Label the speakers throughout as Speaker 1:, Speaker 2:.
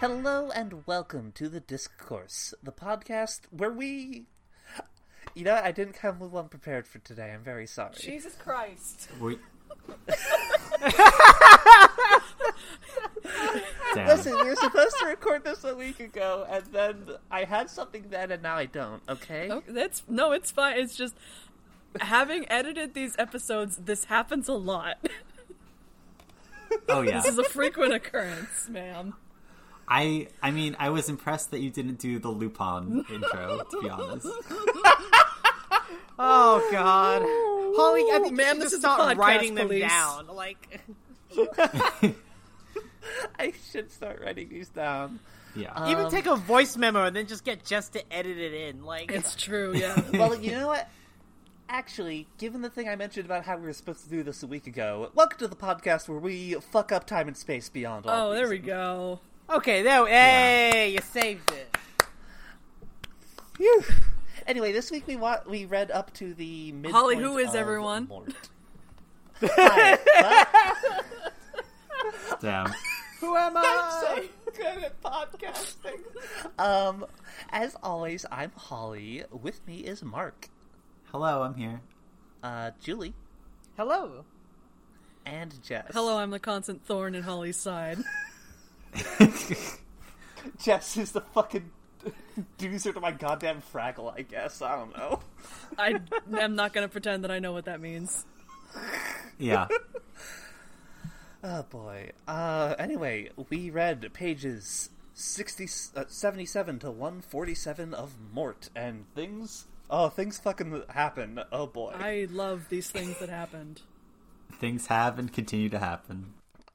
Speaker 1: Hello and welcome to the Discourse, the podcast where we. You know, what? I didn't come with one prepared for today. I'm very sorry.
Speaker 2: Jesus Christ.
Speaker 3: We... Damn.
Speaker 1: Listen, we were supposed to record this a week ago, and then I had something then, and now I don't. Okay.
Speaker 2: Oh, that's no, it's fine. It's just having edited these episodes, this happens a lot.
Speaker 3: Oh yeah.
Speaker 2: this is a frequent occurrence, ma'am.
Speaker 3: I I mean, I was impressed that you didn't do the Lupin intro. To be honest.
Speaker 4: Oh God, Holly, I think
Speaker 2: Man,
Speaker 4: you should
Speaker 2: this
Speaker 4: just
Speaker 2: is the
Speaker 4: stop
Speaker 2: podcast
Speaker 4: writing them
Speaker 2: police.
Speaker 4: down. Like,
Speaker 1: I should start writing these down.
Speaker 3: Yeah.
Speaker 4: even take a voice memo and then just get Jess to edit it in. Like,
Speaker 2: It's true, yeah.
Speaker 1: Well, you know what? Actually, given the thing I mentioned about how we were supposed to do this a week ago, welcome to the podcast where we fuck up time and space beyond all.
Speaker 2: Oh,
Speaker 1: these.
Speaker 2: there we go.
Speaker 4: okay, there, hey, you saved it.
Speaker 1: Phew. Anyway, this week we wa- we read up to the midpoint
Speaker 2: Holly, who is
Speaker 1: of
Speaker 2: everyone?
Speaker 1: Mort. Hi, well,
Speaker 3: Damn.
Speaker 4: Who am I?
Speaker 1: so good at podcasting. Um, as always, I'm Holly. With me is Mark,
Speaker 3: Hello, I'm here.
Speaker 1: uh, Julie,
Speaker 4: Hello.
Speaker 1: and Jess.
Speaker 2: Hello, I'm the constant thorn in Holly's side.
Speaker 1: Jess is the fucking doozer to my goddamn Fraggle. I guess I don't know.
Speaker 2: I am not going to pretend that I know what that means.
Speaker 3: Yeah.
Speaker 1: Oh boy. Uh, anyway, we read pages 60, uh, 77 to 147 of Mort, and things. Oh, things fucking happen. Oh boy.
Speaker 2: I love these things that happened.
Speaker 3: Things have and continue to happen.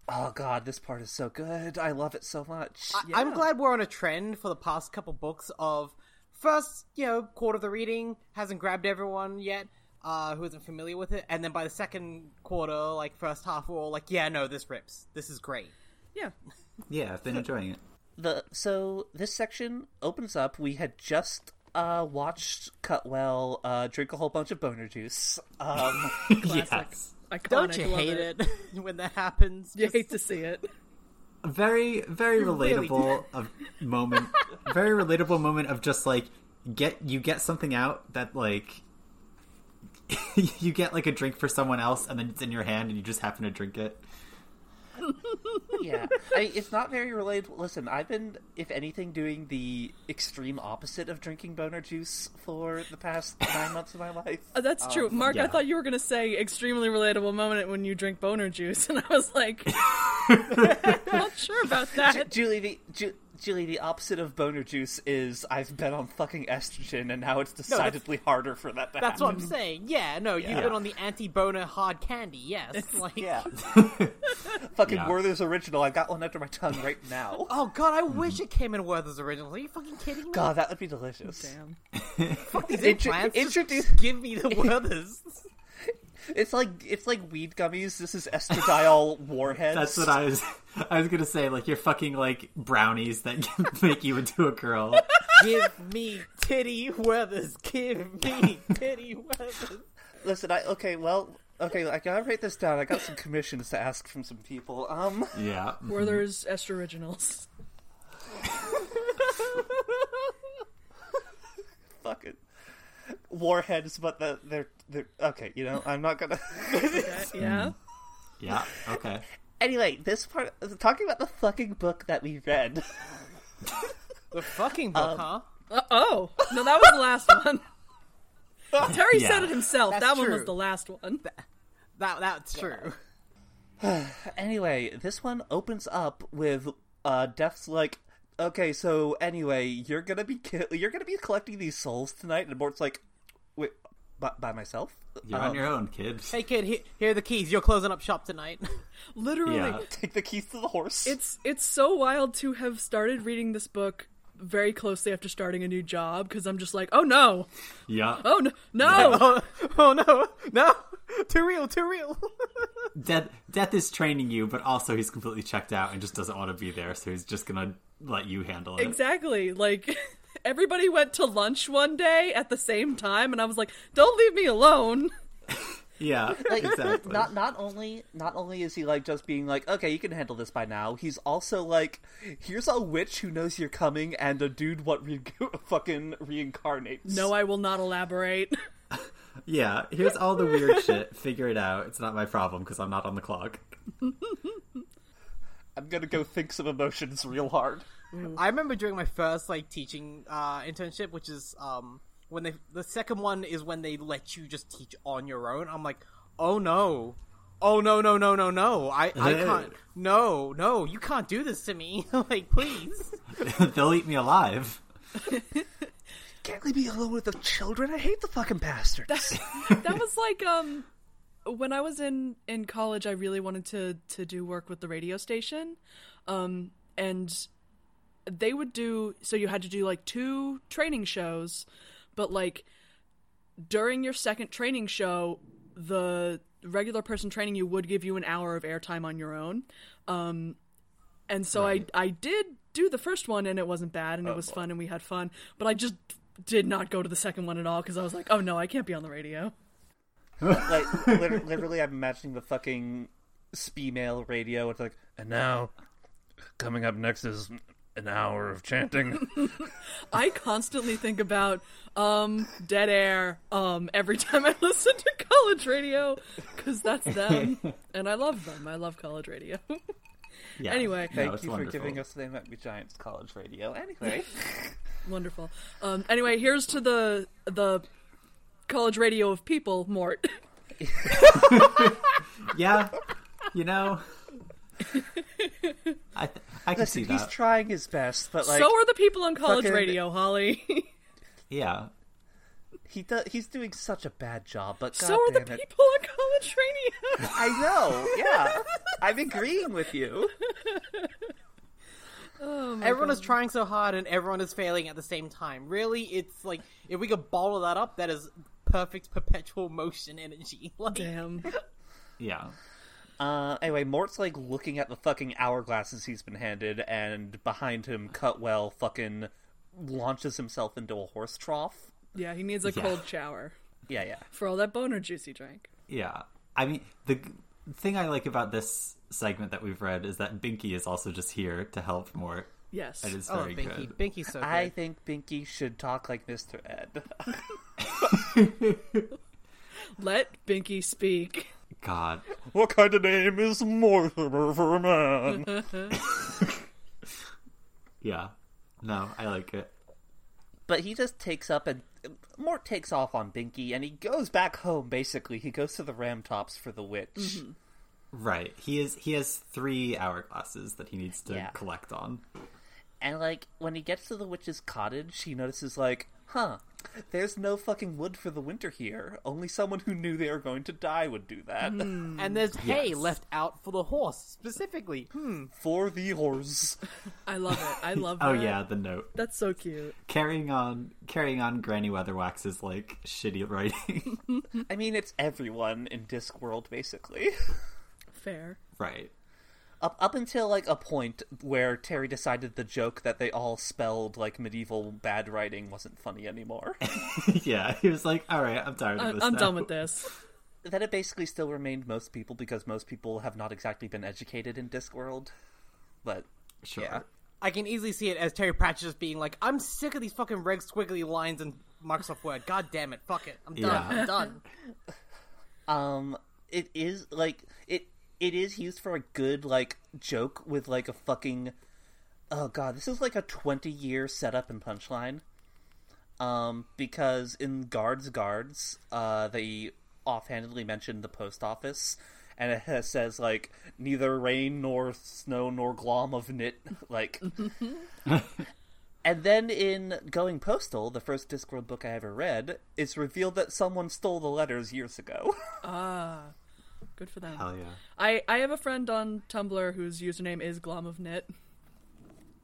Speaker 1: Oh god, this part is so good. I love it so much.
Speaker 4: I- I'm glad we're on a trend for the past couple books of first, you know, quarter of the reading hasn't grabbed everyone yet. Uh, who isn't familiar with it, and then by the second quarter, like first half, we're all like, "Yeah, no, this rips. This is great."
Speaker 2: Yeah.
Speaker 3: Yeah, I've been enjoying it.
Speaker 1: the so this section opens up. We had just uh watched Cutwell uh drink a whole bunch of boner juice. Um
Speaker 2: Classic.
Speaker 3: Yes.
Speaker 2: Iconic.
Speaker 4: Don't you
Speaker 2: love
Speaker 4: hate it, when that happens?
Speaker 2: You
Speaker 4: Just-
Speaker 2: hate to see it.
Speaker 3: Very very
Speaker 4: really
Speaker 3: relatable of moment. Very relatable moment of just like get you get something out that like you get like a drink for someone else and then it's in your hand and you just happen to drink it.
Speaker 1: yeah, I, it's not very relatable. Listen, I've been, if anything, doing the extreme opposite of drinking boner juice for the past nine months of my life.
Speaker 2: Uh, That's true. Mark, I
Speaker 3: Um, yeah.
Speaker 2: thought you were going to say extremely relatable moment when you drink boner juice, and I was like, not sure about
Speaker 1: Ju-
Speaker 2: that.
Speaker 1: Julie, the Ju- Julie, the opposite of boner juice is I've been on fucking estrogen, and now it's decidedly harder for that to
Speaker 4: That's what
Speaker 1: happen.
Speaker 4: I'm saying. Yeah, no, you've
Speaker 1: Yeah.
Speaker 4: been on the anti boner hard candy. Yes, like
Speaker 1: yeah. fucking
Speaker 3: Yeah.
Speaker 1: Werther's original. I got one under my tongue right now.
Speaker 4: oh god, I wish it came in Werther's original. Are you fucking kidding me?
Speaker 1: God, that would be delicious.
Speaker 2: Damn.
Speaker 4: Fuck these
Speaker 1: Intro-
Speaker 4: implants. Just
Speaker 1: introduce-
Speaker 4: give me the Werther's.
Speaker 1: It's like it's like weed gummies. This is estradiol warheads.
Speaker 3: That's what I was. I was gonna say, like you're fucking like brownies that make you into a girl.
Speaker 4: give me titty Werther's. Give me titty Werther's.
Speaker 1: Listen, I okay, well, okay, I gotta write this down. I got some commissions to ask from some people. Um,
Speaker 3: Yeah,
Speaker 2: Werther's Esther Originals.
Speaker 1: fucking warheads, but the, they're they're okay. You know, I'm not gonna.
Speaker 2: That-
Speaker 3: Mm.
Speaker 2: yeah.
Speaker 3: yeah, okay.
Speaker 1: anyway, this part talking about the fucking book that we read.
Speaker 4: The fucking book, huh?
Speaker 2: Uh oh. No, that was the last one. Terry
Speaker 3: Yeah.
Speaker 2: said it himself.
Speaker 4: That's
Speaker 2: that one
Speaker 4: true.
Speaker 2: was the last one.
Speaker 4: That that's true.
Speaker 1: anyway, this one opens up with uh, Death's like. Okay, so anyway, you're gonna be kill- you're gonna be collecting these souls tonight, and Mort's like, wait, by, by myself?
Speaker 3: You're
Speaker 1: Um,
Speaker 3: on your own, kid.
Speaker 4: Hey kid, he- here are the keys. You're closing up shop tonight.
Speaker 2: Literally.
Speaker 3: Yeah,
Speaker 1: Take the keys to the horse.
Speaker 2: It's it's so wild to have started reading this book very closely after starting a new job because I'm just like, oh no,
Speaker 3: yeah.
Speaker 2: oh no, no.
Speaker 4: oh, oh no, no, too real, too real.
Speaker 3: Death, death is training you, but also he's completely checked out and just doesn't want to be there, so he's just gonna let you handle it.
Speaker 2: Exactly. Like everybody went to lunch one day at the same time, and I was like, "Don't leave me alone."
Speaker 3: Yeah,
Speaker 1: Like,
Speaker 3: exactly.
Speaker 1: Not not only not only is he like just being like, okay, you can handle this by now. He's also like, here's a witch who knows you're coming and a dude what re- fucking reincarnates.
Speaker 2: No, I will not elaborate.
Speaker 3: Yeah, here's all the weird shit. Figure it out. It's not my problem because I'm not on the clock.
Speaker 1: I'm gonna go think some emotions real hard.
Speaker 4: I remember during my first like teaching uh, internship, which is um, when they the second one is when they let you just teach on your own. I'm like, oh no, oh no, no, no, no, no. I I
Speaker 3: Hey.
Speaker 4: can't. No, no, you can't do this to me. like, please.
Speaker 3: They'll eat me alive.
Speaker 1: Can't leave me alone with the children. I hate the fucking bastards.
Speaker 2: that was like um when I was in in college I really wanted to to do work with the radio station um and they would do so you had to do like two training shows but like during your second training show the regular person training you would give you an hour of airtime on your own um and so I I did do the first one and it wasn't bad and it was fun and we had fun but I just did not go to the second one at all because I was like oh no I can't be on the radio
Speaker 1: like literally, literally I'm imagining the fucking spee mail radio. It's like, and now coming up next is an hour of chanting.
Speaker 2: I constantly think about um dead air um every time I listen to college radio cuz that's them and I love them. I love college radio.
Speaker 3: Yeah.
Speaker 2: Anyway.
Speaker 3: No,
Speaker 1: Thank
Speaker 3: it's
Speaker 1: you
Speaker 3: wonderful.
Speaker 1: for giving us the name at Giants College Radio. Anyway,
Speaker 2: Wonderful. Um anyway, here's to the the college radio of people, Mort.
Speaker 3: Yeah, you know, I th- I can see
Speaker 1: listen, he's
Speaker 3: that.
Speaker 1: trying his best, but like
Speaker 2: so are the people on college
Speaker 1: fucking-
Speaker 2: radio, Holly.
Speaker 3: yeah,
Speaker 1: he do- he's doing such a bad job. But
Speaker 2: so are the
Speaker 1: goddamn it,
Speaker 2: people on college radio.
Speaker 1: I know. Yeah, I'm agreeing with you.
Speaker 4: everyone is trying so hard, and everyone is failing at the same time. Really, it's like if we could bottle that up, that is perfect perpetual motion energy. Like,
Speaker 2: Damn.
Speaker 3: yeah.
Speaker 1: Uh, anyway, Mort's like looking at the fucking hourglasses he's been handed, and behind him, Cutwell fucking launches himself into a horse trough.
Speaker 2: Yeah, he needs a
Speaker 3: Yeah.
Speaker 2: cold shower
Speaker 1: Yeah, yeah.
Speaker 2: for all that boner juice he drank.
Speaker 3: Yeah. I mean, the g- thing I like about this segment that we've read is that Binky is also just here to help Mort.
Speaker 2: Yes.
Speaker 3: It is
Speaker 4: oh,
Speaker 3: very
Speaker 4: Binky,
Speaker 3: good.
Speaker 4: Binky's so good.
Speaker 1: I think Binky should talk like Mr. Ed.
Speaker 2: Let Binky speak.
Speaker 3: God.
Speaker 1: what kind of name is Mortimer for a man?
Speaker 3: Yeah. No, I like it.
Speaker 1: but he just takes up and Mort takes off on Binky, and he goes back home. Basically, he goes to the Ram Tops for the witch.
Speaker 3: Right. He is he has 3 hourglasses that he needs to
Speaker 1: Yeah.
Speaker 3: collect on.
Speaker 1: And like when he gets to the witch's cottage, he notices like, huh, there's no fucking wood for the winter here. Only someone who knew they were going to die would do that.
Speaker 4: and there's hay
Speaker 3: Mm. Yes.
Speaker 4: left out for the horse specifically. Hmm.
Speaker 1: for the horse.
Speaker 2: I love it. I love
Speaker 3: Oh
Speaker 2: that.
Speaker 3: yeah, the note.
Speaker 2: That's so cute.
Speaker 3: Carrying on carrying on Granny Weatherwax's like shitty writing.
Speaker 1: I mean it's everyone in Discworld basically.
Speaker 2: Fair.
Speaker 3: right.
Speaker 1: Up up until like a point where Terry decided the joke that they all spelled like medieval bad writing wasn't funny anymore.
Speaker 3: Yeah, he was like, "All right, I'm tired of
Speaker 2: I'm,
Speaker 3: this."
Speaker 2: I'm
Speaker 3: now."
Speaker 2: done with this.
Speaker 1: then it basically still remained most people because most people have not exactly been educated in Discworld. But
Speaker 3: Sure.
Speaker 1: yeah.
Speaker 4: I can easily see it as Terry Pratchett just being like, "I'm sick of these fucking reg squiggly lines in Microsoft Word. God damn it, fuck it, I'm done.
Speaker 3: Yeah.
Speaker 4: I'm done."
Speaker 1: um it is like it it is used for a good like joke with like a fucking oh god this is like a 20 year setup and punchline um because in guards guards uh they offhandedly mentioned the post office and it has, says like neither rain nor snow nor glom of knit like and then in going postal the first discworld book i ever read it's revealed that someone stole the letters years ago
Speaker 2: Good for them.
Speaker 3: Hell yeah.
Speaker 2: I, I have a friend on Tumblr whose username is Glom of Knit.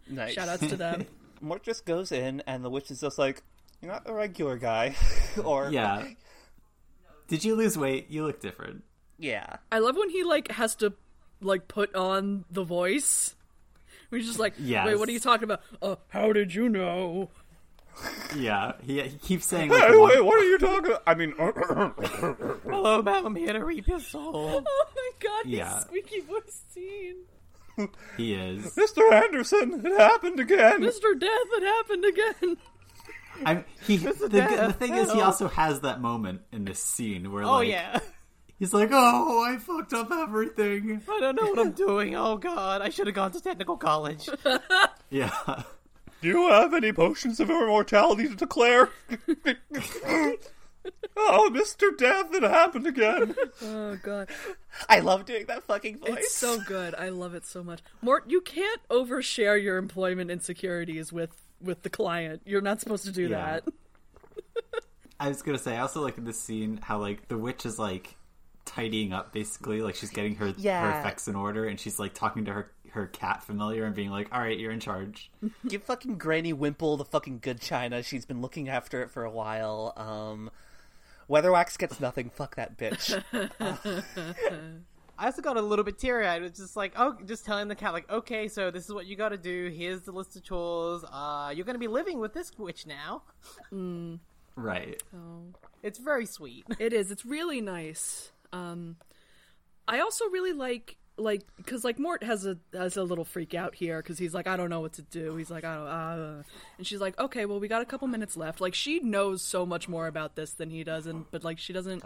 Speaker 1: Nice.
Speaker 2: Shout outs to them.
Speaker 1: Mort just goes in, and the witch is just like, "You're not a regular guy," or uh,
Speaker 3: Yeah. Did you lose weight? You look different.
Speaker 1: yeah,
Speaker 2: I love when he like has to like put on the voice. We're just like,
Speaker 3: Yes.
Speaker 2: wait, what are you talking about? Uh, how did you know?
Speaker 3: Yeah, he, he keeps saying like,
Speaker 1: Hey, wait,
Speaker 3: one-
Speaker 1: what are you talking? About? I mean,
Speaker 4: Hello, ma'am. I'm here to reap your soul.
Speaker 2: Oh my god, he's
Speaker 3: Yeah.
Speaker 2: squeaky voice teen.
Speaker 3: he is.
Speaker 1: Mr. Anderson, it happened again.
Speaker 2: Mr. Death, it happened again.
Speaker 3: I'm, he, the,
Speaker 4: death.
Speaker 3: the thing is, he also has that moment in this scene where,
Speaker 4: Oh
Speaker 3: like,
Speaker 4: yeah.
Speaker 3: he's like, "Oh, I fucked up everything."
Speaker 4: I don't know what I'm doing. Oh god, I should have gone to technical college.
Speaker 3: Yeah,
Speaker 1: Do you have any potions of immortality to declare? oh, Mr. Death, it happened again.
Speaker 2: Oh god.
Speaker 1: I love doing that fucking voice.
Speaker 2: It's so good. I love it so much. Mort, you can't overshare your employment insecurities with with the client. You're not supposed to do
Speaker 3: Yeah.
Speaker 2: that.
Speaker 3: I was gonna say. I also like in this scene how like the witch is like tidying up, basically, like she's getting her her
Speaker 1: Yeah.
Speaker 3: effects in order, and she's like talking to her her cat familiar and being like, "All right, you're in charge."
Speaker 1: Give fucking Granny Wimple the fucking good china. She's been looking after it for a while. Um, Weatherwax gets nothing. Fuck that bitch.
Speaker 4: I also got a little bit teary eyed. It's just like, oh, just telling the cat, like, okay, so this is what you got to do. Here's the list of chores. Uh, you're going to be living with this witch now.
Speaker 3: Right.
Speaker 2: Oh.
Speaker 4: It's very sweet.
Speaker 2: It is. It's really nice. Um, I also really like like because like Mort has a has a little freak out here because he's like I don't know what to do. He's like I don't. Uh, and she's like okay, well we got a couple minutes left. Like she knows so much more about this than he does, and but like she doesn't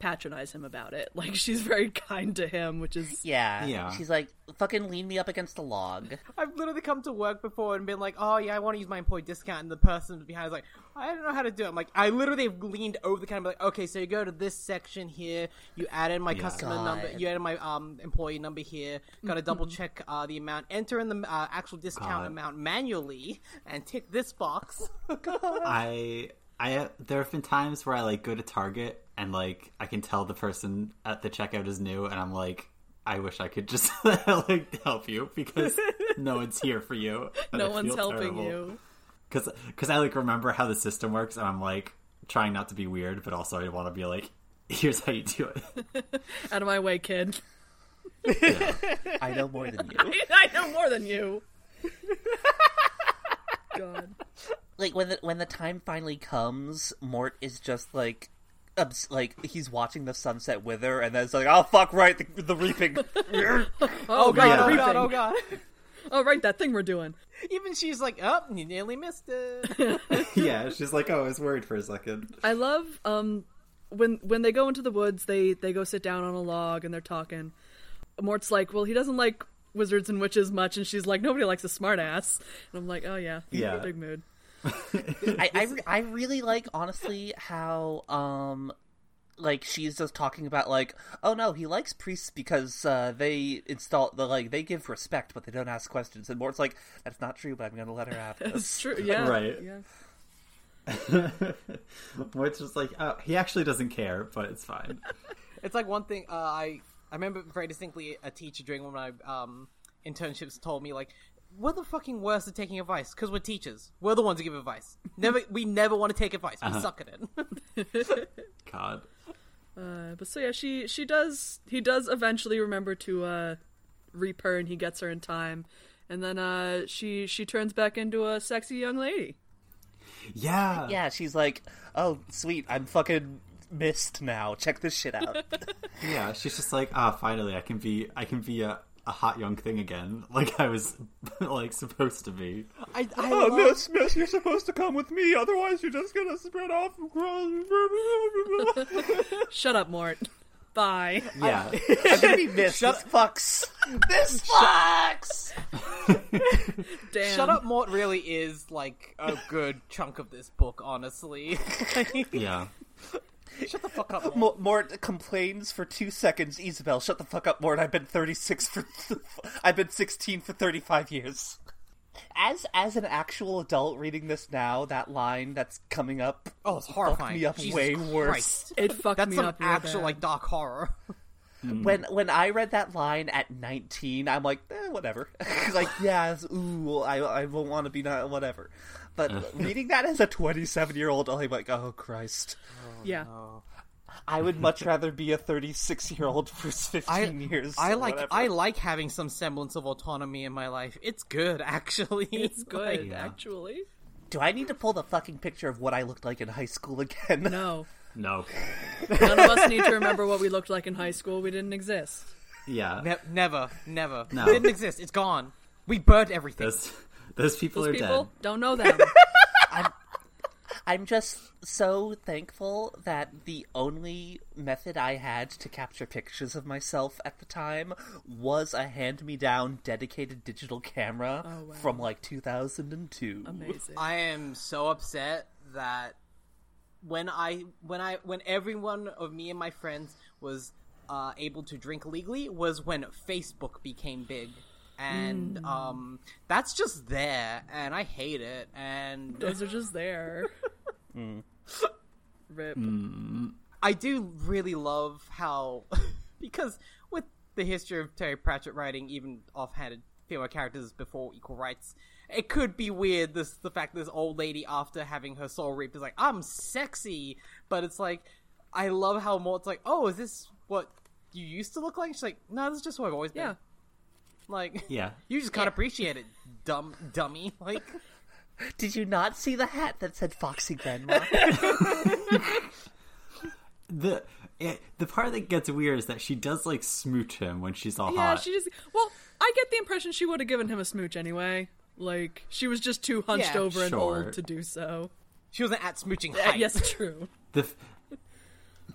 Speaker 2: patronize him about it. Like she's very kind to him, which is
Speaker 1: Yeah.
Speaker 3: Yeah.
Speaker 1: She's like, fucking lean me up against a log.
Speaker 4: I've literally come to work before and been like, oh, yeah, I want to use my employee discount. And the person behind is like, I don't know how to do it. I'm like, I literally have leaned over the counter and be like, okay, so you go to this section here. You add in my customer
Speaker 1: God.
Speaker 4: number. You add in my um, employee number here. Got to double check uh, the amount. Enter in the uh, actual discount
Speaker 3: God.
Speaker 4: amount manually and tick this box.
Speaker 3: I I there have been times where I like go to Target and like I can tell the person at the checkout is new and I'm like I wish I could just like help you because no one's here for you. and
Speaker 2: no
Speaker 3: I
Speaker 2: one's
Speaker 3: feel
Speaker 2: helping
Speaker 3: terrible.
Speaker 2: you.
Speaker 3: Cuz cuz I like remember how the system works and I'm like trying not to be weird but also I want to be like here's how you do it.
Speaker 2: Out of my way, kid.
Speaker 1: I know more than you.
Speaker 2: I know more than you. God.
Speaker 1: like when the when the time finally comes, Mort is just like, obs- like he's watching the sunset wither, and then it's like, oh fuck, right, the, the reaping.
Speaker 2: Oh, god,
Speaker 3: yeah.
Speaker 4: oh,
Speaker 2: everything.
Speaker 4: God, oh, God.
Speaker 2: Oh, right, that thing we're doing.
Speaker 4: Even she's like, oh, you nearly missed it.
Speaker 3: yeah, she's like oh I was worried for a second.
Speaker 2: I love um when when they go into the woods, they they go sit down on a log and they're talking. Mort's like, "Well, he doesn't like wizards and witches much," and she's like, "Nobody likes a smartass." And I'm like, "Oh yeah,
Speaker 3: Yeah.
Speaker 2: big mood."
Speaker 1: I, I re- I really like honestly how um like she's just talking about like oh no he likes priests because uh, they install the like they give respect but they don't ask questions and Mort's like that's not true but I'm gonna let her have this
Speaker 2: It's true, yeah,
Speaker 3: Right.
Speaker 2: Yeah.
Speaker 3: Where it's just like oh he actually doesn't care but it's fine.
Speaker 4: It's like one thing uh, I I remember very distinctly a teacher during one of my um, internships told me like we're the fucking worst at taking advice because we're teachers. We're the ones who give advice. Never we never want to take advice. We
Speaker 1: Uh-huh.
Speaker 4: suck at it.
Speaker 3: God.
Speaker 2: Uh, but so yeah, she she does he does eventually remember to uh reap her, and he gets her in time, and then uh she she turns back into a sexy young lady.
Speaker 3: Yeah.
Speaker 1: yeah she's like oh sweet I'm fucking missed now check this shit out
Speaker 3: Yeah, she's just like, ah, finally, I can be, I can be a, a hot young thing again, like I was, like supposed to be.
Speaker 4: I, I
Speaker 1: Oh,
Speaker 4: love-
Speaker 1: miss, miss, you're supposed to come with me, otherwise you're just gonna spread off and grow.
Speaker 2: Shut up, Mort. Bye.
Speaker 3: Yeah,
Speaker 1: I'm gonna be missed. this fucks. This fucks!
Speaker 2: Damn.
Speaker 4: Shut Up Mort really is like a good chunk of this book, honestly.
Speaker 3: yeah,
Speaker 4: Shut the fuck up, Mort.
Speaker 1: M- Mort complains for two seconds. Isabel, shut the fuck up, Mort. I've been 36 for. I've been 16 for 35 years. As as an actual adult reading this now, that line that's coming up
Speaker 4: Oh, it's horrifying.
Speaker 1: me up
Speaker 4: Jesus
Speaker 1: way
Speaker 4: Christ.
Speaker 1: worse.
Speaker 2: It fucked
Speaker 4: That's
Speaker 2: me
Speaker 4: some
Speaker 2: up. real
Speaker 4: actual
Speaker 2: bad.
Speaker 4: like dark horror. Hmm.
Speaker 1: when when I read that line at 19, I'm like, eh, whatever. like, yeah, it's, ooh, I I won't want to be not whatever.
Speaker 4: Uh.
Speaker 1: But reading that as a 27 year old, I'm like, oh Christ,
Speaker 2: yeah.
Speaker 4: oh,
Speaker 1: I would much rather be a 36 year old for 15
Speaker 4: I,
Speaker 1: years.
Speaker 4: I
Speaker 1: or
Speaker 4: like
Speaker 1: whatever.
Speaker 4: I like having some semblance of autonomy in my life. It's good, actually.
Speaker 2: It's good,
Speaker 4: Like,
Speaker 3: Yeah.
Speaker 2: actually.
Speaker 1: Do I need to pull the fucking picture of what I looked like in high school again?
Speaker 2: No.
Speaker 3: No.
Speaker 2: None of us need to remember what we looked like in high school. We didn't exist.
Speaker 3: Yeah.
Speaker 4: Ne- never, never.
Speaker 3: No.
Speaker 4: It didn't exist. It's gone. We burnt everything.
Speaker 3: Those those people
Speaker 2: Those
Speaker 3: are
Speaker 2: people
Speaker 3: dead.
Speaker 2: don't know them.
Speaker 1: I'm just so thankful that the only method I had to capture pictures of myself at the time was a hand me down dedicated digital camera
Speaker 2: Oh, wow.
Speaker 1: from like 2002.
Speaker 2: Amazing.
Speaker 4: I am so upset that when I when I when everyone of me and my friends was uh, able to drink legally was when Facebook became big. And um, that's just there, and I hate it. And
Speaker 2: Those are just there.
Speaker 3: Mm.
Speaker 2: Rip.
Speaker 4: I do really love how because with the history of Terry Pratchett writing even offhanded female characters before equal rights, it could be weird this the fact this old lady after having her soul reaped is like, I'm sexy but it's like I love how more it's like, Oh, is this what you used to look like? She's like, No, this is just who I've always been.
Speaker 2: Yeah.
Speaker 4: Like
Speaker 3: Yeah.
Speaker 4: You just can't appreciate it, dumb dummy. Like
Speaker 1: Did you not see the hat that said Foxy Grandma?
Speaker 3: The it, the part that gets weird is that she does like smooch him when she's all
Speaker 2: Yeah,
Speaker 3: hot.
Speaker 2: she just. Well, I get the impression she would have given him a smooch anyway. Like she was just too hunched
Speaker 4: Yeah,
Speaker 2: over and
Speaker 3: sure.
Speaker 2: old to do so.
Speaker 4: she wasn't at smooching
Speaker 2: Yeah,
Speaker 4: height.
Speaker 2: yes, true.
Speaker 3: the f-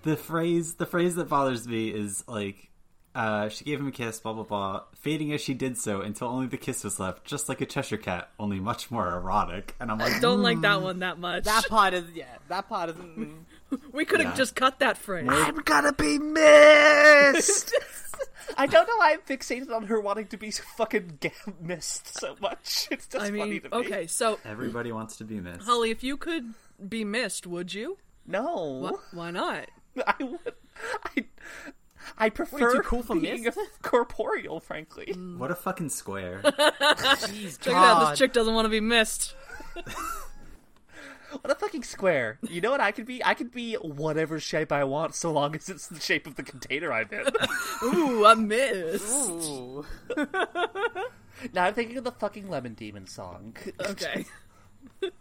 Speaker 3: the phrase the phrase that bothers me is like uh, she gave him a kiss, blah blah blah, fading as she did so until only the kiss was left, just like a Cheshire cat, only much more erotic. And I'm like,
Speaker 2: Don't like that
Speaker 3: Mm.
Speaker 2: one that much.
Speaker 4: That part is yeah, that part is mm.
Speaker 2: we could have
Speaker 3: Yeah.
Speaker 2: just cut that phrase.
Speaker 1: I'm gonna be missed! I don't know why I'm fixated on her wanting to be fucking g- missed so much. It's just
Speaker 2: I
Speaker 1: funny
Speaker 2: mean,
Speaker 1: to me.
Speaker 2: okay, so
Speaker 3: everybody wants to be missed.
Speaker 2: Holly, if you could be missed, would you?
Speaker 1: No.
Speaker 2: Wh- Why not?
Speaker 1: I would. I, I
Speaker 4: too
Speaker 1: prefer
Speaker 4: cool for
Speaker 1: being
Speaker 4: mist?
Speaker 1: a corporeal, frankly.
Speaker 3: What a fucking square. Oh,
Speaker 2: Check it out. This chick doesn't want to be missed.
Speaker 1: What a fucking square. You know what I could be? I could be whatever shape I want so long as it's the shape of the container I'm in.
Speaker 2: Ooh, I missed.
Speaker 4: Ooh.
Speaker 1: now I'm thinking of the fucking Lemon Demon song.
Speaker 2: Okay.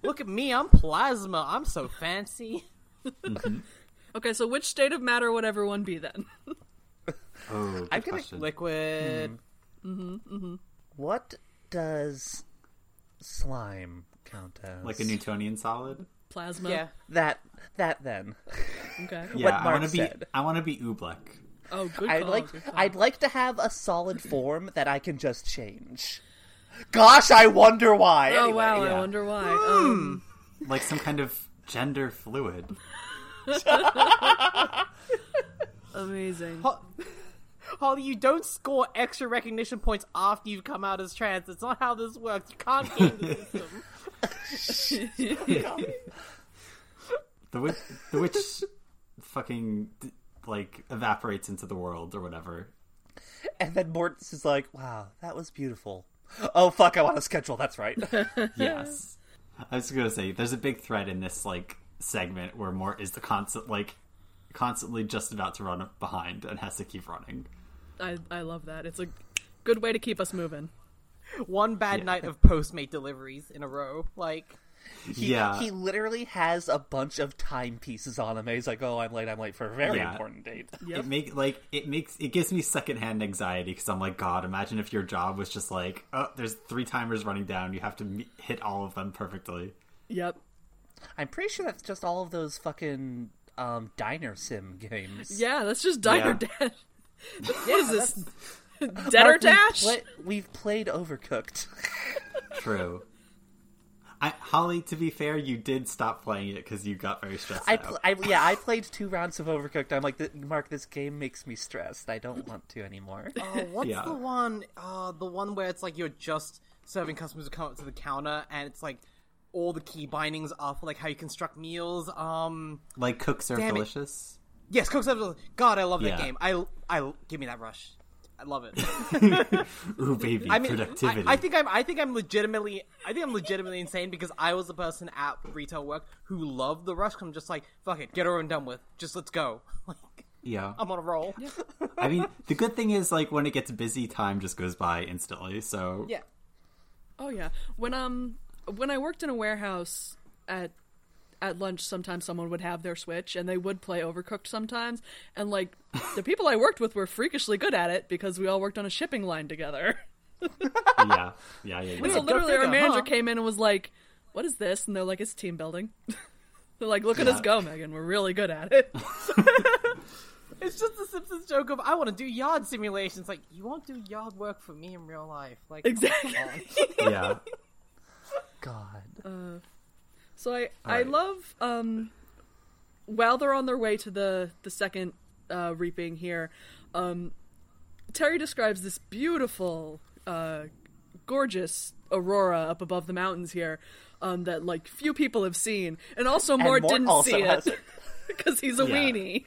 Speaker 4: Look at me, I'm plasma. I'm so fancy.
Speaker 2: Okay, so which state of matter would everyone be then?
Speaker 3: Oh, good
Speaker 1: I'm gonna
Speaker 3: question.
Speaker 4: Liquid.
Speaker 1: What does slime count as?
Speaker 3: like a Newtonian solid.
Speaker 2: Plasma.
Speaker 3: Hmm.
Speaker 4: Yeah.
Speaker 1: That, that then.
Speaker 2: Okay.
Speaker 3: Yeah, I
Speaker 1: Mark
Speaker 3: want to be.
Speaker 1: said.
Speaker 3: I want to be Ublek.
Speaker 2: Oh, good call.
Speaker 1: I'd like,
Speaker 2: good call.
Speaker 1: I'd like to have a solid form that I can just change. Gosh, I wonder why.
Speaker 2: Oh
Speaker 1: Anyway.
Speaker 2: wow! I
Speaker 3: yeah.
Speaker 2: wonder why. Um,
Speaker 3: like some kind of gender fluid.
Speaker 2: amazing.
Speaker 4: Ho- Holly, you don't score extra recognition points after you've come out as trans. That's not how this works. You can't game the system.
Speaker 3: The witch, the witch, fucking like evaporates into the world or whatever.
Speaker 1: And then Mortis is like, wow, that was beautiful. Oh, fuck, I want to schedule. That's right.
Speaker 3: Yes. I was gonna say there's a big thread in this like segment where Mort is the constant like constantly just about to run behind and has to keep running.
Speaker 2: I I love that. It's a good way to keep us moving.
Speaker 4: One bad night of Postmate deliveries in a row. Like,
Speaker 1: He,
Speaker 3: yeah.
Speaker 1: He literally has a bunch of timepieces on him. and He's like, oh, I'm late. I'm late for a very
Speaker 3: Yeah.
Speaker 1: important date.
Speaker 2: Yep.
Speaker 3: It make like it makes it gives me secondhand anxiety because I'm like, God, imagine if your job was just like, oh, there's three timers running down, you have to me- hit all of them perfectly.
Speaker 2: Yep.
Speaker 1: I'm pretty sure that's just all of those fucking um, diner sim games.
Speaker 2: Yeah, that's just diner
Speaker 3: Yeah.
Speaker 2: dash. what is this?
Speaker 1: Mark,
Speaker 2: Dinner
Speaker 1: we've
Speaker 2: dash?
Speaker 1: pla- we've played Overcooked.
Speaker 3: True. I, Holly, to be fair, you did stop playing it because you got very stressed
Speaker 1: I,
Speaker 3: out.
Speaker 1: pl- I yeah, I played two rounds of Overcooked. I'm like, "Th- Mark, this game makes me stressed. I don't want to anymore.
Speaker 4: oh, what's
Speaker 3: Yeah.
Speaker 4: the one? Uh, the one where it's like you're just serving customers who come up to the counter, and it's like all the key bindings are for like how you construct meals. Um,
Speaker 3: like cooks are
Speaker 4: Damn it.
Speaker 3: delicious.
Speaker 4: yes, Cook's Up- God, I love that
Speaker 3: Yeah.
Speaker 4: game. I, I give me that rush. I love it.
Speaker 3: Ooh, baby,
Speaker 4: I mean,
Speaker 3: productivity.
Speaker 4: I, I think I'm. I think I'm legitimately. I think I'm legitimately insane because I was the person at retail work who loved the rush. i I'm just like, fuck it, get over and done with. Just let's go. Like
Speaker 3: yeah.
Speaker 4: I'm on a roll. Yeah.
Speaker 3: I mean, the good thing is like when it gets busy, time just goes by instantly. So
Speaker 2: Oh yeah. When um when I worked in a warehouse at at lunch sometimes someone would have their switch and they would play overcooked sometimes and like the people I worked with were freakishly good at it because we all worked on a shipping line together.
Speaker 3: yeah, yeah, yeah. yeah.
Speaker 2: so literally our
Speaker 4: figure,
Speaker 2: manager
Speaker 4: huh?
Speaker 2: came in and was like, "What is this?" and they're like, "It's team building." they're like, "Look at us
Speaker 3: Yeah.
Speaker 2: go, Megan. We're really good at it."
Speaker 4: It's just the Simpsons joke of I want to do yard simulations. Like you won't do yard work for me in real life. Like
Speaker 2: Exactly.
Speaker 4: come on.
Speaker 3: yeah.
Speaker 1: God.
Speaker 2: So I
Speaker 3: All
Speaker 2: I
Speaker 3: right.
Speaker 2: love um while they're on their way to the the second uh, reaping here, um, Terry describes this beautiful, uh, gorgeous aurora up above the mountains here um, that like few people have seen, and also Mort,
Speaker 1: Mort
Speaker 2: didn't
Speaker 1: also
Speaker 2: see
Speaker 1: has
Speaker 2: it
Speaker 1: it.
Speaker 2: because he's a
Speaker 3: Yeah.
Speaker 2: weenie.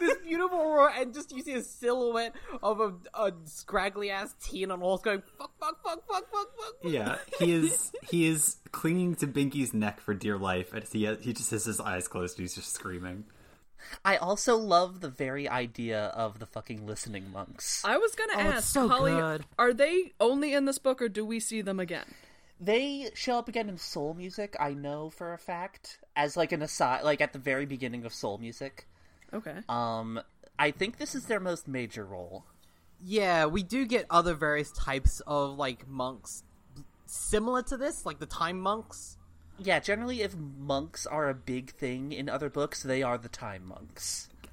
Speaker 4: this beautiful aurora, and just you see a silhouette of a, a scraggly ass teen on walls going fuck, fuck, fuck, fuck, fuck, fuck.
Speaker 3: Yeah, he is he is clinging to Binky's neck for dear life, and he he just has his eyes closed. and He's just screaming.
Speaker 1: I also love the very idea of the fucking listening monks.
Speaker 2: I was gonna
Speaker 4: Oh, it's
Speaker 2: ask
Speaker 4: so
Speaker 2: Holly,
Speaker 4: good.
Speaker 2: are they only in this book, or do we see them again?
Speaker 1: They show up again in soul music, I know for a fact, as like an aside, like at the very beginning of soul music.
Speaker 2: Okay.
Speaker 1: Um, I think this is their most major role.
Speaker 4: Yeah, we do get other various types of like monks similar to this, like the time monks.
Speaker 1: Yeah, generally, if monks are a big thing in other books, they are the time monks.
Speaker 3: Um,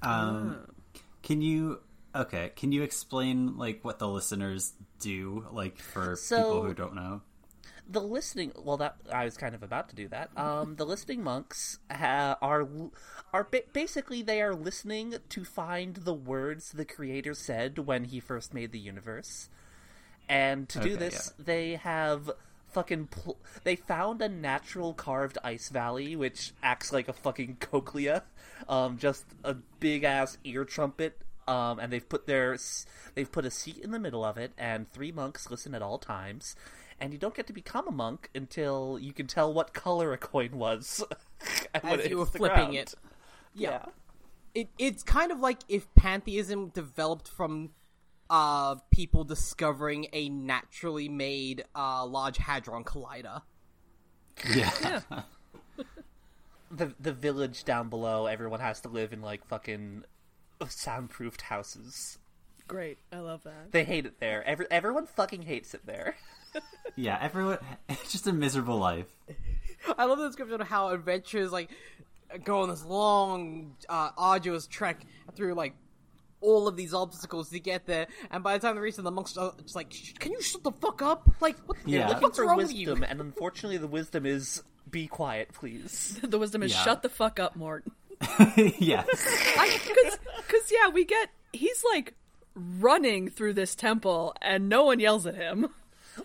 Speaker 4: Ah.
Speaker 3: Can you okay? Can you explain like what the listeners do like for people
Speaker 1: So-
Speaker 3: who don't know?
Speaker 1: the listening well that i was kind of about to do that um the listening monks ha- are are ba- basically they are listening to find the words the creator said when he first made the universe and to do
Speaker 3: Okay,
Speaker 1: this they have fucking pl- they found a natural carved ice valley which acts like a fucking cochlea um just a big ass ear trumpet um, and they've put their s- they've put a seat in the middle of it and three monks listen at all times and you don't get to become a monk until you can tell what color a coin was and when
Speaker 4: As
Speaker 1: it
Speaker 4: you were
Speaker 1: hits the
Speaker 4: flipping
Speaker 1: ground.
Speaker 4: it.
Speaker 1: yeah.
Speaker 4: it it's kind of like if pantheism developed from uh people discovering a naturally made uh large hadron collider.
Speaker 3: Yeah,
Speaker 1: the the village down below everyone has to live in like fucking soundproofed houses
Speaker 2: Great. I love that.
Speaker 1: they hate it there Every, everyone fucking hates it there
Speaker 3: yeah. Everyone, it's just a miserable life.
Speaker 4: I love the description of how adventurers like go on this long, uh, arduous trek through like all of these obstacles to get there, and by the time they reach them, the monks are just like, "Shh, "Can you shut the fuck up? Like, what,
Speaker 3: Yeah.
Speaker 4: what the
Speaker 3: Looking
Speaker 4: fuck's
Speaker 1: for
Speaker 4: wrong with you?"
Speaker 1: wisdom and unfortunately the wisdom is be quiet please
Speaker 2: The wisdom is
Speaker 3: Yeah.
Speaker 2: shut the fuck up, Mort.
Speaker 3: yes,
Speaker 2: Because, yeah, we get. He's like running through this temple and no one yells at him.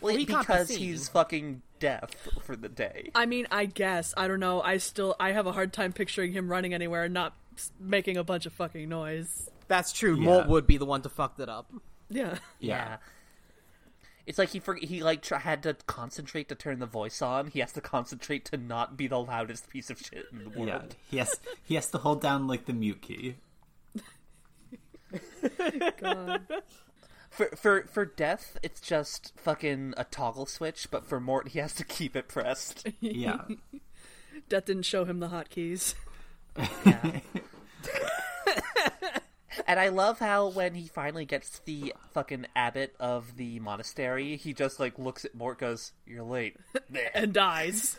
Speaker 1: well,
Speaker 4: can't
Speaker 1: because
Speaker 4: see.
Speaker 1: he's fucking deaf for the day
Speaker 2: I mean, I guess. I don't know. I still. I have a hard time picturing him running anywhere and not s- making a bunch of fucking noise.
Speaker 4: That's true.
Speaker 3: Yeah.
Speaker 4: Mort would be the one to fuck that up.
Speaker 2: Yeah.
Speaker 3: yeah.
Speaker 1: It's like he for- he like tr- had to concentrate to turn the voice on. He has to concentrate to not be the loudest piece of shit in the world.
Speaker 3: Yeah, he has he has to hold down like the mute key.
Speaker 1: For for for death, it's just fucking a toggle switch. But for Mort, he has to keep it pressed.
Speaker 3: Yeah,
Speaker 2: Death didn't show him the hotkeys.
Speaker 1: and I love how when he finally gets the fucking abbot of the monastery, he just like looks at Mort, goes, "You're late."
Speaker 2: And dies.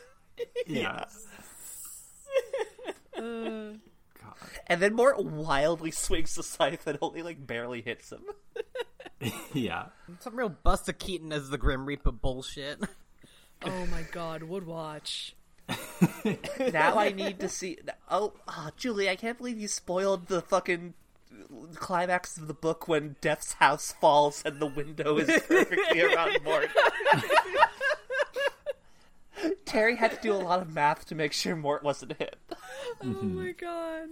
Speaker 3: yeah.
Speaker 1: and then Mort wildly swings the scythe and only like barely hits him.
Speaker 3: yeah.
Speaker 4: Some real Buster Keaton as the Grim Reaper bullshit.
Speaker 2: Oh my god, would watch.
Speaker 1: now I need to see. Oh, ah, Julie, I can't believe you spoiled the fucking climax of the book when Death's house falls and the window is perfectly around Mort. Terry had to do a lot of math to make sure Mort wasn't hit.
Speaker 2: Oh my god.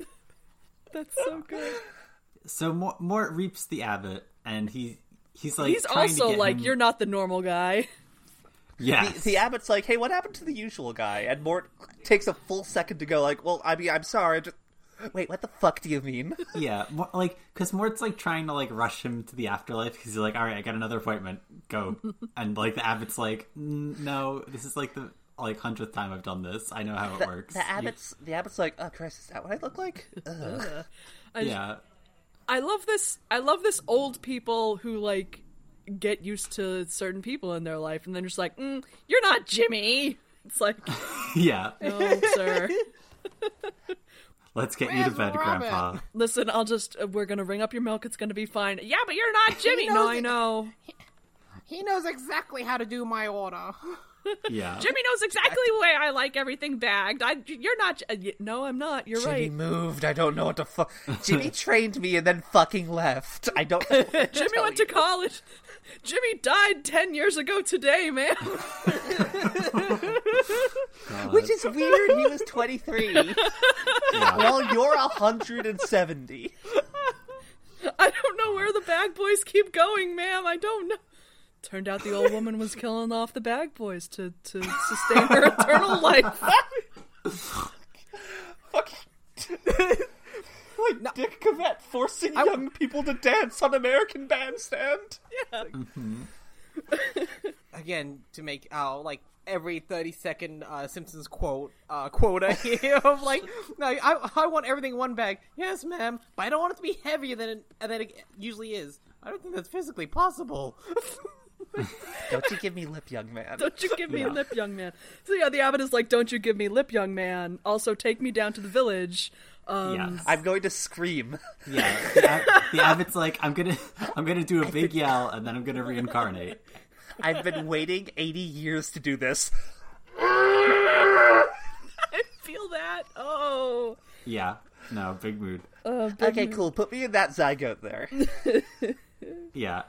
Speaker 2: That's so good.
Speaker 3: So Mort, Mort reaps the abbot, and he he's like
Speaker 2: He's
Speaker 3: trying to
Speaker 2: also
Speaker 3: get
Speaker 2: like,
Speaker 3: him-
Speaker 2: you're not the normal guy.
Speaker 3: Yes.
Speaker 1: The, the abbot's like, "Hey, what happened to the usual guy?" And Mort takes a full second to go, like, "Well, I mean, I'm sorry, I just Wait, what the fuck do you mean?
Speaker 3: Yeah, more, like because Mort's like trying to like rush him to the afterlife because he's like, all right, I got another appointment, go. and like the abbot's like, "Mm, no, this is like the like hundredth time I've done this. I know how it works. You-
Speaker 1: The abbot's the abbot's like, oh Christ, is that what I look like? Ugh.
Speaker 3: yeah,
Speaker 2: I love this. I love this old people who like get used to certain people in their life, and then just like, mm, "You're not Jimmy." It's like,
Speaker 3: yeah.
Speaker 2: no, sir.
Speaker 3: Let's get you to
Speaker 4: Where's
Speaker 3: bed,
Speaker 4: Robin?
Speaker 3: Grandpa.
Speaker 2: Listen, I'll just. uh, We're gonna ring up your milk. It's gonna be fine. Yeah, but you're not Jimmy. no,
Speaker 4: knows
Speaker 2: I
Speaker 4: it.
Speaker 2: know.
Speaker 4: He knows exactly how to do my order.
Speaker 3: Yeah,
Speaker 2: Jimmy knows exactly the way I like everything bagged. I, you're not. J- uh, y- No, I'm not. You're
Speaker 1: Jimmy
Speaker 2: right.
Speaker 1: moved. I don't know what the fuck. Jimmy trained me and then fucking left. I don't. Know what
Speaker 2: Jimmy
Speaker 1: tell
Speaker 2: went
Speaker 1: you.
Speaker 2: to college. Jimmy died ten years ago today, man.
Speaker 1: Which is weird. He was 23.
Speaker 3: yeah.
Speaker 1: well, you're 170.
Speaker 2: I don't know where the bag boys keep going, ma'am. I don't know. Turned out the old woman was killing off the bag boys to, to sustain her eternal life.
Speaker 1: Fucking. like Dick Cavett forcing young people to dance on American Bandstand.
Speaker 4: Again, to make our like every thirty second uh, Simpsons quote uh, quota here of like, no, I I want everything in one bag. Yes, ma'am, but I don't want it to be heavier than it, than it usually is. I don't think that's physically possible.
Speaker 1: Don't you give me lip, young man.
Speaker 2: Don't you give me lip, young man. So yeah, the abbot is like, "Don't you give me lip, young man." Also, take me down to the village. Um,
Speaker 3: yeah.
Speaker 1: I'm going to scream.
Speaker 3: Yeah, the, ab- the abbot's like, I'm gonna, I'm gonna do a big yell, and then I'm gonna reincarnate.
Speaker 1: I've been waiting 80 years to do this.
Speaker 2: I feel that. Oh,
Speaker 3: Yeah, no, big mood.
Speaker 1: Okay, cool. Put me in that zygote there.
Speaker 3: Yeah,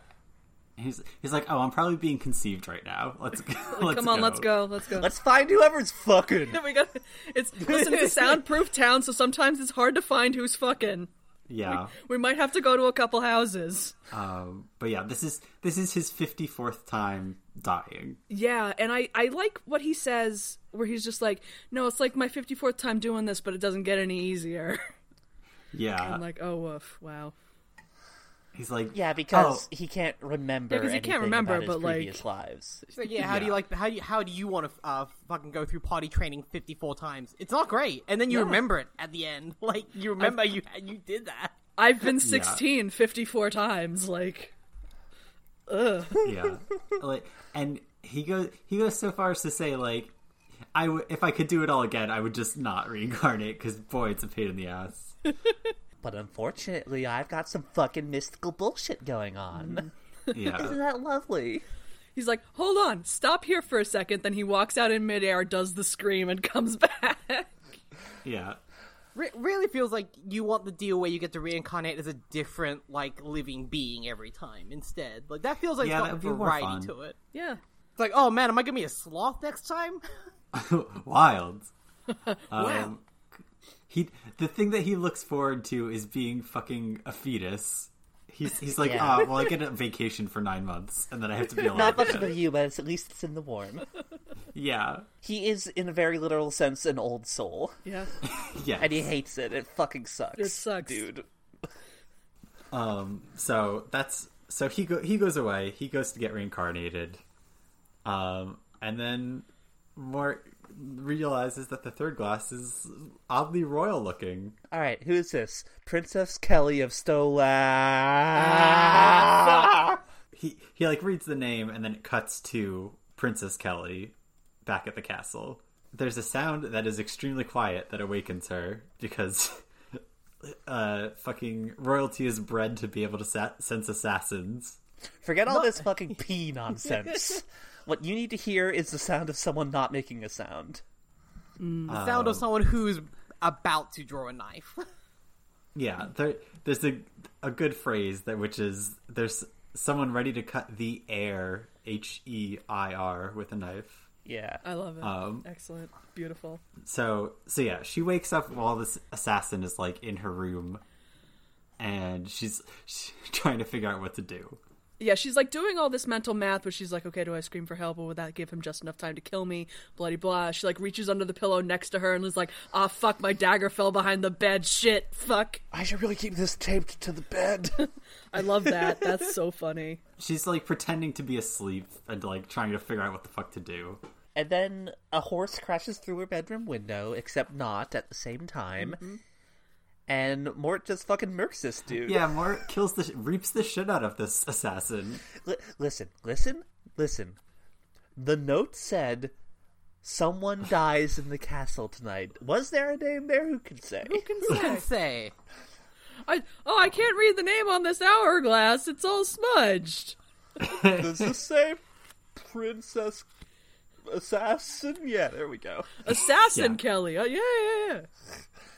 Speaker 3: he's he's like, oh, I'm probably being conceived right now. Let's go. let's
Speaker 2: come on, let's go, let's go.
Speaker 1: Let's find whoever's fucking.
Speaker 2: we got. It's listen. It's a soundproof town, so sometimes it's hard to find who's fucking.
Speaker 3: Yeah,
Speaker 2: We might have to go to a couple houses.
Speaker 3: um, but yeah, this is this is his 54th time dying.
Speaker 2: Yeah, and I I like what he says where he's just like, "No, it's like my 54th time doing this, but it doesn't get any easier."
Speaker 3: Yeah,
Speaker 2: I'm like, "Oh, woof. Wow."
Speaker 3: he's like,
Speaker 1: Yeah, because
Speaker 3: oh,
Speaker 1: he can't remember.
Speaker 2: Yeah, 'cause he can't
Speaker 1: anything
Speaker 2: remember,
Speaker 1: about his
Speaker 2: but, like-
Speaker 1: previous lives.
Speaker 4: So, yeah, how do you
Speaker 3: Yeah.
Speaker 4: like how do you, how do you want to uh, fucking go through potty training fifty four times? It's not great, and then you remember it at the end. Like you remember you you did that.
Speaker 2: I've been 16 54 times like
Speaker 3: "Oh," yeah, like, and he goes he goes so far as to say like, I w- if I could do it all again, I would just not reincarnate because boy, it's a pain in the ass.
Speaker 1: But unfortunately, I've got some fucking mystical bullshit going on. Isn't
Speaker 3: Yeah,
Speaker 1: that lovely?
Speaker 2: He's like, "Hold on, stop here for a second. Then he walks out in midair, does the scream, and comes back.
Speaker 3: yeah,
Speaker 4: Re- really feels like you want the deal where you get to reincarnate as a different like living being every time instead. Like that feels like
Speaker 3: Yeah,
Speaker 4: it's
Speaker 3: that
Speaker 4: got
Speaker 3: would be more fun.
Speaker 4: variety to it.
Speaker 2: yeah,
Speaker 4: It's like, oh man, am I gonna be a sloth next time?
Speaker 3: wild. Um, he the thing that he looks forward to is being fucking a fetus. He's he's like,
Speaker 1: Yeah.
Speaker 3: oh, well, I get a vacation for nine months, and then I have to be alive.
Speaker 1: Not much of
Speaker 3: again."
Speaker 1: a humans, at least it's in the warm.
Speaker 3: Yeah,
Speaker 1: He is, in a very literal sense, an old soul.
Speaker 2: yeah."
Speaker 3: yeah.
Speaker 1: And he hates it. It fucking sucks.
Speaker 2: It sucks.
Speaker 1: Dude.
Speaker 3: Um, so that's so he go he goes away. He goes to get reincarnated, um, and then Mort realizes that the third glass is oddly royal looking.
Speaker 1: Alright, who is this? Princess Kelly of Stola.
Speaker 2: Ah,
Speaker 3: He he like reads the name, and then it cuts to Princess Kelly back at the castle. There's a sound that is extremely quiet that awakens her because. Uh, fucking royalty is bred to be able to sa- sense assassins.
Speaker 1: Forget all this fucking pee nonsense. what you need to hear is the sound of someone not making a sound.
Speaker 4: The sound
Speaker 3: Oh.
Speaker 4: of someone who's about to draw a knife.
Speaker 3: Yeah, there, there's a a good phrase that which is there's someone ready to cut the air H E I R with a knife.
Speaker 1: Yeah.
Speaker 2: I love it.
Speaker 3: Um,
Speaker 2: Excellent, beautiful.
Speaker 3: So so yeah, she wakes up while this assassin is like in her room, and she's, she's trying to figure out what to do.
Speaker 2: yeah, she's like doing all this mental math, but she's like, okay, do I scream for help or would that give him just enough time to kill me? Bloody blah. She like reaches under the pillow next to her and is like, ah, fuck, my dagger fell behind the bed. Shit, fuck.
Speaker 1: I should really keep this taped to the bed.
Speaker 2: I love that. That's so funny.
Speaker 3: She's like pretending to be asleep and like trying to figure out what the fuck to do.
Speaker 1: and then a horse crashes through her bedroom window, except not at the same time. And Mort just fucking murks this dude.
Speaker 3: Yeah, Mort kills the sh- reaps the shit out of this assassin.
Speaker 1: Li- listen, listen, listen. The note said, "Someone dies in the castle tonight." Was there a name there? Who can say?
Speaker 2: Who can say?
Speaker 4: Say,
Speaker 2: I, oh, I can't read the name on this hourglass. It's all smudged.
Speaker 1: Does this say Princess Assassin? Yeah, there we go.
Speaker 2: Assassin
Speaker 3: Yeah.
Speaker 2: Kelly. Oh, yeah, yeah, yeah.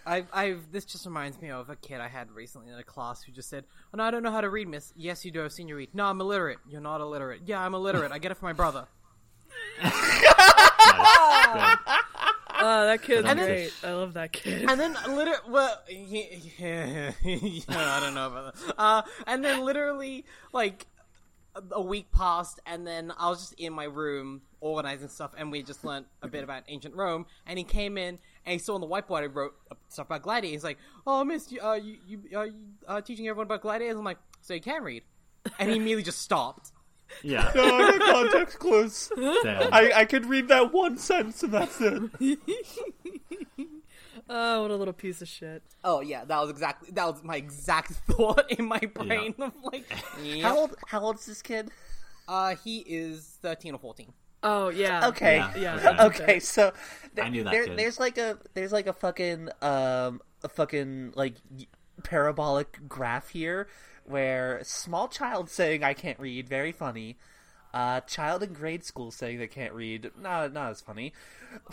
Speaker 4: I've, I've. This just reminds me of a kid I had recently in a class who just said, "Oh no, I don't know how to read, Miss. Yes, you do. I've seen you read. No, I'm illiterate. You're not illiterate. Yeah, I'm illiterate. I get it from my brother."
Speaker 3: Nice. Yeah.
Speaker 2: Oh, that kid's
Speaker 3: And then-
Speaker 2: great. I love that kid.
Speaker 4: And then literally, well, yeah, yeah, I don't know about that. Uh, and then literally, like a week passed, and then I was just in my room organizing stuff, and we just learnt a bit about ancient Rome. And he came in, and he saw on the whiteboard I wrote stuff about gladiators. He's like, "Oh, Miss, you, uh, you, you, uh, you uh, teaching everyone about gladiators?" I'm like, "So you can read?" And he immediately just stopped.
Speaker 3: yeah.
Speaker 1: No, Oh, no context clues.
Speaker 3: Damn.
Speaker 1: I, I could read that one sentence and that's it.
Speaker 2: Oh, what a little piece of shit.
Speaker 4: Oh yeah, that was exactly that was my exact thought in my brain of like,
Speaker 1: How old? How old is this kid?
Speaker 4: uh, he is thirteen or fourteen.
Speaker 2: Oh, yeah.
Speaker 1: Okay.
Speaker 3: Yeah.
Speaker 2: Yeah.
Speaker 3: Okay.
Speaker 2: that's
Speaker 1: Okay,
Speaker 2: it.
Speaker 1: so th-
Speaker 3: I knew that
Speaker 1: there,
Speaker 3: kid.
Speaker 1: there's like a there's like a fucking um a fucking like y- parabolic graph here where small child saying I can't read very funny, uh child in grade school saying they can't read not not as funny,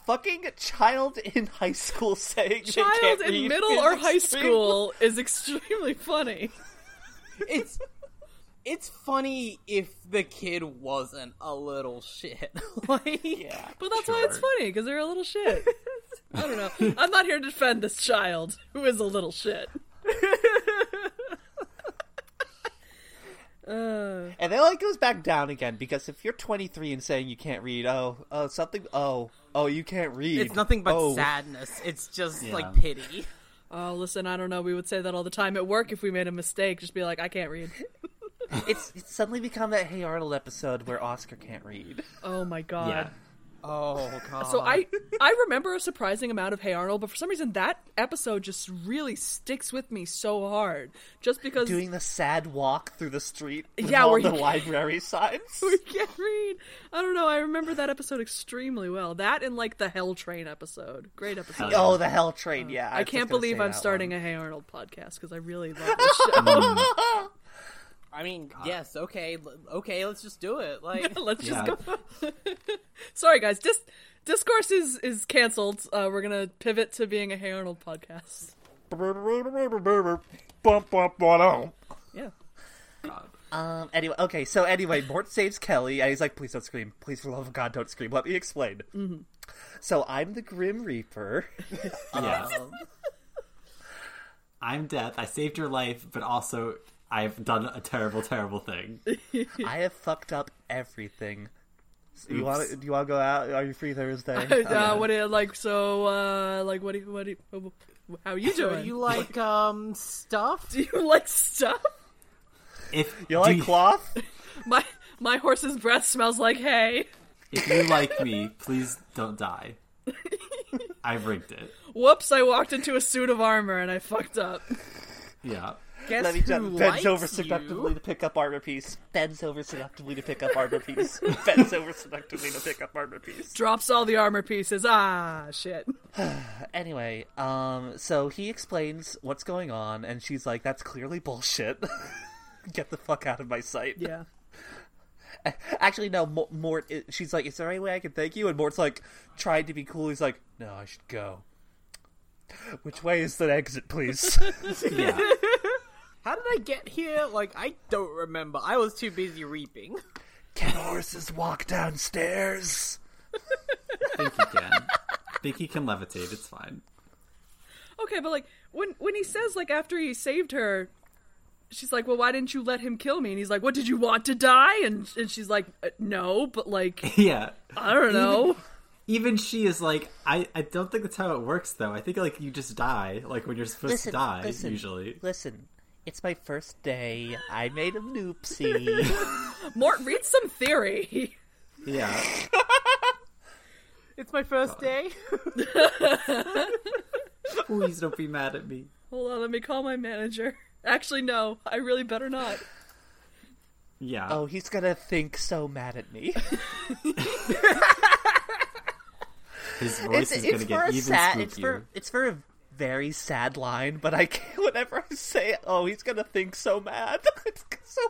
Speaker 1: fucking child in high school saying they
Speaker 2: Child
Speaker 1: can't
Speaker 2: in
Speaker 1: read
Speaker 2: middle
Speaker 1: is
Speaker 2: or high
Speaker 1: extremely-
Speaker 2: school is extremely funny.
Speaker 4: it's it's funny if the kid wasn't a little shit. like, yeah.
Speaker 2: But that's why it's
Speaker 3: Sure.
Speaker 2: funny because they're a little shit. I don't know. I'm not here to defend this child who is a little shit. uh,
Speaker 1: And then like goes back down again because if you're 23 and saying you can't read, oh oh something oh oh you can't read.
Speaker 4: It's nothing but
Speaker 1: oh.
Speaker 4: sadness. It's just
Speaker 3: Yeah.
Speaker 4: like pity.
Speaker 2: oh, listen, I don't know. We would say that all the time at work if we made a mistake. Just be like, I can't read.
Speaker 1: It's, it's suddenly become that Hey Arnold episode where Oscar can't read.
Speaker 2: Oh my god.
Speaker 3: yeah.
Speaker 4: Oh god.
Speaker 2: So I I remember a surprising amount of Hey Arnold, but for some reason that episode just really sticks with me so hard. Just because
Speaker 1: doing the sad walk through the street with
Speaker 2: Yeah,
Speaker 1: all
Speaker 2: where
Speaker 1: the
Speaker 2: you-
Speaker 1: library signs.
Speaker 2: we can't read. I don't know. I remember that episode extremely well. That and like the Hell Train episode. Great episode.
Speaker 3: yeah.
Speaker 1: Oh, the Hell Train! Yeah,
Speaker 2: I
Speaker 1: was
Speaker 2: can't
Speaker 1: just gonna
Speaker 2: believe
Speaker 1: say
Speaker 2: I'm
Speaker 1: that
Speaker 2: starting
Speaker 1: one. Oh,
Speaker 2: a Hey Arnold podcast because I really love this show.
Speaker 4: I mean, yes, okay, l- okay, let's just do it. Like,
Speaker 2: Let's just
Speaker 3: Yeah.
Speaker 2: go. Sorry, guys. Dis- discourse is is canceled. Uh, we're gonna pivot to being a Hey Arnold podcast.
Speaker 1: Bump, bump, bottom.
Speaker 2: Yeah.
Speaker 1: Um. Anyway, okay. So anyway, Mort saves Kelly, and he's like, "Please don't scream! Please, for the love of God, don't scream! Let me explain."
Speaker 2: Mm-hmm.
Speaker 1: So I'm the Grim Reaper.
Speaker 3: Yeah.
Speaker 4: um,
Speaker 3: I'm death. I saved your life, but also I've done a terrible, terrible thing.
Speaker 1: I have fucked up everything. So You want? Do you want to go out? Are you free Thursday?
Speaker 2: Uh, what do you like? So, uh, like, what do you, what do you, how you
Speaker 4: so
Speaker 2: doing?
Speaker 4: you like um stuff?
Speaker 2: do you like stuff?
Speaker 3: If
Speaker 1: You
Speaker 3: do
Speaker 1: like cloth?
Speaker 2: My my horse's breath smells like hay.
Speaker 3: if you like me, please don't die. I've rigged it.
Speaker 2: Whoops! I walked into a suit of armor and I fucked up.
Speaker 3: Yeah.
Speaker 4: Guess
Speaker 1: Let me
Speaker 4: who
Speaker 1: just bends
Speaker 4: likes
Speaker 1: over
Speaker 4: you?
Speaker 1: seductively to pick up armor piece. Bends over seductively to pick up armor piece. bends over seductively to pick up armor piece.
Speaker 2: Drops all the armor pieces. Ah, shit.
Speaker 1: Anyway, um, so he explains what's going on, and she's like, "That's clearly bullshit. Get the fuck out of my sight."
Speaker 2: Yeah.
Speaker 1: Actually, no. Mo- Mort, i she's like, "Is there any way I can thank you?" And Mort's like, trying to be cool. He's like, "No, I should go." Which way is the exit, please?
Speaker 3: Yeah.
Speaker 4: How did I get here? Like, I don't remember. I was too busy reaping.
Speaker 1: can horses walk downstairs?
Speaker 3: I think you can. think you can levitate, it's fine.
Speaker 2: Okay, but like when when he says like after he saved her, she's like, "Well, why didn't you let him kill me?" And he's like, "What did you want to die?" And and she's like, "Uh, "No, but like
Speaker 3: yeah.
Speaker 2: I don't know."
Speaker 3: Even she is like, I, I don't think that's how it works though. I think like you just die, like when you're supposed to die usually.
Speaker 1: Listen, it's my first day. I made a noopsie.
Speaker 2: Mort, read some theory.
Speaker 3: Yeah.
Speaker 4: It's my first day.
Speaker 3: Please don't be mad at me.
Speaker 2: Hold on, let me call my manager. Actually, no, I really better not.
Speaker 3: Yeah.
Speaker 1: oh, he's gonna think so mad at me.
Speaker 3: His voice is gonna get even
Speaker 1: sad.
Speaker 3: spookier.
Speaker 1: It's for it's for a very sad line, but I can't. Whenever I say, "Oh, he's gonna think so mad," it's so.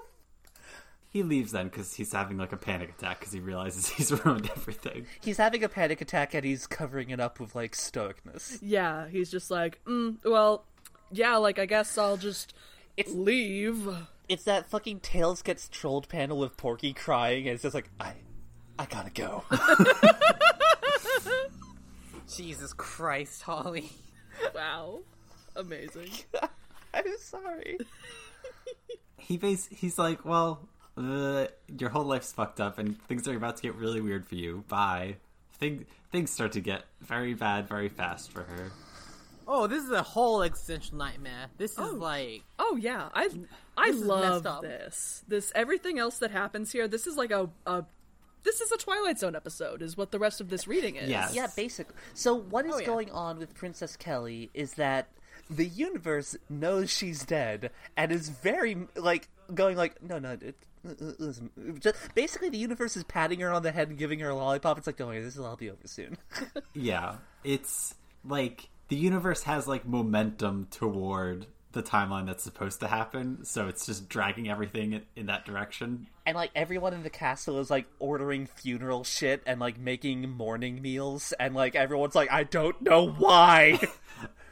Speaker 3: He leaves then because he's having like a panic attack because he realizes he's ruined everything.
Speaker 1: He's having a panic attack and he's covering it up with like stoicness.
Speaker 2: Yeah, he's just like, mm, well, yeah, like I guess I'll just
Speaker 1: It's-
Speaker 2: leave.
Speaker 1: It's that fucking Tails gets trolled panel with Porky crying, and it's just like I, I gotta go.
Speaker 4: Jesus Christ, Holly.
Speaker 2: Wow, amazing.
Speaker 1: I'm sorry.
Speaker 3: He bas- he's like, well, uh, your whole life's fucked up and things are about to get really weird for you. Bye. Thing- things start to get very bad very fast for her.
Speaker 4: Oh, this is a whole existential nightmare. This is like
Speaker 2: Oh yeah, I I
Speaker 4: is
Speaker 2: love
Speaker 4: messed up.
Speaker 2: this. This everything else that happens here. This is like a a this is a Twilight Zone episode, is what the rest of this reading is.
Speaker 3: Yes.
Speaker 1: Yeah, basically. So what is
Speaker 4: yeah.
Speaker 1: going on with Princess Kelly is that the universe knows she's dead and is very like going like no no it, it- it- listen." just basically the universe is patting her on the head and giving her a lollipop. It's like don't worry, this will all be over soon.
Speaker 3: Yeah. It's like the universe has like momentum toward the timeline that's supposed to happen, so it's just dragging everything in, in that direction.
Speaker 1: and like everyone in the castle is like ordering funeral shit and like making morning meals and like everyone's like I don't know why.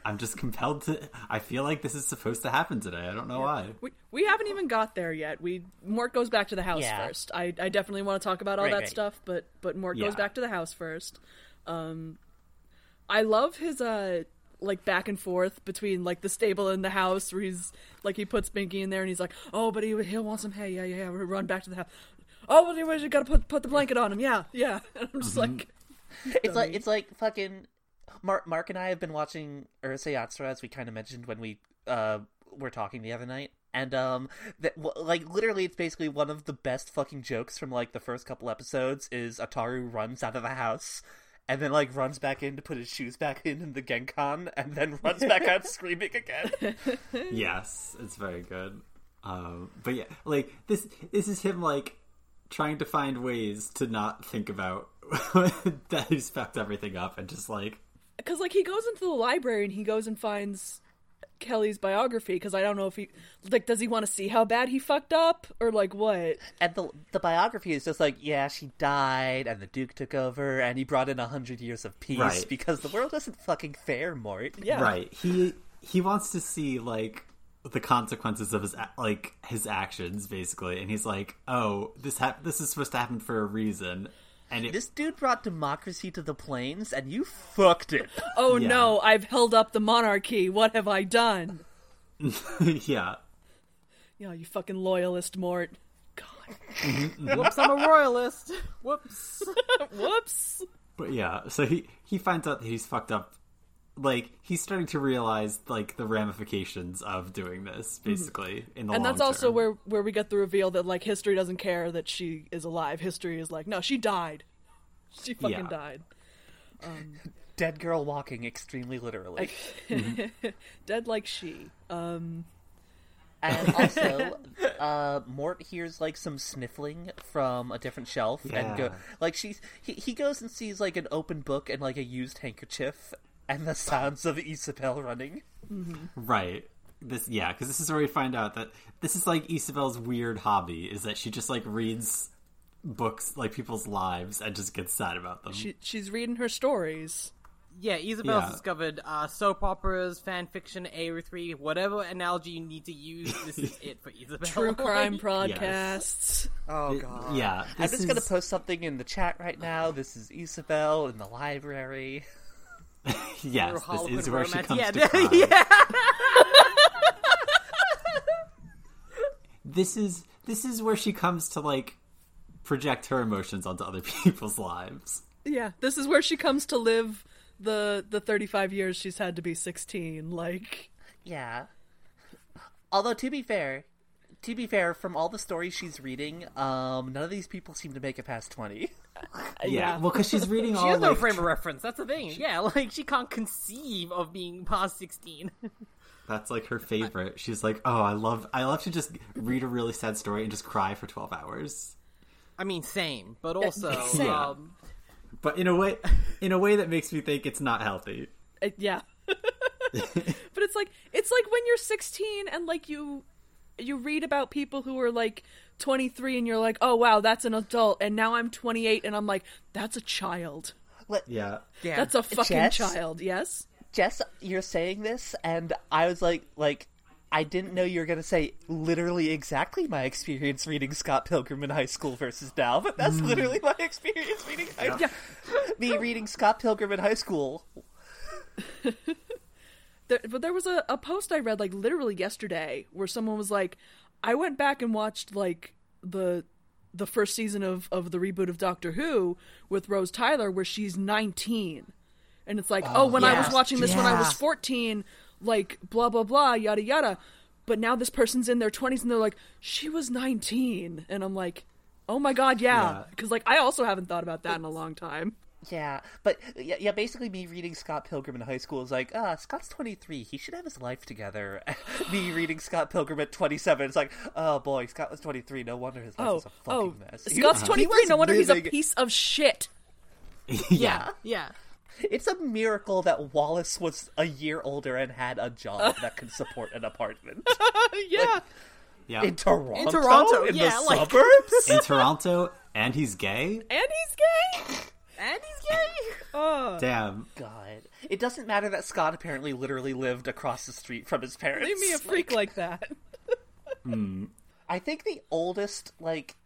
Speaker 3: I'm just compelled to. I feel like this is supposed to happen today. I don't know why.
Speaker 2: We, we haven't even got there yet. We Mort goes back to the house
Speaker 1: Yeah.
Speaker 2: first. I, I definitely want to talk about all
Speaker 1: Right,
Speaker 2: that
Speaker 1: right.
Speaker 2: stuff, but but Mort goes
Speaker 3: Yeah.
Speaker 2: back to the house first. Um, I love his uh like back and forth between like the stable and the house, where he's like he puts Binky in there and he's like, oh, but he he'll want some hay. Yeah, yeah, yeah. We'll run back to the house. Oh, but anyways, you gotta put put the blanket on him. Yeah, yeah. And I'm just
Speaker 1: Mm-hmm.
Speaker 2: like,
Speaker 1: it's like it's like fucking Mark, Mark and I have been watching Urusei Yatsura as we kind of mentioned when we uh were talking the other night. And um that w- like literally it's basically one of the best fucking jokes from like the first couple episodes is Ataru runs out of the house and then like runs back in to put his shoes back in in the Genkan and then runs back out screaming again.
Speaker 3: Yes, it's very good. Um, but yeah, like this this is him like trying to find ways to not think about that he's fucked everything up and just like
Speaker 2: because like he goes into the library and he goes and finds Kelly's biography because I don't know if he like does he want to see how bad he fucked up or like what?
Speaker 1: And the the biography is just like, yeah, she died and the duke took over and he brought in a 100 years of peace
Speaker 3: Right.
Speaker 1: because the world isn't fucking fair, Mort.
Speaker 2: Yeah,
Speaker 3: right. He he wants to see like the consequences of his a- like his actions basically, and he's like, oh, this hap- this is supposed to happen for a reason, and it
Speaker 1: This dude brought democracy to the plains, and you fucked it.
Speaker 2: Oh
Speaker 3: Yeah.
Speaker 2: no, I've held up the monarchy. What have I done?
Speaker 3: yeah.
Speaker 2: Yeah, you fucking loyalist, Mort. God,
Speaker 4: whoops, I'm a royalist. Whoops.
Speaker 2: whoops.
Speaker 3: But yeah, so he he finds out that he's fucked up. Like he's starting to realize like the ramifications of doing this, basically in the
Speaker 2: And
Speaker 3: long
Speaker 2: that's also
Speaker 3: term.
Speaker 2: where where we get the reveal that like history doesn't care that she is alive. History is like, no, she died. She fucking
Speaker 3: Yeah.
Speaker 2: died.
Speaker 1: Dead girl walking extremely literally.
Speaker 2: Dead like she.
Speaker 1: And also, uh, Mort hears like some sniffling from a different shelf, and go
Speaker 3: Yeah.
Speaker 1: like she's he, he goes and sees like an open book and like a used handkerchief, and the sounds of Isabel running.
Speaker 3: right. This yeah, because this is where we find out that this is like Isabel's weird hobby is that she just like reads books like people's lives and just gets sad about them.
Speaker 2: She, she's reading her stories.
Speaker 4: Yeah, Isabel's
Speaker 3: Yeah.
Speaker 4: discovered uh, soap operas, fan fiction, A3, whatever analogy you need to use. This is it for Isabel.
Speaker 2: True crime
Speaker 4: Like,
Speaker 2: podcasts.
Speaker 4: Oh god.
Speaker 3: yeah,
Speaker 1: I'm
Speaker 3: this
Speaker 1: just gonna
Speaker 3: is-
Speaker 1: post something in the chat right now. This is Isabel in the library.
Speaker 3: Yes, this
Speaker 4: Hollywood
Speaker 3: is where she
Speaker 4: romance.
Speaker 3: comes
Speaker 4: Yeah,
Speaker 3: to cry.
Speaker 4: yeah.
Speaker 3: this is this is where she comes to like project her emotions onto other people's lives.
Speaker 2: Yeah, this is where she comes to live the the 35 years she's had to be 16. Like,
Speaker 1: Yeah. Although to be fair, to be fair, from all the stories she's reading, um, none of these people seem to make it past twenty.
Speaker 3: Yeah, well, because she's reading
Speaker 4: Uh, She
Speaker 3: all
Speaker 4: has no
Speaker 3: like,
Speaker 4: frame of reference. That's the thing. Yeah, like she can't conceive of being past sixteen.
Speaker 3: That's like her favorite. She's like, oh, I love, I love to just read a really sad story and just cry for twelve hours.
Speaker 4: I mean, same, but also
Speaker 2: same.
Speaker 4: um,
Speaker 3: But in a way, in a way that makes me think it's not healthy.
Speaker 2: uh, yeah. but it's like it's like when you're 16 and like you you read about people who are like 23 and you're like, "Oh wow, that's an adult." And now I'm 28 and I'm like, "That's a child."
Speaker 3: Yeah,
Speaker 4: yeah.
Speaker 2: That's a fucking
Speaker 1: Jess?
Speaker 2: child. Yes.
Speaker 1: Jess, you're saying this, and I was like, like, I didn't know you were gonna say literally exactly my experience reading Scott Pilgrim in high school versus now, but that's literally my experience reading. High-
Speaker 2: Yeah.
Speaker 1: Me reading Scott Pilgrim in high school.
Speaker 2: There, but there was a, a post I read like literally yesterday where someone was like, I went back and watched like the the first season of, of the reboot of Doctor Who with Rose Tyler where she's nineteen. And it's like, oh, when I was
Speaker 4: yeah.
Speaker 2: watching this when I was
Speaker 4: Yeah.
Speaker 2: fourteen, like blah blah blah, yada yada. But now this person's in their twenties and they're like, She was nineteen and I'm like, Oh my god, yeah.
Speaker 3: Yeah.
Speaker 2: Because like I also haven't thought about that in a long time.
Speaker 1: Yeah, but yeah, yeah, basically me reading Scott Pilgrim in high school is like, ah, Scott's 23, he should have his life together. me reading Scott Pilgrim at 27, it's like, oh boy, Scott was 23, no wonder his life
Speaker 2: Oh,
Speaker 1: is a fucking
Speaker 2: oh,
Speaker 1: mess. He-
Speaker 2: Scott's
Speaker 1: he
Speaker 2: twenty three,
Speaker 1: was
Speaker 2: no wonder he's a
Speaker 1: living-
Speaker 2: piece of shit.
Speaker 3: yeah.
Speaker 4: yeah.
Speaker 1: It's a miracle that Wallace was a year older and had a job that could support an apartment.
Speaker 2: yeah.
Speaker 3: yeah.
Speaker 1: In Toronto? In,
Speaker 4: Toronto,
Speaker 1: the
Speaker 4: yeah, like-
Speaker 1: suburbs?
Speaker 3: in Toronto, and he's gay.
Speaker 2: And he's gay.
Speaker 4: And he's gay.
Speaker 3: Damn.
Speaker 1: God. It doesn't matter that Scott apparently literally lived across the street from his parents.
Speaker 2: Leave me a freak like that.
Speaker 1: I think the oldest, like,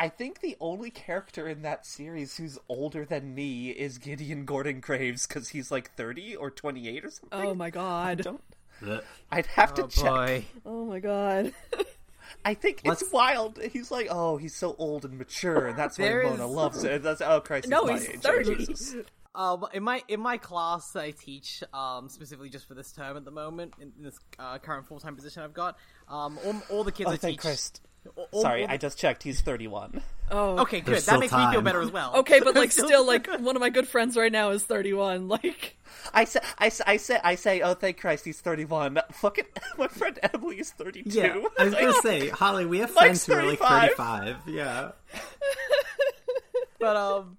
Speaker 1: I think the only character in that series who's older than me is Gideon Gordon Graves because he's like thirty or twenty eight or something.
Speaker 2: Oh my god.
Speaker 1: Don't.
Speaker 3: Ugh.
Speaker 1: I'd have to check.
Speaker 2: Oh my god.
Speaker 1: I think it's
Speaker 3: Let's-
Speaker 1: wild. He's like, oh, he's so old and mature, and that's why
Speaker 4: There
Speaker 1: Mona
Speaker 4: is-
Speaker 1: loves it. And that's oh, Christ,
Speaker 2: No,
Speaker 1: my
Speaker 2: he's
Speaker 1: age. Oh,
Speaker 2: 30.
Speaker 1: Jesus.
Speaker 4: Um, in my in my class that I teach um, specifically just for this term at the moment in this uh, current full time position I've got, um, all, all the kids
Speaker 1: Oh,
Speaker 4: I
Speaker 1: thank
Speaker 4: teach.
Speaker 1: Christ.
Speaker 4: all- all-
Speaker 1: Sorry,
Speaker 4: all the-
Speaker 1: I just checked. He's thirty one.
Speaker 2: Oh.
Speaker 4: Okay, good.
Speaker 3: still
Speaker 4: That makes me feel
Speaker 3: time.
Speaker 4: better as well.
Speaker 2: Okay, but like still like one of my good friends right now is 31. Like
Speaker 1: I say, I say, I say, I say, oh, thank Christ, he's thirty one. Fucking my friend Emily is thirty two.
Speaker 3: Yeah, I was gonna say, Holly, we have
Speaker 1: Mike's
Speaker 3: friends who are like
Speaker 1: 35.
Speaker 3: thirty-five. Yeah,
Speaker 4: but um,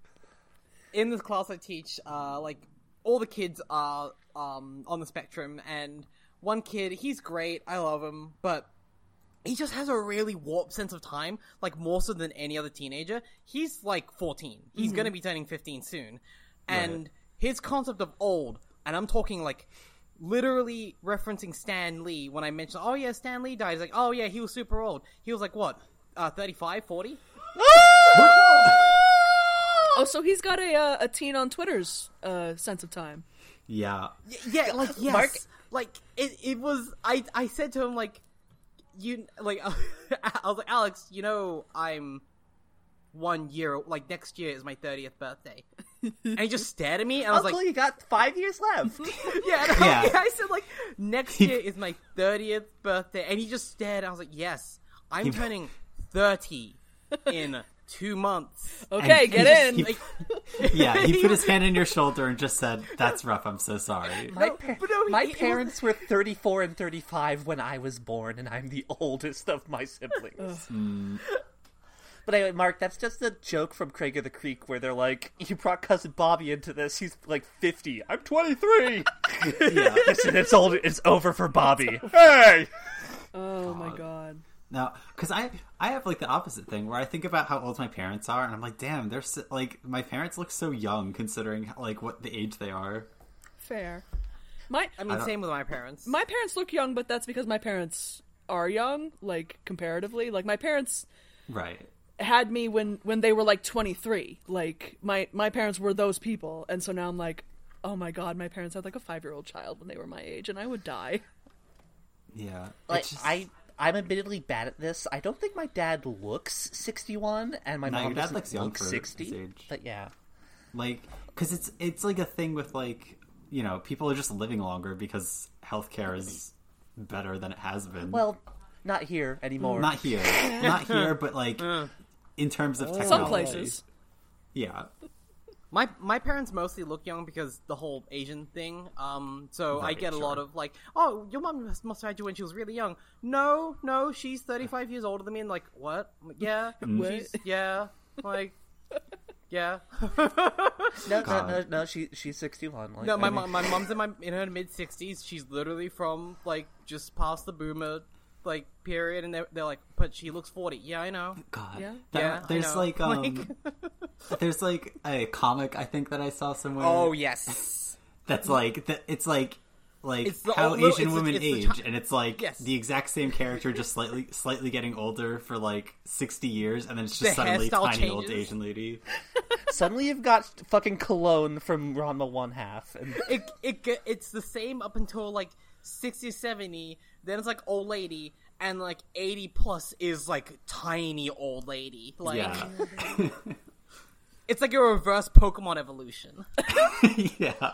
Speaker 4: in this class I teach, uh, like all the kids are um on the spectrum, and one kid, he's great, I love him, but he just has a really warped sense of time, like more so than any other teenager. He's like fourteen; he's going to be turning fifteen soon, and his concept of old, and I'm talking like. Literally referencing Stan Lee when I mentioned, oh yeah, Stan Lee died. He's like, oh yeah, he was super old. He was like, what, uh, 35, 40?
Speaker 1: Ah!
Speaker 2: Oh, so he's got a uh, a teen on Twitter's uh sense of time.
Speaker 3: yeah.
Speaker 4: Yeah, like yes,
Speaker 1: Mark-
Speaker 4: like it, it was. I I said to him like, you like I was like Alex, you know I'm one year like next year is my thirtieth birthday, and he just stared at me and I was
Speaker 1: Uncle,
Speaker 4: like,
Speaker 1: you got five years left.
Speaker 4: yeah, and I,
Speaker 3: Yeah.
Speaker 4: yeah. I said like next year is my thirtieth birthday, and he just stared. I was like, yes, I'm turning thirty in two months.
Speaker 2: Okay,
Speaker 3: And he
Speaker 2: get
Speaker 3: just-
Speaker 2: in.
Speaker 3: he-
Speaker 4: Like,
Speaker 3: yeah, he put his hand on your shoulder and just said, "That's rough. I'm so sorry."
Speaker 1: My,
Speaker 4: No,
Speaker 1: par-
Speaker 4: but no,
Speaker 1: my
Speaker 4: he- it
Speaker 1: parents were 34 and 35 when I was born, and I'm the oldest of my siblings. but anyway, Mark, that's just a joke from Craig of the Creek where they're like, You brought cousin Bobby into this. He's like 50. I'm 23. Listen, it's, old, it's over for Bobby. hey!
Speaker 2: Oh my god.
Speaker 3: No, because I I have like the opposite thing where I think about how old my parents are, and I'm like, damn, they're so, like my parents look so young considering like what the age they are.
Speaker 2: Fair. My
Speaker 4: I mean,
Speaker 3: don't-
Speaker 4: same with my parents.
Speaker 2: my parents look young, but that's because my parents are young, like comparatively. Like my parents
Speaker 3: Right.
Speaker 2: had me when when they were like 23 like my my parents were those people and so now i'm like oh my god my parents had like a five year old child when they were my age and i would die
Speaker 3: Yeah.
Speaker 1: Like,
Speaker 3: It's just-
Speaker 1: I. I'm admittedly bad at this. I don't think my dad looks 61, and my
Speaker 3: No,
Speaker 1: mom
Speaker 3: your dad
Speaker 1: doesn't
Speaker 3: looks young
Speaker 1: look
Speaker 3: for his
Speaker 1: 60.
Speaker 3: age.
Speaker 1: But yeah,
Speaker 3: like because it's it's like a thing with like you know people are just living longer because healthcare is better than it has been.
Speaker 1: well, not here anymore.
Speaker 3: not here, not here, but like
Speaker 4: Uh.
Speaker 3: in terms of technology.
Speaker 2: Some places.
Speaker 3: yeah.
Speaker 4: My my parents mostly look young because the whole Asian thing. Um, so I
Speaker 3: Right,
Speaker 4: get a lot
Speaker 3: sure.
Speaker 4: of like, oh, your mom must, must have had you when she was really young. No, no, she's thirty five years older than me. And like, what? I'm like, Yeah,
Speaker 2: What?
Speaker 4: she's yeah, like, yeah.
Speaker 1: No, no,
Speaker 3: God.
Speaker 1: no, no. She she's 61. Like,
Speaker 4: No, my
Speaker 1: I mean,
Speaker 4: mom, my mom's in my in her mid sixties. She's literally from like just past the boomer like period, and they're, they're like, but she looks forty. Yeah, I know.
Speaker 3: God.
Speaker 2: Yeah.
Speaker 3: That-
Speaker 4: Yeah, I
Speaker 3: there's
Speaker 4: know.
Speaker 3: like um there's like a comic I think that I saw somewhere
Speaker 4: Oh, yes.
Speaker 3: that's like that it's like like
Speaker 4: It's the
Speaker 3: how
Speaker 4: old- well,
Speaker 3: Asian
Speaker 4: it's the-
Speaker 3: women
Speaker 4: it's the
Speaker 3: age
Speaker 4: chi-
Speaker 3: and it's like
Speaker 4: Yes.
Speaker 3: the exact same character just slightly slightly getting older for like 60 years and then it's just
Speaker 4: The
Speaker 3: suddenly
Speaker 4: hairstyle
Speaker 3: tiny old
Speaker 4: changes.
Speaker 3: Asian lady.
Speaker 1: suddenly you've got fucking cologne from Ron the One Half, and
Speaker 4: it, it ge- it's the same up until like 60 70 then it's like old lady and like 80 plus is like tiny old lady like
Speaker 3: yeah.
Speaker 4: it's like a reverse pokemon evolution
Speaker 3: yeah.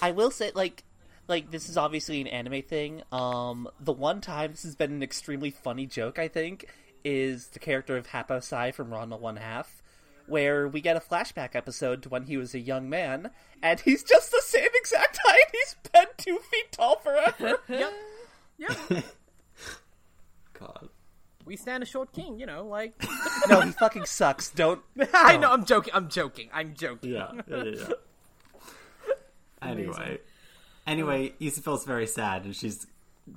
Speaker 1: I will say, like, like this is obviously an anime thing. Um, the one time this has been an extremely funny joke, I think, is the character of Happosai from Ranma One Half, where we get a flashback episode to when he was a young man, and he's just the same exact height. He's been two feet tall forever.
Speaker 4: yep yep
Speaker 3: God.
Speaker 4: we stand a short king you know like
Speaker 1: no, he fucking sucks. Don't.
Speaker 4: i know i'm joking i'm joking i'm joking
Speaker 3: Yeah. yeah, yeah, yeah. anyway. Anyway, Isabel's very sad and she's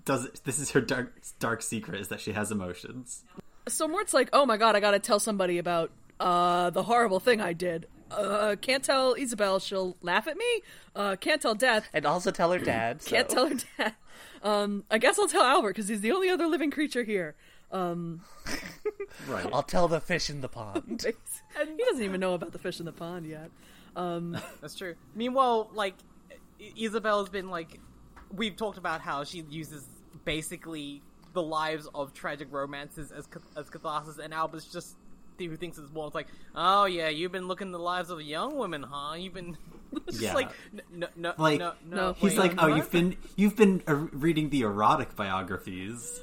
Speaker 3: does this is her dark dark secret is that she has emotions.
Speaker 2: So Mort's like, oh my god, I gotta tell somebody about uh, the horrible thing I did. Uh, can't tell Isabel, she'll laugh at me. Uh, can't tell Death,
Speaker 1: And also tell her dad. so-
Speaker 2: can't tell her Dad. Um, I guess I'll tell Albert because he's the only other living creature here.
Speaker 3: Right.
Speaker 1: I'll tell the fish in the pond.
Speaker 2: he doesn't even know about the fish in the pond yet.
Speaker 4: that's true meanwhile like I- isabel's been like we've talked about how she uses basically the lives of tragic romances as ca- as catharsis, and Albert's just who thinks it's well. It's like, oh yeah, you've been looking at the lives of young women, huh? You've been just
Speaker 3: Yeah.
Speaker 4: like, n- no, no,
Speaker 3: Like,
Speaker 4: no, no.
Speaker 2: No.
Speaker 3: He's
Speaker 4: wait,
Speaker 3: like, oh,
Speaker 4: what?"
Speaker 3: you've been you've been uh, reading the erotic biographies,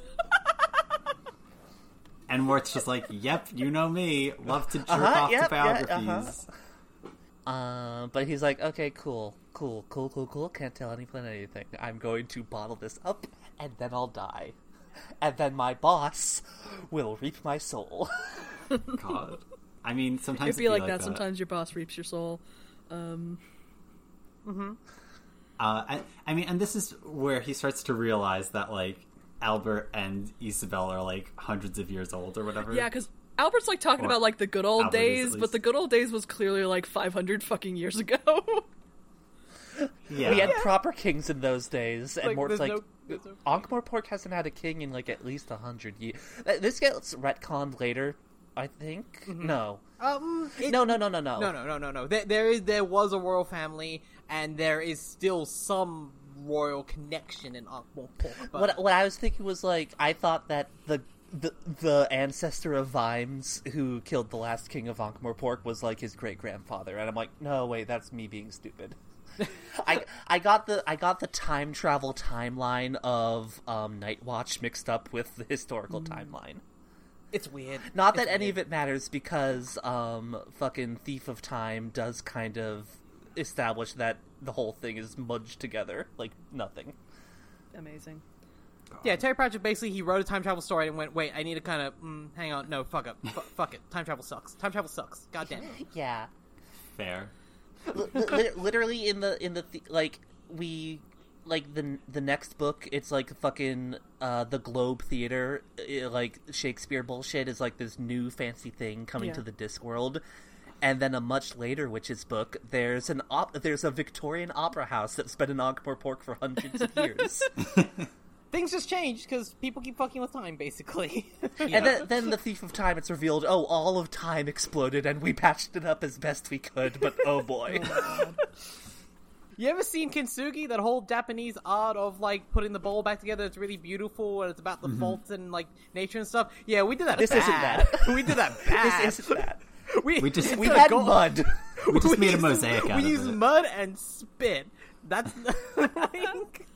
Speaker 3: and Mort's just like, yep, you know me, love to jerk off
Speaker 1: yep, yeah,
Speaker 3: to biographies.
Speaker 1: Um, but he's like, okay, cool, cool, cool, cool, cool. Can't tell anyone anything. I'm going to bottle this up, and then I'll die, and then my boss will reap my soul.
Speaker 3: God, I mean, sometimes
Speaker 2: It'd be like, that. Sometimes your boss reaps your soul.
Speaker 3: Uh, I, I mean, and this is where he starts to realize that like Albert and Isabel are like hundreds of years old or whatever.
Speaker 2: Yeah, because Albert's like talking
Speaker 3: Or
Speaker 2: about like the good old
Speaker 3: Albert is, at
Speaker 2: days,
Speaker 3: least.
Speaker 2: but the good old days was clearly like 500 fucking years ago.
Speaker 3: yeah.
Speaker 1: We had proper kings in those days, and
Speaker 4: Like,
Speaker 1: Mort's
Speaker 4: there's
Speaker 1: like,
Speaker 4: no- there's no-
Speaker 1: Ankh-Morpork hasn't had a king in like at least a hundred years. This gets retconned later, I think. No,
Speaker 4: Um, Mm-hmm. it-
Speaker 1: no, no, no, no, no,
Speaker 4: no, no, no, no, no. There, there is, there was a royal family, and there is still some royal connection in Ankh-Morpork. but-
Speaker 1: What what I was thinking was like I thought that the the, the ancestor of Vimes who killed the last king of Ankh-Morpork was like his great grandfather, and I'm like, no, wait, that's me being stupid. I I got the I got the time travel timeline of um, Night Watch mixed up with the historical timeline.
Speaker 4: It's weird.
Speaker 1: Not
Speaker 4: Mm. It's
Speaker 1: that any
Speaker 4: weird.
Speaker 1: of it matters because um, fucking Thief of Time does kind of establish that the whole thing is mudged together like nothing.
Speaker 2: Amazing.
Speaker 4: Yeah, Terry Pratchett basically he wrote a time travel story and went, "Wait, I need to kind of mm, hang on. No, fuck up. F- fuck it. Time travel sucks. Time travel sucks. God damn. it."
Speaker 1: Yeah.
Speaker 3: fair.
Speaker 1: Li- li- literally in the in the th- like we like the the next book it's like fucking uh the globe theater uh, like shakespeare bullshit is like this new fancy thing coming
Speaker 2: Yeah.
Speaker 1: to the discworld and then a much later witches book there's an op- there's a victorian opera house that's been in ankh-morpork for hundreds of years
Speaker 4: Things just change because people keep fucking with time, basically.
Speaker 1: and then, then the thief of time it's revealed oh all of time exploded and we patched it up as best we could but oh boy
Speaker 4: You ever seen kintsugi? That whole Japanese art of like putting the bowl back together. It's really beautiful, and it's about the faults and like nature and stuff. Yeah, we did that.
Speaker 1: This
Speaker 4: bad.
Speaker 1: isn't that.
Speaker 4: we did that bad.
Speaker 1: This isn't that.
Speaker 4: we,
Speaker 3: We just-
Speaker 1: We
Speaker 4: instead of
Speaker 1: had
Speaker 4: gold-
Speaker 1: mud.
Speaker 3: We just made a
Speaker 4: used-
Speaker 3: mosaic out
Speaker 4: We
Speaker 3: of
Speaker 4: used
Speaker 3: it.
Speaker 4: mud and spit. That's like,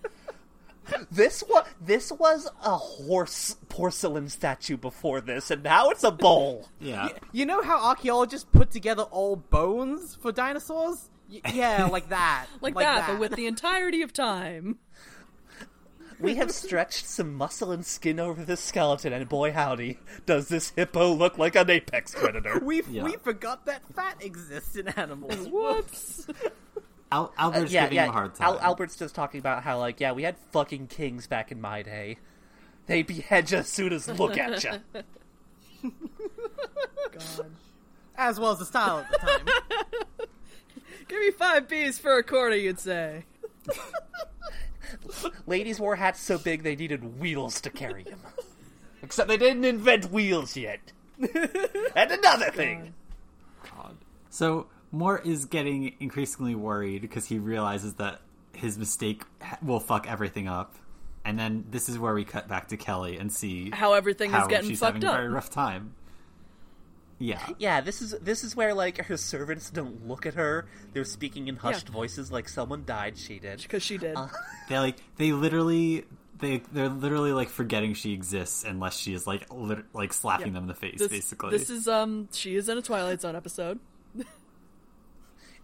Speaker 1: This was this was a horse porcelain statue before this, and now it's a bowl.
Speaker 3: yeah.
Speaker 4: you know how archaeologists put together old bones for dinosaurs? Y- yeah, like that.
Speaker 2: like, that, but with the entirety of time.
Speaker 1: We have stretched some muscle and skin over this skeleton, and boy howdy, does this hippo look like an apex predator.
Speaker 4: we
Speaker 3: Yeah.
Speaker 4: we forgot that fat exists in animals.
Speaker 2: Whoops.
Speaker 3: Al- Albert's
Speaker 1: yeah,
Speaker 3: giving
Speaker 1: yeah.
Speaker 3: him a hard time.
Speaker 1: Al- Albert's just talking about how, like, yeah, we had fucking kings back in my day. They behead you as soon as look at you.
Speaker 2: Oh, God.
Speaker 4: As well as the style at the time.
Speaker 2: Give me five B's for a quarter, you'd say.
Speaker 1: Ladies wore hats so big they needed wheels to carry them. Except they didn't invent wheels yet. and another thing.
Speaker 3: So Moore is getting increasingly worried because he realizes that his mistake ha- will fuck everything up. And then this is where we cut back to Kelly and see
Speaker 2: How everything
Speaker 3: how
Speaker 2: is getting
Speaker 3: she's
Speaker 2: fucked
Speaker 3: having a very
Speaker 2: up.
Speaker 3: rough time. Yeah,
Speaker 1: Yeah, this is this is where like her servants don't look at her. They're speaking in hushed
Speaker 2: Yeah.
Speaker 1: voices, like someone died. She did.
Speaker 2: Because she did.
Speaker 3: Uh, they like they literally they they're literally like forgetting she exists unless she is like lit- like slapping
Speaker 2: Yeah.
Speaker 3: them in the face
Speaker 2: this,
Speaker 3: basically.
Speaker 2: this is um she is in a Twilight Zone episode.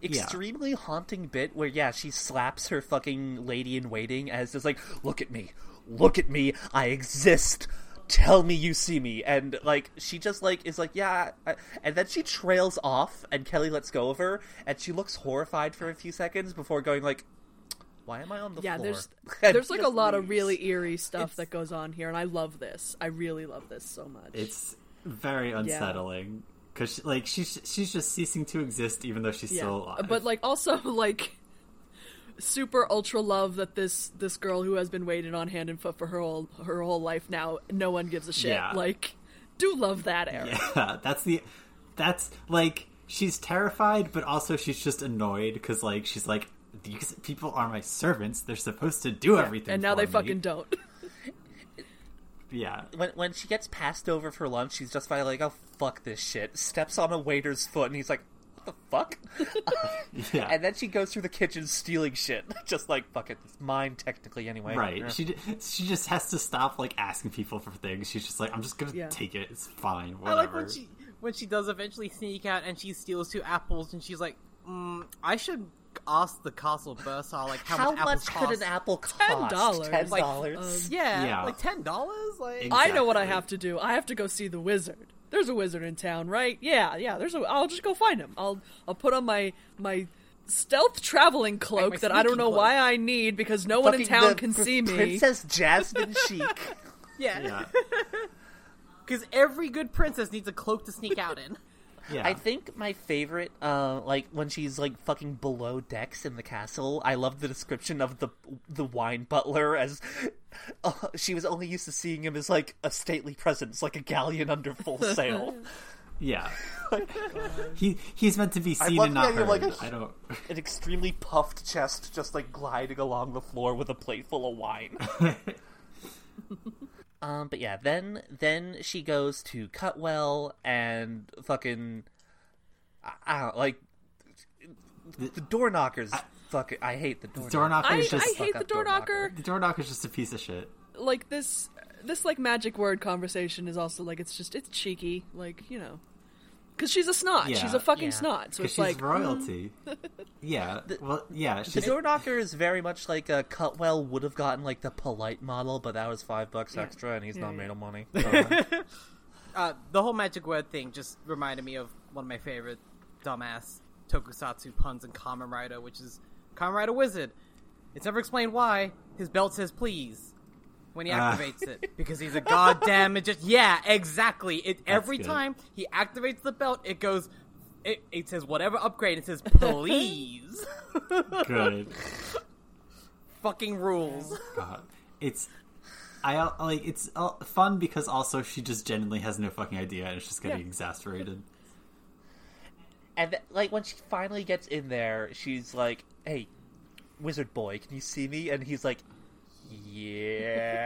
Speaker 1: Extremely haunting bit where yeah, she slaps her fucking lady in waiting as just like, look at me, look at me, I exist. Tell me you see me, and like she just like is like yeah, I... and then she trails off, and Kelly lets go of her, and she looks horrified for a few seconds before going like, why am I on the
Speaker 2: Yeah,
Speaker 1: floor?
Speaker 2: there's
Speaker 1: And
Speaker 2: there's like a
Speaker 1: just
Speaker 2: lot of
Speaker 1: leaves.
Speaker 2: really eerie stuff that goes on here, and I love this. I really love this so much.
Speaker 3: it's very unsettling because like she's she's just ceasing to exist even though she's still alive.
Speaker 2: Uh, But like also like super ultra love that this this girl who has been waiting on hand and foot for her whole her whole life now no one gives a shit.
Speaker 3: Yeah.
Speaker 2: Like do love that era.
Speaker 3: Yeah, that's the that's like she's terrified, but also she's just annoyed because like she's like these people are my servants; they're supposed to do everything,
Speaker 2: And now
Speaker 3: for
Speaker 2: they
Speaker 3: me."
Speaker 2: fucking don't.
Speaker 3: Yeah,
Speaker 1: when when she gets passed over for lunch, she's just finally like, "Oh fuck this shit!" Steps on a waiter's foot, and he's like, "What the fuck?"
Speaker 3: yeah,
Speaker 1: and then she goes through the kitchen stealing shit, just like fuck it, it's mine technically anyway.
Speaker 3: right. She d- she just has to stop like asking people for things. She's just like, I'm just gonna
Speaker 2: Yeah.
Speaker 3: take it. It's fine. Whatever.
Speaker 4: I like when she when she does eventually sneak out and she steals two apples and she's like, mm, I should ask the castle bursar like how,
Speaker 1: How
Speaker 4: much, apples
Speaker 1: much could
Speaker 4: cost.
Speaker 1: an apple cost?
Speaker 2: $10.
Speaker 1: Ten
Speaker 4: Like,
Speaker 1: dollars.
Speaker 2: um,
Speaker 4: Yeah,
Speaker 3: Yeah.
Speaker 4: like ten dollars. Like
Speaker 3: Ex-
Speaker 2: I know what I
Speaker 3: Exactly.
Speaker 2: have to do. I have to go see the wizard. There's a wizard in town, right? Yeah, yeah. There's a. I'll just go find him. I'll I'll put on my my stealth traveling cloak
Speaker 4: my
Speaker 2: that I don't
Speaker 4: sneaky
Speaker 2: know
Speaker 4: cloak.
Speaker 2: why I need because no one in town can see me.
Speaker 1: Princess Jasmine Chic.
Speaker 4: yeah,
Speaker 3: yeah,
Speaker 4: because every good princess needs a cloak to sneak out in.
Speaker 3: yeah.
Speaker 1: I think my favorite, uh, like when she's like fucking below decks in the castle. I love the description of the the wine butler as uh, she was only used to seeing him as like a stately presence, like a galleon under full sail.
Speaker 3: yeah. he he's meant to be seen
Speaker 1: love
Speaker 3: and
Speaker 1: the
Speaker 3: not
Speaker 1: idea
Speaker 3: heard.
Speaker 1: of, like, a-
Speaker 3: I don't.
Speaker 1: An extremely puffed chest, just like gliding along the floor with a plate full of wine. um, but yeah, then then she goes to Cutwell and fucking, I, I don't like the, door knockers. fucking, I hate the door.
Speaker 3: Door knocker
Speaker 2: I,
Speaker 3: is
Speaker 2: I
Speaker 3: just
Speaker 2: hate the
Speaker 1: up,
Speaker 2: door
Speaker 1: door knocker.
Speaker 2: knocker.
Speaker 3: the door knocker is just a piece of shit.
Speaker 2: Like this this like magic word conversation is also like it's just it's cheeky. Like you know, because she's a snot.
Speaker 3: Yeah,
Speaker 2: she's a fucking
Speaker 1: yeah.
Speaker 2: snot. So
Speaker 3: Because
Speaker 2: it's
Speaker 3: she's
Speaker 2: like mm.
Speaker 3: royalty. yeah. well, yeah. She's
Speaker 1: The door knocker is very much like a Cutwell would have gotten like the polite model, but that was five bucks extra, and he's not made of money.
Speaker 4: Uh, the whole magic word thing just reminded me of one of my favorite dumbass tokusatsu puns in Kamen Rider, which is Kamen Rider Wizard. It's never explained why his belt says please when he
Speaker 3: Ah.
Speaker 4: activates it because he's a goddamn just yeah exactly. It every
Speaker 3: good.
Speaker 4: time he activates the belt, it goes. It, it says whatever upgrade. It says please.
Speaker 3: good.
Speaker 4: Fucking rules.
Speaker 3: God. It's I al- like it's al- fun because also she just genuinely has no fucking idea and is just getting
Speaker 2: Yeah.
Speaker 3: exasperated.
Speaker 1: And th- like when she finally gets in there, she's like, "Hey, wizard boy, can you see me? And he's like,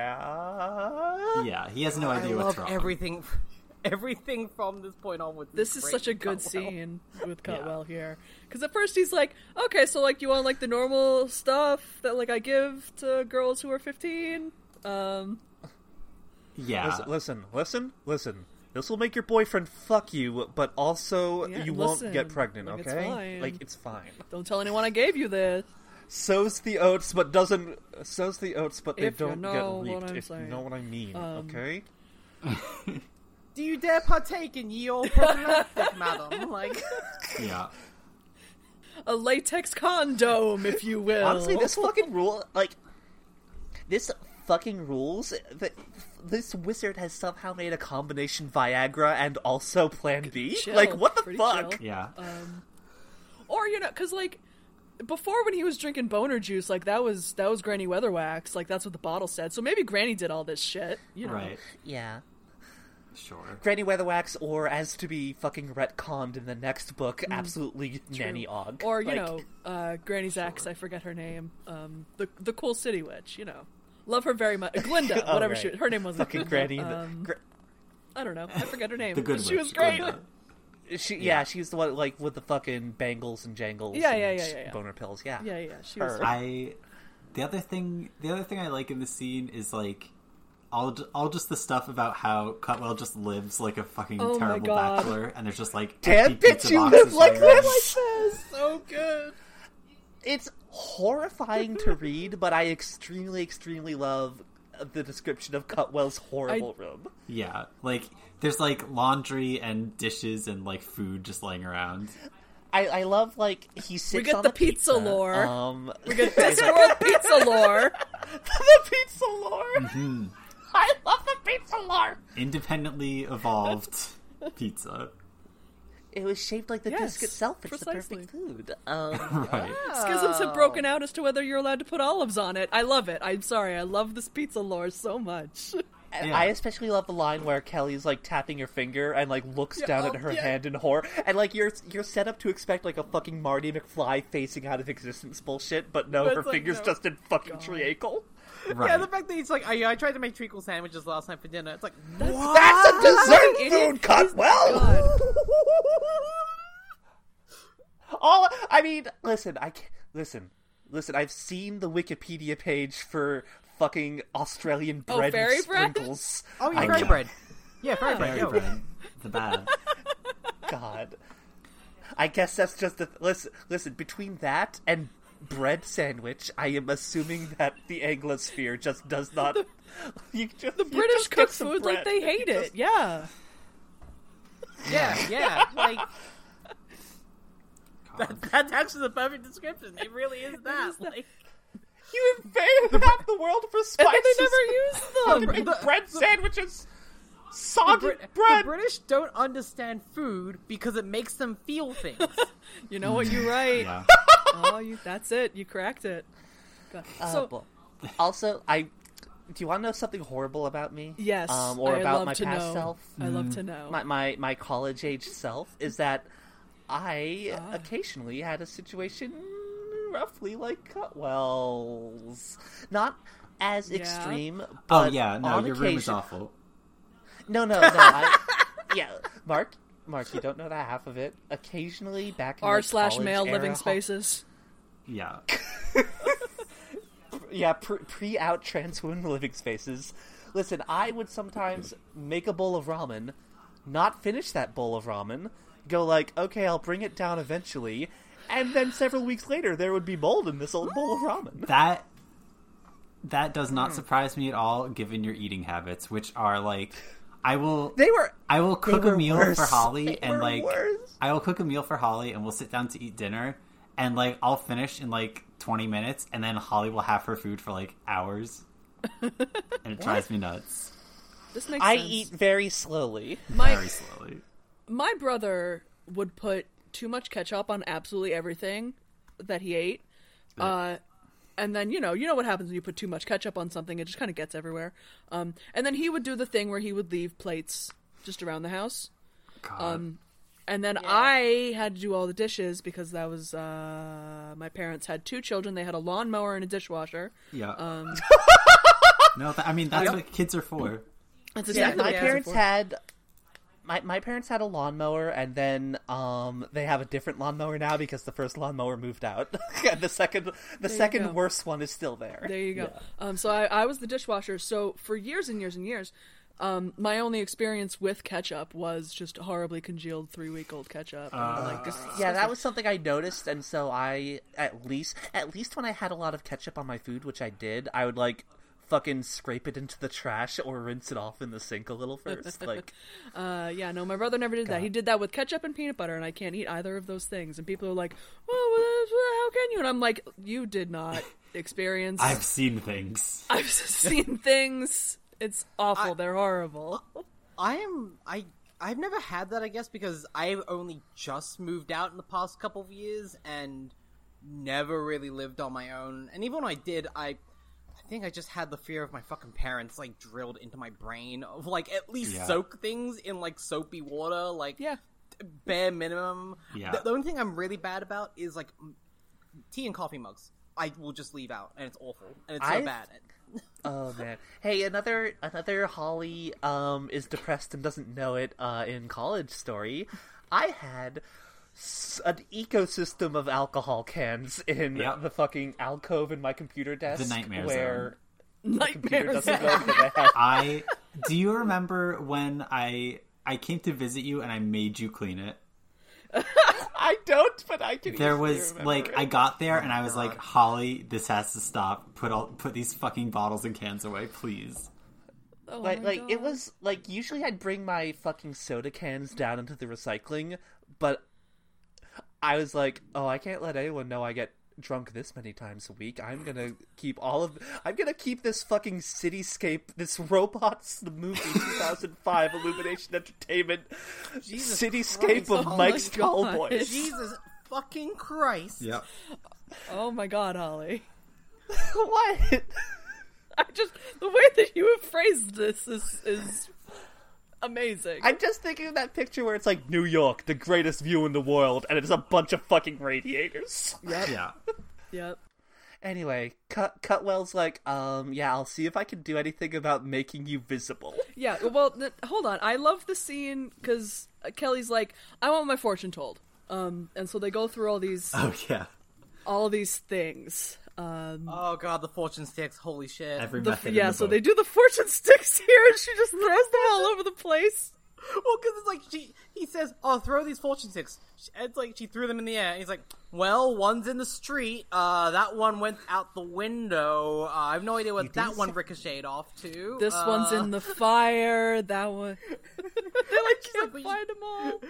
Speaker 1: yeah.
Speaker 3: Yeah, he has no
Speaker 4: I
Speaker 3: idea what's
Speaker 4: love
Speaker 3: wrong.
Speaker 4: everything, everything from this point on with
Speaker 2: This is such a good scene with Cutwell here. Because at first he's like, okay, so like you want like the normal stuff that like I give to girls who are 15? Um,
Speaker 3: yeah,
Speaker 1: Listen, listen, listen, listen. This will make your boyfriend fuck you, but also
Speaker 2: Yeah,
Speaker 1: you won't
Speaker 2: listen.
Speaker 1: get pregnant.
Speaker 2: Like, it's
Speaker 1: okay,
Speaker 2: fine.
Speaker 1: like it's fine.
Speaker 2: don't tell anyone I gave you this.
Speaker 1: Sows the oats, but doesn't sows the oats, but they
Speaker 2: If you
Speaker 1: don't
Speaker 2: know what
Speaker 1: get reaped.
Speaker 2: I'm
Speaker 1: if you
Speaker 2: saying. Um,
Speaker 1: know what I mean, okay?
Speaker 4: Do you dare partake in ye old problematic, madam? Like,
Speaker 3: yeah.
Speaker 2: A latex condom, if you will.
Speaker 1: Honestly, this fucking rule, like, this fucking rules. That this wizard has somehow made a combination Viagra and also Plan B.
Speaker 2: Chill,
Speaker 1: like, what the
Speaker 2: pretty
Speaker 1: fuck?
Speaker 2: chill.
Speaker 3: Yeah.
Speaker 2: Or you know, because like before when he was drinking boner juice, like that was that was Granny Weatherwax. Like that's what the bottle said. So maybe Granny did all this shit. You know,
Speaker 3: Right.
Speaker 1: Yeah.
Speaker 3: Sure.
Speaker 1: Granny Weatherwax, or as to be fucking retconned in the next book, absolutely nanny og.
Speaker 2: Hmm. Or you
Speaker 1: Like,
Speaker 2: know, uh, Granny's ex. I forget her name. Um, the the cool city witch. You know, love her very much. Glinda,
Speaker 1: Oh,
Speaker 2: whatever
Speaker 1: right.
Speaker 2: she her name wasn't.
Speaker 1: fucking
Speaker 2: Glinda.
Speaker 1: Granny.
Speaker 2: Um,
Speaker 1: gra-
Speaker 2: I don't know. I forget her name.
Speaker 3: The good
Speaker 2: she
Speaker 3: witch,
Speaker 2: was great.
Speaker 3: Glinda.
Speaker 1: she, yeah, she's the one like with the fucking bangles and jangles.
Speaker 2: Yeah,
Speaker 1: and
Speaker 2: yeah, yeah, yeah, yeah.
Speaker 1: Boner pills. Yeah,
Speaker 2: Yeah, yeah. She was.
Speaker 1: Her.
Speaker 3: I the other thing the other thing I like in this scene is like all ju- all just the stuff about how Cutwell just lives like a fucking
Speaker 2: Oh my
Speaker 3: terrible
Speaker 2: God.
Speaker 3: bachelor, and there's just like
Speaker 1: Damn
Speaker 3: empty
Speaker 1: bitch,
Speaker 3: pizza
Speaker 1: you
Speaker 3: boxes
Speaker 1: live like
Speaker 3: laying around.
Speaker 1: this?
Speaker 2: so good.
Speaker 1: it's horrifying to read, but I extremely, extremely love the description of Cutwell's horrible room.
Speaker 3: Yeah, like there's like laundry and dishes and like food just laying around.
Speaker 1: I, I love like he sits
Speaker 2: get
Speaker 1: on
Speaker 2: the
Speaker 1: a
Speaker 2: pizza lore.
Speaker 1: Um,
Speaker 2: We got Discworld pizza lore.
Speaker 1: the pizza lore.
Speaker 2: Mm-hmm.
Speaker 1: I love the pizza lore.
Speaker 3: Independently evolved pizza.
Speaker 1: It was shaped like the
Speaker 2: Yes,
Speaker 1: disc itself. It's
Speaker 2: precisely.
Speaker 1: the perfect food. Um,
Speaker 3: Right.
Speaker 2: Schisms have broken out as to whether you're allowed to put olives on it. I love it. I'm sorry. I love this pizza lore so much.
Speaker 1: and
Speaker 3: Yeah.
Speaker 1: I especially love the line where Kelly's like tapping her finger and like looks
Speaker 2: Yeah,
Speaker 1: down
Speaker 2: oh,
Speaker 1: at her
Speaker 2: yeah.
Speaker 1: hand in horror, and like you're you're set up to expect like a fucking Marty McFly facing out of existence bullshit, but no,
Speaker 2: But
Speaker 1: her
Speaker 2: it's like,
Speaker 1: finger's
Speaker 2: no.
Speaker 1: just in fucking treacle.
Speaker 3: Right.
Speaker 4: yeah, the fact that he's like, I, I tried to make treacle sandwiches last night for dinner. It's like, what?
Speaker 1: That's a dessert
Speaker 2: Idiot.
Speaker 1: food, Cutwell. All I mean, listen, I can listen, listen. I've seen the Wikipedia page for fucking Australian
Speaker 2: Oh,
Speaker 1: bread
Speaker 2: fairy
Speaker 1: with
Speaker 2: bread?
Speaker 1: sprinkles.
Speaker 4: Oh, yeah,
Speaker 1: I
Speaker 4: fairy
Speaker 1: can't-
Speaker 4: bread. Yeah, fairy bread.
Speaker 3: Very
Speaker 4: yo.
Speaker 3: bad. The bad.
Speaker 1: God, I guess that's just the listen. Listen, between that and bread sandwich, I am assuming that the Anglosphere just does not. you just, the
Speaker 2: British cook food like they hate it. Yeah.
Speaker 4: Yeah, yeah. Like,
Speaker 3: God.
Speaker 4: that's actually the perfect description. It really is that. Like,
Speaker 1: You invade half the world for
Speaker 2: And
Speaker 1: spices.
Speaker 2: they never use them.
Speaker 4: the-
Speaker 1: bread sandwiches, soggy
Speaker 4: Brit- The British don't understand food because it makes them feel things.
Speaker 2: You know what? You're right.
Speaker 3: Yeah.
Speaker 2: Oh, you, that's it. You cracked it. God. So,
Speaker 1: Uh, also, I do you want to know something horrible about me?
Speaker 2: yes.
Speaker 1: um, or
Speaker 2: I
Speaker 1: about
Speaker 2: love
Speaker 1: my
Speaker 2: to
Speaker 1: past
Speaker 2: know.
Speaker 1: self,
Speaker 2: I love to know.
Speaker 1: my my, my college age self, is that I
Speaker 2: Ah.
Speaker 1: occasionally had a situation roughly like Cutwell's, not as extreme.
Speaker 3: Oh
Speaker 1: But
Speaker 3: yeah, no,
Speaker 1: on
Speaker 3: your room is
Speaker 1: occasion-
Speaker 3: awful.
Speaker 1: No, no, no. I, yeah, Mark, Mark, you don't know that half of it. Occasionally, back in
Speaker 2: R
Speaker 1: like,
Speaker 2: slash
Speaker 1: college
Speaker 2: male
Speaker 1: era
Speaker 2: living
Speaker 1: ho-
Speaker 2: spaces.
Speaker 3: Yeah.
Speaker 1: yeah, pre out trans women living spaces. Listen, I would sometimes make a bowl of ramen, not finish that bowl of ramen, go like, okay, I'll bring it down eventually, and then several weeks later there would be mold in this old bowl of ramen.
Speaker 3: That that does
Speaker 1: Hmm.
Speaker 3: not surprise me at all given your eating habits, which are like I will
Speaker 1: They were
Speaker 3: I will cook
Speaker 1: were
Speaker 3: a meal
Speaker 1: worse.
Speaker 3: for Holly
Speaker 1: They
Speaker 3: and
Speaker 1: were
Speaker 3: like
Speaker 1: worse.
Speaker 3: I will cook a meal for Holly and we'll sit down to eat dinner and like I'll finish in like 20 minutes and then Holly will have her food for like hours. and it drives me nuts
Speaker 2: This makes
Speaker 1: I
Speaker 2: sense.
Speaker 1: eat very slowly.
Speaker 2: my,
Speaker 3: very slowly.
Speaker 2: my brother would put too much ketchup on absolutely everything that he ate. Uh, and then you know, you know what happens when you put too much ketchup on something; it just kind of gets everywhere. Um,
Speaker 1: Um,
Speaker 2: and then he would do the thing where he would leave plates just around the house,
Speaker 3: God.
Speaker 2: And then I had to do all the dishes because that was uh, my parents had two children. They had a lawnmower and a dishwasher.
Speaker 3: Yeah.
Speaker 1: um,
Speaker 3: no, th- I mean that's what kids are for.
Speaker 2: That's
Speaker 1: Yeah,
Speaker 2: exactly
Speaker 1: my
Speaker 2: what I
Speaker 1: parents
Speaker 2: for.
Speaker 1: had my my parents had a lawnmower, and then um they have a different lawnmower now because the first lawnmower moved out, and the second the
Speaker 2: go.
Speaker 1: second worst one is still there.
Speaker 2: There you go. Um, so I, I was the dishwasher. So for years and years and years, um, my only experience with ketchup was just horribly congealed three week old ketchup. and, like, dis-
Speaker 1: yeah, that was something I noticed, and so I at least at least when I had a lot of ketchup on my food, which I did, I would like fucking scrape it into the trash or rinse it off in the sink a little first. Like,
Speaker 2: uh, yeah, no, my brother never did that. He did that with ketchup and peanut butter, and I can't eat either of those things. And people are like, "Oh, well, uh, how can you?" And I'm like, "You did not experience.
Speaker 3: I've seen things.
Speaker 2: I've seen things. It's awful. They're horrible."
Speaker 4: I am I I've never had that I guess because I've only just moved out in the past couple of years and never really lived on my own. And even when I did, I I think I just had the fear of my fucking parents like drilled into my brain of like at least
Speaker 3: Yeah.
Speaker 4: soak things in like soapy water, like
Speaker 2: Yeah.
Speaker 4: bare minimum.
Speaker 3: Yeah.
Speaker 4: The, the only thing I'm really bad about is like m- tea and coffee mugs. I will just leave out, and it's awful, and it's so
Speaker 1: I've-
Speaker 4: bad.
Speaker 1: oh man, hey, another another Holly um is depressed and doesn't know it. Uh, in college story, I had. s- An ecosystem of alcohol cans in
Speaker 3: Yeah.
Speaker 1: the fucking alcove in my computer desk.
Speaker 3: nightmare
Speaker 1: where
Speaker 3: zone.
Speaker 1: computer
Speaker 2: Nightmares.
Speaker 1: doesn't go to the house.
Speaker 3: I do you remember when I I came to visit you and I made you clean it?
Speaker 1: I don't, but I can.
Speaker 3: There
Speaker 1: easily
Speaker 3: was
Speaker 1: remember
Speaker 3: like
Speaker 1: it.
Speaker 3: I got there and I was like, Holly, this has to stop. Put all put these fucking bottles and cans away, please.
Speaker 2: Oh
Speaker 1: like
Speaker 2: my
Speaker 1: like it
Speaker 2: God.
Speaker 1: was like usually I'd bring my fucking soda cans down into the recycling, but I was like, oh, I can't let anyone know I get drunk this many times a week. I'm gonna keep all of. I'm gonna keep this fucking cityscape, this robots the movie 2005 Illumination Entertainment
Speaker 4: Jesus
Speaker 1: cityscape
Speaker 4: Christ.
Speaker 1: of
Speaker 2: Oh my
Speaker 1: Mike's
Speaker 2: God.
Speaker 1: Tallboys.
Speaker 4: Jesus fucking Christ!
Speaker 3: Yep.
Speaker 2: Oh my god, Holly.
Speaker 1: what?
Speaker 2: I just the way that you have phrased this is is amazing.
Speaker 1: I'm just thinking of that picture where it's like New York, the greatest view in the world, and it's a bunch of fucking radiators.
Speaker 3: Yeah.
Speaker 2: yep.
Speaker 1: Anyway, Cut- Cutwell's like, um, yeah, I'll see if I can do anything about making you visible.
Speaker 2: Yeah. Well, th- hold on. I love the scene because Kelly's like, "I want my fortune told," um, and so they go through all these
Speaker 3: Oh yeah.
Speaker 2: all these things. Um,
Speaker 4: Oh god, the fortune sticks. Holy shit!
Speaker 3: Every
Speaker 2: the,
Speaker 3: method. in
Speaker 2: yeah.
Speaker 3: the
Speaker 2: So
Speaker 3: book.
Speaker 2: they do the fortune sticks here, and she just throws them all over the place.
Speaker 4: Well, because it's like she, he says, "Oh, throw these fortune sticks." She- It's like she threw them in the air. He's like, "Well, one's in the street. Uh, that one went out the window. Uh, I have no idea what that one ricocheted off to.
Speaker 2: This
Speaker 4: Uh,
Speaker 2: one's in the fire. That one. they like can't
Speaker 4: but you-
Speaker 2: find them all.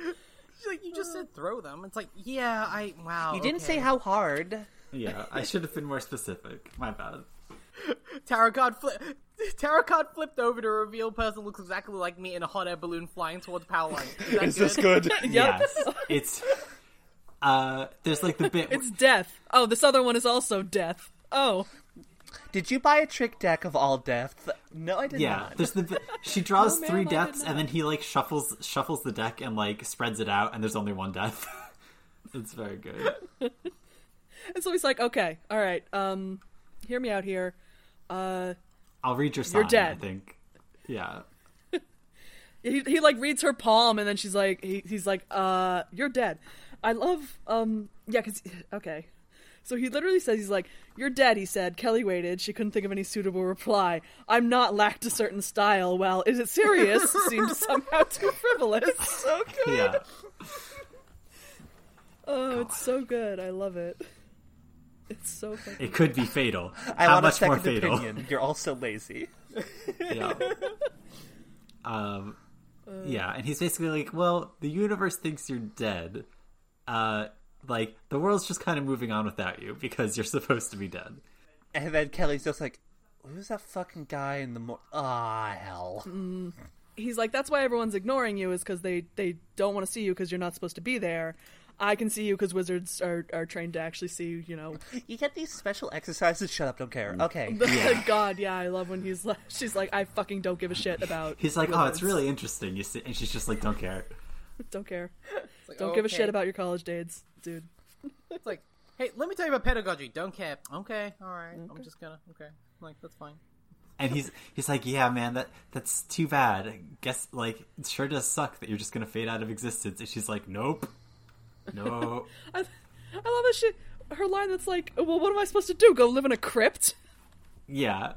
Speaker 4: she's like you just said throw them. It's like, yeah, I wow.
Speaker 1: You didn't say how hard.
Speaker 3: Yeah. I should have been more specific. My bad.
Speaker 4: tarot card flip. Tarot card flipped over to reveal person looks exactly like me in a hot air balloon flying towards power lines. Is, that good?
Speaker 1: good?
Speaker 3: Yes. It's uh there's like the bit
Speaker 2: It's death. Oh, this other one is also death. Oh,
Speaker 1: Did you buy a trick deck of all depth? No, I did
Speaker 3: Yeah,
Speaker 1: not.
Speaker 3: there's the she
Speaker 2: No,
Speaker 3: draws
Speaker 2: Oh, ma'am,
Speaker 3: three
Speaker 2: I did
Speaker 3: deaths
Speaker 2: not.
Speaker 3: and then he like shuffles shuffles the deck and like spreads it out and there's only one death. it's very good.
Speaker 2: and so he's like, "Okay, all right. Um, hear me out here. Uh."
Speaker 3: I'll read your sign.
Speaker 2: You're dead.
Speaker 3: I think. Yeah.
Speaker 2: he, he like reads her palm and then she's like he, he's like uh you're dead i love um yeah because okay so he literally says he's like you're dead he said kelly waited she couldn't think of any suitable reply i'm not lacked a certain style well is it serious seems somehow too frivolous so good
Speaker 3: Yeah.
Speaker 2: oh it's so good i love it it's so funny
Speaker 3: It could be fatal.
Speaker 1: I
Speaker 3: How
Speaker 1: want a
Speaker 3: much more
Speaker 1: second
Speaker 3: fatal?
Speaker 1: opinion. You're also lazy.
Speaker 3: yeah. Um,
Speaker 2: Uh.
Speaker 3: yeah, and he's basically like, well, the universe thinks you're dead. Uh, like the world's just kind of moving on without you because you're supposed to be dead.
Speaker 1: And then Kelly's just like, who's that fucking guy in the mor- Ah, hell.
Speaker 2: he's like that's why everyone's ignoring you is because they they don't want to see you because you're not supposed to be there i can see you because wizards are, are trained to actually see you know
Speaker 1: You get these special exercises. Shut up, don't care. Okay.
Speaker 2: God, yeah, I love when he's like, she's like, I fucking don't give a shit about.
Speaker 3: He's like, oh, it's
Speaker 2: wizards.
Speaker 3: really interesting. You see, and she's just like, don't care.
Speaker 2: don't care.
Speaker 4: Like,
Speaker 2: Don't give a
Speaker 4: okay.
Speaker 2: shit about your college dates, dude.
Speaker 4: It's like, hey, let me tell you about pedagogy. Don't care. Okay, all right. I'm just gonna. Okay, like that's fine.
Speaker 3: And he's he's like, yeah, man, that that's too bad. I guess like it sure does suck that you're just gonna fade out of existence. And she's like, nope, no.
Speaker 2: I, I love that shit. Her line that's like, "Well, what am I supposed to do? Go live in a crypt?"
Speaker 3: Yeah.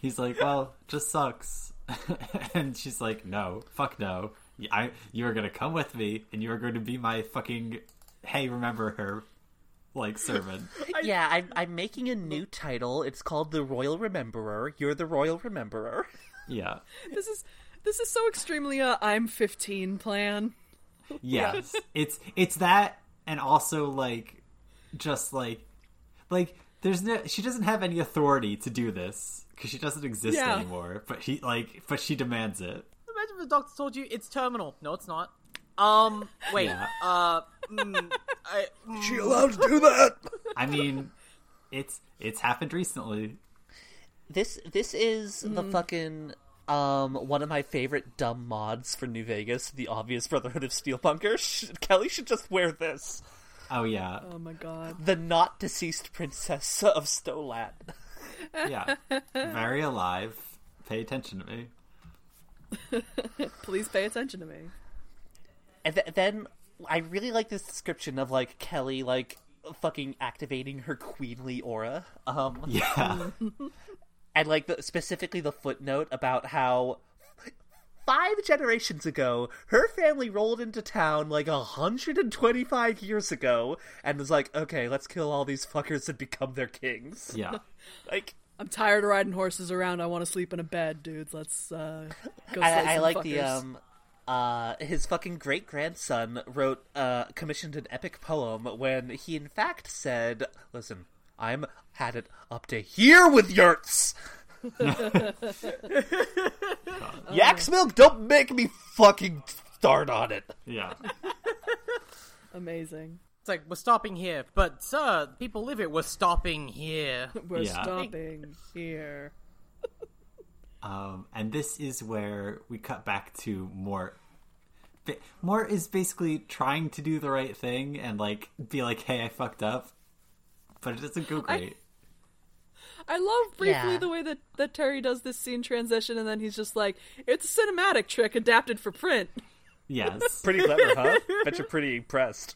Speaker 3: He's like, well, just sucks. and she's like, no, fuck no. I, you are going to come with me and you are going to be my fucking, hey, remember her, like, servant.
Speaker 1: yeah, I'm, I'm making a new title. It's called The Royal Rememberer. You're the Royal Rememberer.
Speaker 3: yeah.
Speaker 2: This is this is so extremely a I'm 15 plan.
Speaker 3: Yes. it's, it's that and also, like, just like, like, there's no, she doesn't have any authority to do this because she doesn't exist
Speaker 2: Yeah.
Speaker 3: anymore, but she, like, but she demands it.
Speaker 4: Imagine if the doctor told you it's terminal. No, it's not. Um, wait.
Speaker 3: Yeah.
Speaker 4: Uh, mm, I, mm,
Speaker 1: She allowed to do that?
Speaker 3: I mean, it's, it's happened recently.
Speaker 1: This this is the fucking um one of my favorite dumb mods for New Vegas, the obvious Brotherhood of Steelpunker. Sh- Kelly should just wear this.
Speaker 3: Oh, yeah.
Speaker 2: Oh my god.
Speaker 1: The not deceased princess of Stolat.
Speaker 3: yeah very alive pay attention to me
Speaker 2: Please pay attention to me.
Speaker 1: And th- then I really like this description of like Kelly like fucking activating her queenly aura. Um
Speaker 3: yeah
Speaker 1: and like the, specifically the footnote about how five generations ago her family rolled into town like 125 years ago and was like okay let's kill all these fuckers and become their kings
Speaker 3: yeah
Speaker 1: like
Speaker 2: I'm tired of riding horses around. I want to sleep in a bed, dudes. Let's uh, go slay
Speaker 1: I, I
Speaker 2: some
Speaker 1: like
Speaker 2: fuckers.
Speaker 1: the um uh his fucking great grandson wrote uh commissioned an epic poem when he in fact said listen i'm had it up to here with yurts yak's milk don't make me fucking start on it
Speaker 3: yeah
Speaker 2: amazing.
Speaker 4: it's like we're stopping here, but sir, people live it. We're stopping here.
Speaker 2: We're
Speaker 3: Yeah.
Speaker 2: stopping here.
Speaker 3: um and this is where we cut back to mort Ba- mort is basically trying to do the right thing and like be like hey i fucked up but it doesn't go great
Speaker 2: I love briefly
Speaker 1: Yeah.
Speaker 2: the way that, that Terry does this scene transition, and then he's just like, "It's a cinematic trick adapted for print."
Speaker 3: yes
Speaker 1: pretty clever huh bet you're pretty impressed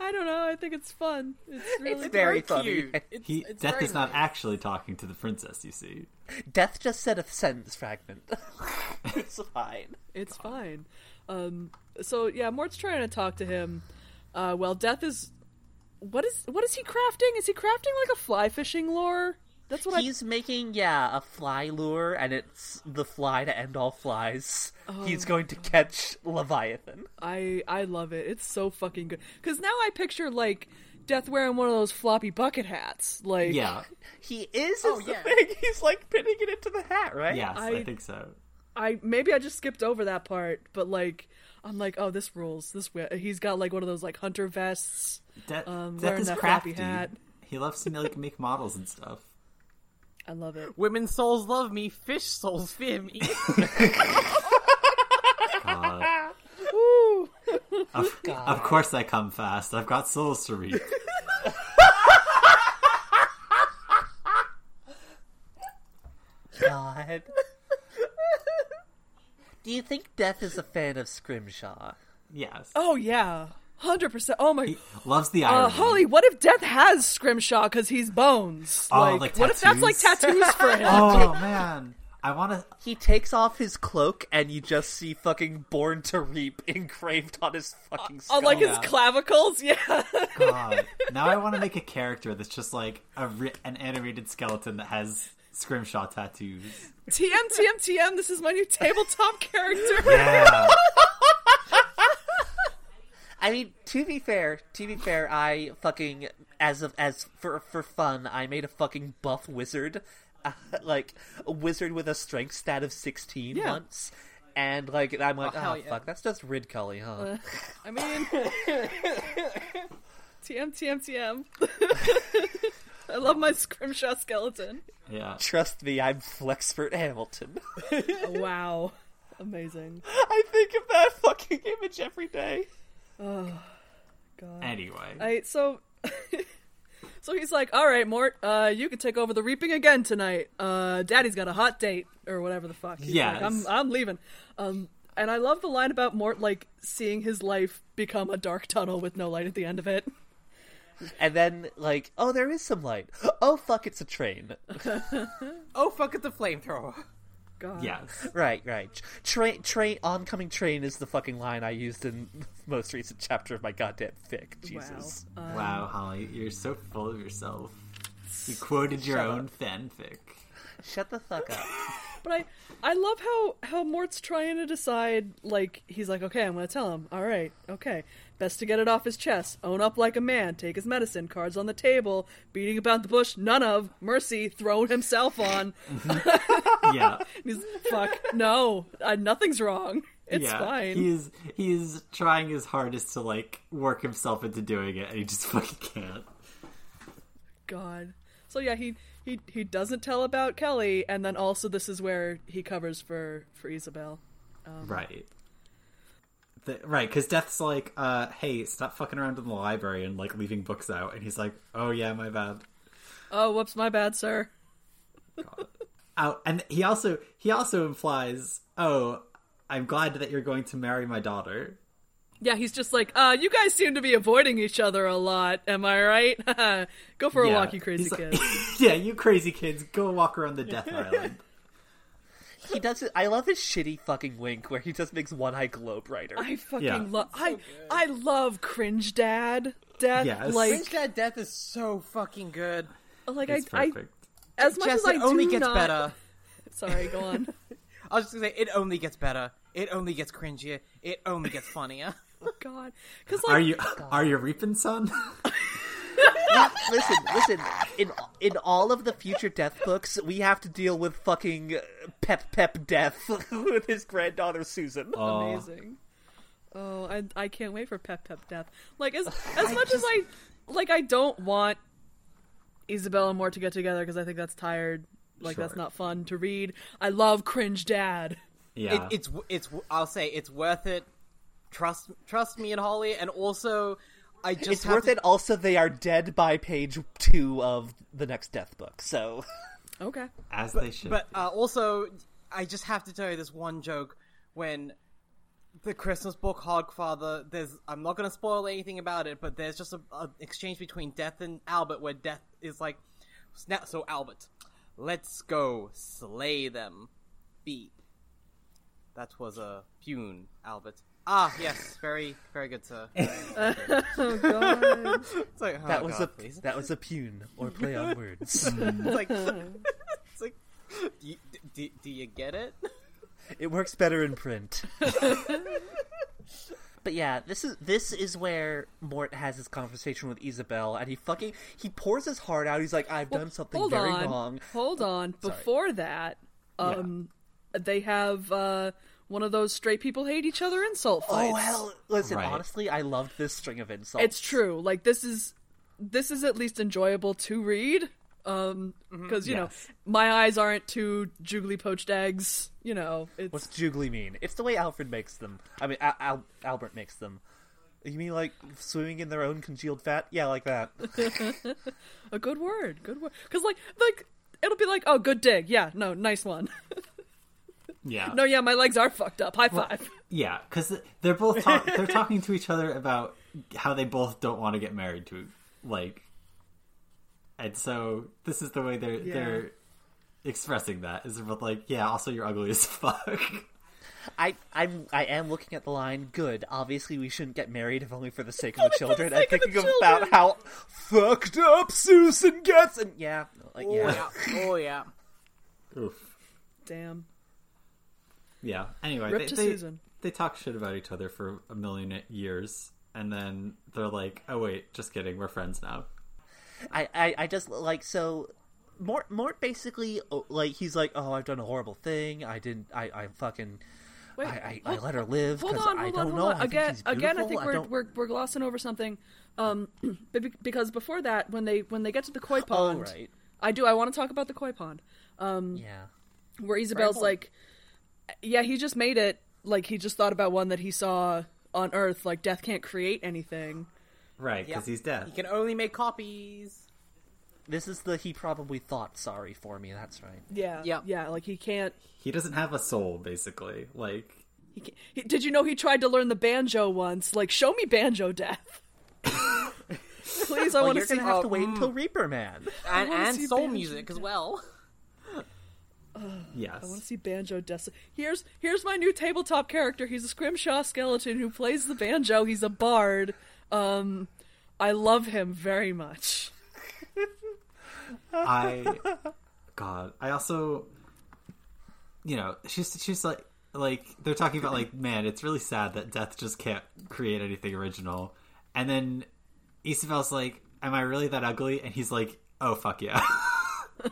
Speaker 2: I don't know. I think it's fun. It's really
Speaker 1: It's very
Speaker 4: cute.
Speaker 1: funny.
Speaker 4: It's,
Speaker 3: he
Speaker 4: it's
Speaker 3: death
Speaker 4: very
Speaker 3: is not
Speaker 4: nice.
Speaker 3: actually talking to the princess you see
Speaker 1: death just said a sentence fragment it's fine
Speaker 2: It's fine. Um, so yeah, Mort's trying to talk to him. Uh, well, Death is. What is what is he crafting? Is he crafting like a fly fishing lure? That's what
Speaker 1: He's making, yeah, a fly lure, and it's the fly to end all flies. He's going to catch Leviathan.
Speaker 2: I, I I love it. It's so fucking good. Because now I picture like Death wearing one of those floppy bucket hats. Like
Speaker 3: yeah
Speaker 1: He is, is
Speaker 4: Oh,
Speaker 1: the
Speaker 4: yeah.
Speaker 1: thing. He's like pinning it into the hat, right?
Speaker 3: yes I...
Speaker 2: I-
Speaker 3: think so
Speaker 2: I maybe I just skipped over that part, but like I'm like, oh, this rules. This wi- he's got like one of those like hunter vests.
Speaker 3: De-
Speaker 2: Um,
Speaker 3: death
Speaker 2: wearing
Speaker 3: is
Speaker 2: that
Speaker 3: crafty
Speaker 2: flappy hat.
Speaker 3: he loves to like make models and stuff
Speaker 2: I love it.
Speaker 4: Women's souls love me. Fish souls fear me.
Speaker 3: God.
Speaker 2: Ooh.
Speaker 3: Of, of course I come fast. I've got souls to reap.
Speaker 1: God. Do you think Death is a fan of Scrimshaw?
Speaker 3: Yes.
Speaker 2: Oh yeah, hundred percent. Oh my.
Speaker 3: Loves the
Speaker 2: Uh,
Speaker 3: irony.
Speaker 2: Holly, what if Death has Scrimshaw because he's bones?
Speaker 3: Oh,
Speaker 2: like,
Speaker 3: like
Speaker 2: what if that's like
Speaker 3: tattoos?
Speaker 2: tattoos for him?
Speaker 3: Oh man, I want to.
Speaker 1: He takes off his cloak, and you just see fucking Born to Reap engraved on Oh, his fucking skull.
Speaker 2: On Oh, like his
Speaker 3: yeah.
Speaker 2: clavicles, yeah.
Speaker 3: God, now I want to make a character that's just like a re- an animated skeleton that has scrimshaw tattoos.
Speaker 2: TM, TM, TM. This is my new tabletop character.
Speaker 3: Yeah.
Speaker 1: I mean, to be fair, to be fair, I fucking as of as for for fun, I made a fucking buff wizard, uh, like a wizard with a strength stat of sixteen
Speaker 2: Yeah.
Speaker 1: once, and like I'm like,
Speaker 4: Oh,
Speaker 1: oh,
Speaker 4: hell yeah." Uh.
Speaker 1: fuck, that's just Rid Cully, huh?
Speaker 2: I mean, TM, TM, TM. I love my Scrimshaw skeleton.
Speaker 3: yeah.
Speaker 1: Trust me, I'm Flexpert Hamilton.
Speaker 2: Oh, Wow. Amazing.
Speaker 1: I think of that fucking image every day.
Speaker 2: God.
Speaker 3: Anyway,
Speaker 2: I so so he's like, "All right, Mort, uh, you can take over the reaping again tonight. Uh, Daddy's got a hot date or whatever the fuck." He's
Speaker 3: Yes.
Speaker 2: like, I'm I'm leaving. Um, and I love the line about Mort like seeing his life become a dark tunnel with no light at the end of it.
Speaker 1: And then, like, oh, there is some light. Oh, fuck, it's a train.
Speaker 4: Oh fuck! It's a flamethrower.
Speaker 2: God.
Speaker 3: yes,
Speaker 1: Right, right. Train, train, oncoming train is the fucking line I used in the most recent chapter of my goddamn fic. Jesus.
Speaker 2: Um,
Speaker 3: wow, Holly, you're so full of yourself. You quoted your
Speaker 1: Shut
Speaker 3: own fanfic.
Speaker 1: Shut the fuck up.
Speaker 2: But I I love how how Mort's trying to decide like he's like, "Okay, I'm going to tell him. All right. Okay. Best to get it off his chest. Own up like a man. Take his medicine. Cards on the table. Beating about the bush. None of. Mercy. Thrown himself on.
Speaker 3: Yeah,
Speaker 2: He's fuck no, uh, nothing's wrong. It's
Speaker 3: yeah.
Speaker 2: fine.
Speaker 3: He's he's trying his hardest to like work himself into doing it, and he just fucking can't.
Speaker 2: God. So yeah, he he he doesn't tell about Kelly, and then also this is where he covers for for Isabel. Um.
Speaker 3: Right. The, right, because Death's like, uh, hey, stop fucking around in the library and like leaving books out, and he's like, oh yeah, my bad.
Speaker 2: Oh, whoops, my bad, sir.
Speaker 3: Out, and he also he also implies, oh, I'm glad that you're going to marry my daughter.
Speaker 2: Yeah, he's just like, uh, you guys seem to be avoiding each other a lot. Am I right? Go for a
Speaker 3: Yeah.
Speaker 2: walk, you crazy
Speaker 3: He's like-
Speaker 2: kid.
Speaker 3: yeah, you crazy kids, go walk around the Death Island.
Speaker 1: He does it. I love his shitty fucking wink where he just makes one eye glow brighter.
Speaker 2: I fucking
Speaker 3: Yeah.
Speaker 2: love. I I love cringe dad. Death,
Speaker 3: Yes.
Speaker 2: like,
Speaker 4: French Dad Death is so fucking good.
Speaker 2: like
Speaker 3: It's
Speaker 2: I, I,
Speaker 3: perfect.
Speaker 2: as much
Speaker 4: Jess,
Speaker 2: as I
Speaker 4: it only
Speaker 2: do
Speaker 4: gets
Speaker 2: not-
Speaker 4: better.
Speaker 2: Sorry, go on.
Speaker 4: I was just gonna say it only gets better. It only gets cringier. It only gets funnier.
Speaker 2: God, because like,
Speaker 3: are you are you reaping, son?
Speaker 1: listen, listen. In in all of the future death books, we have to deal with fucking Pep Pep Death with his granddaughter Susan.
Speaker 4: Uh,
Speaker 2: amazing. Oh, I I can't wait for Pep Pep Death. Like as as much as I like, I don't want Isabel and Moore to get together because I think that's tired. Like that's
Speaker 3: Sure.
Speaker 2: not fun to read. I love cringe dad.
Speaker 3: yeah,
Speaker 4: It, it's w- it's. w- I'll say it's worth it. Trust trust me and Holly, and also I just
Speaker 1: it's
Speaker 4: have
Speaker 1: worth
Speaker 4: to-
Speaker 1: it. Also, they are dead by page two of the next death book. So,
Speaker 2: Okay.
Speaker 3: as they should.
Speaker 4: But uh, also, I just have to tell you this one joke when the Christmas book Hogfather. There's I'm not going to spoil anything about it, but there's just a, a exchange between Death and Albert where Death is like, "Snap!" So Albert, let's go slay them. Beat. That was a pune, Albert. Ah, yes, very, very good, sir. It's like, oh,
Speaker 1: Oh, that was
Speaker 4: God,
Speaker 1: a
Speaker 4: please.
Speaker 1: that was a pun or play on words.
Speaker 4: It's like, it's like, do you, do, do you get it?
Speaker 1: it works better in print. But yeah, this is this is where Mort has his conversation with Isabel, and he fucking he pours his heart out. He's like, "I've done something
Speaker 2: Hold
Speaker 1: very
Speaker 2: on.
Speaker 1: wrong."
Speaker 2: Hold on. Before that, um, they have uh one of those straight people hate each other insult fights.
Speaker 1: Oh hell! Listen,
Speaker 3: Right.
Speaker 1: honestly, I loved this string of insults.
Speaker 2: it's true like this is this is at least enjoyable to read um
Speaker 1: Mm-hmm.
Speaker 2: because you
Speaker 3: Yes.
Speaker 2: know my eyes aren't too juggly poached eggs you know it's
Speaker 1: What's juggly mean? It's the way Alfred makes them. I mean, Al- Al- Albert makes them. You mean like swimming in their own congealed fat? Yeah, like that.
Speaker 2: a good word good word because like like it'll be like oh good dig yeah no nice one
Speaker 3: yeah,
Speaker 2: no yeah my legs are fucked up high five
Speaker 3: Yeah, because they're both talk- they're talking to each other about how they both don't want to get married to like, and so this is the way they're they're expressing that is both like, yeah, also you're ugly as fuck.
Speaker 1: I, I'm, I am looking at the line. Good. Obviously, we shouldn't get married if only for the sake of the children. I'm
Speaker 2: sake of the
Speaker 1: thinking about
Speaker 2: children.
Speaker 1: how fucked up Susan gets, and yeah, like
Speaker 4: Oh
Speaker 1: yeah.
Speaker 4: yeah, oh yeah.
Speaker 3: Oof.
Speaker 2: damn
Speaker 3: Yeah. Anyway,
Speaker 2: Rip
Speaker 3: they,
Speaker 2: to
Speaker 3: they,
Speaker 2: Susan.
Speaker 3: they talk shit about each other for a million years, and then they're like, oh wait, just kidding, we're friends now.
Speaker 1: I, I, I just like so. Mort, Mort basically oh, like he's like, oh, I've done a horrible thing. I didn't. I, I fucking.
Speaker 2: Wait,
Speaker 1: I, I, I
Speaker 2: hold-
Speaker 1: let her live
Speaker 2: hold
Speaker 1: because
Speaker 2: on, hold
Speaker 1: I
Speaker 2: on,
Speaker 1: don't
Speaker 2: hold
Speaker 1: know.
Speaker 2: on.
Speaker 1: I think
Speaker 2: again,
Speaker 1: she's
Speaker 2: again, I
Speaker 1: beautiful.
Speaker 2: think we're,
Speaker 1: don't-
Speaker 2: we're we're glossing over something, um, but be- because before that, when they when they get to the koi pond,
Speaker 1: Oh, right.
Speaker 2: I do I want to talk about the koi pond.
Speaker 1: yeah.
Speaker 2: where Isabel's
Speaker 4: Bramble.
Speaker 2: like, yeah, he just made it like he just thought about one that he saw on Earth. Like death can't create anything.
Speaker 3: Right, because he's dead.
Speaker 4: He can only make copies.
Speaker 1: This is the he probably thought sorry for me. That's right.
Speaker 2: Yeah,
Speaker 4: Yep.
Speaker 2: yeah. Like he can't.
Speaker 3: He doesn't have a soul, basically. Like,
Speaker 2: He can't. He, did you know he tried to learn the banjo once? Like, show me banjo death. Please, I
Speaker 1: Well,
Speaker 2: want
Speaker 1: you're
Speaker 2: to see.
Speaker 1: gonna
Speaker 2: how-
Speaker 1: have to mm, wait until Reaper Man.
Speaker 4: And,
Speaker 2: wanna
Speaker 4: and
Speaker 2: see
Speaker 4: soul
Speaker 2: banjo
Speaker 4: music as well.
Speaker 3: yes.
Speaker 2: I want to see banjo death. Here's here's my new tabletop character. He's a scrimshaw skeleton who plays the banjo. He's a bard. Um, I love him very much.
Speaker 3: I God, I also you know, she's she's like like they're talking about like, man, it's really sad that Death just can't create anything original. And then Isabel's like, Am I really that ugly? And he's like, Oh fuck yeah.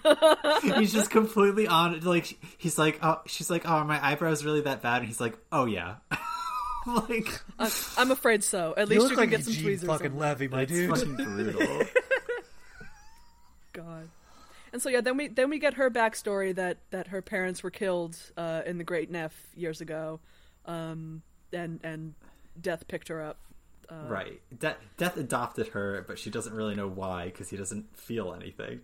Speaker 3: he's just completely on like he's like oh she's like oh are my eyebrows really that bad and he's like oh yeah like
Speaker 2: I'm, I'm afraid so. At least you, can get some tweezers. Oh, on
Speaker 1: fucking Levy, my dude.
Speaker 3: it's fucking brutal
Speaker 2: God. And so yeah, then we then we get her backstory that that her parents were killed uh, in the Great Neff years ago, um, and and death picked her up.
Speaker 3: right De- death adopted her but she doesn't really know why because he doesn't feel anything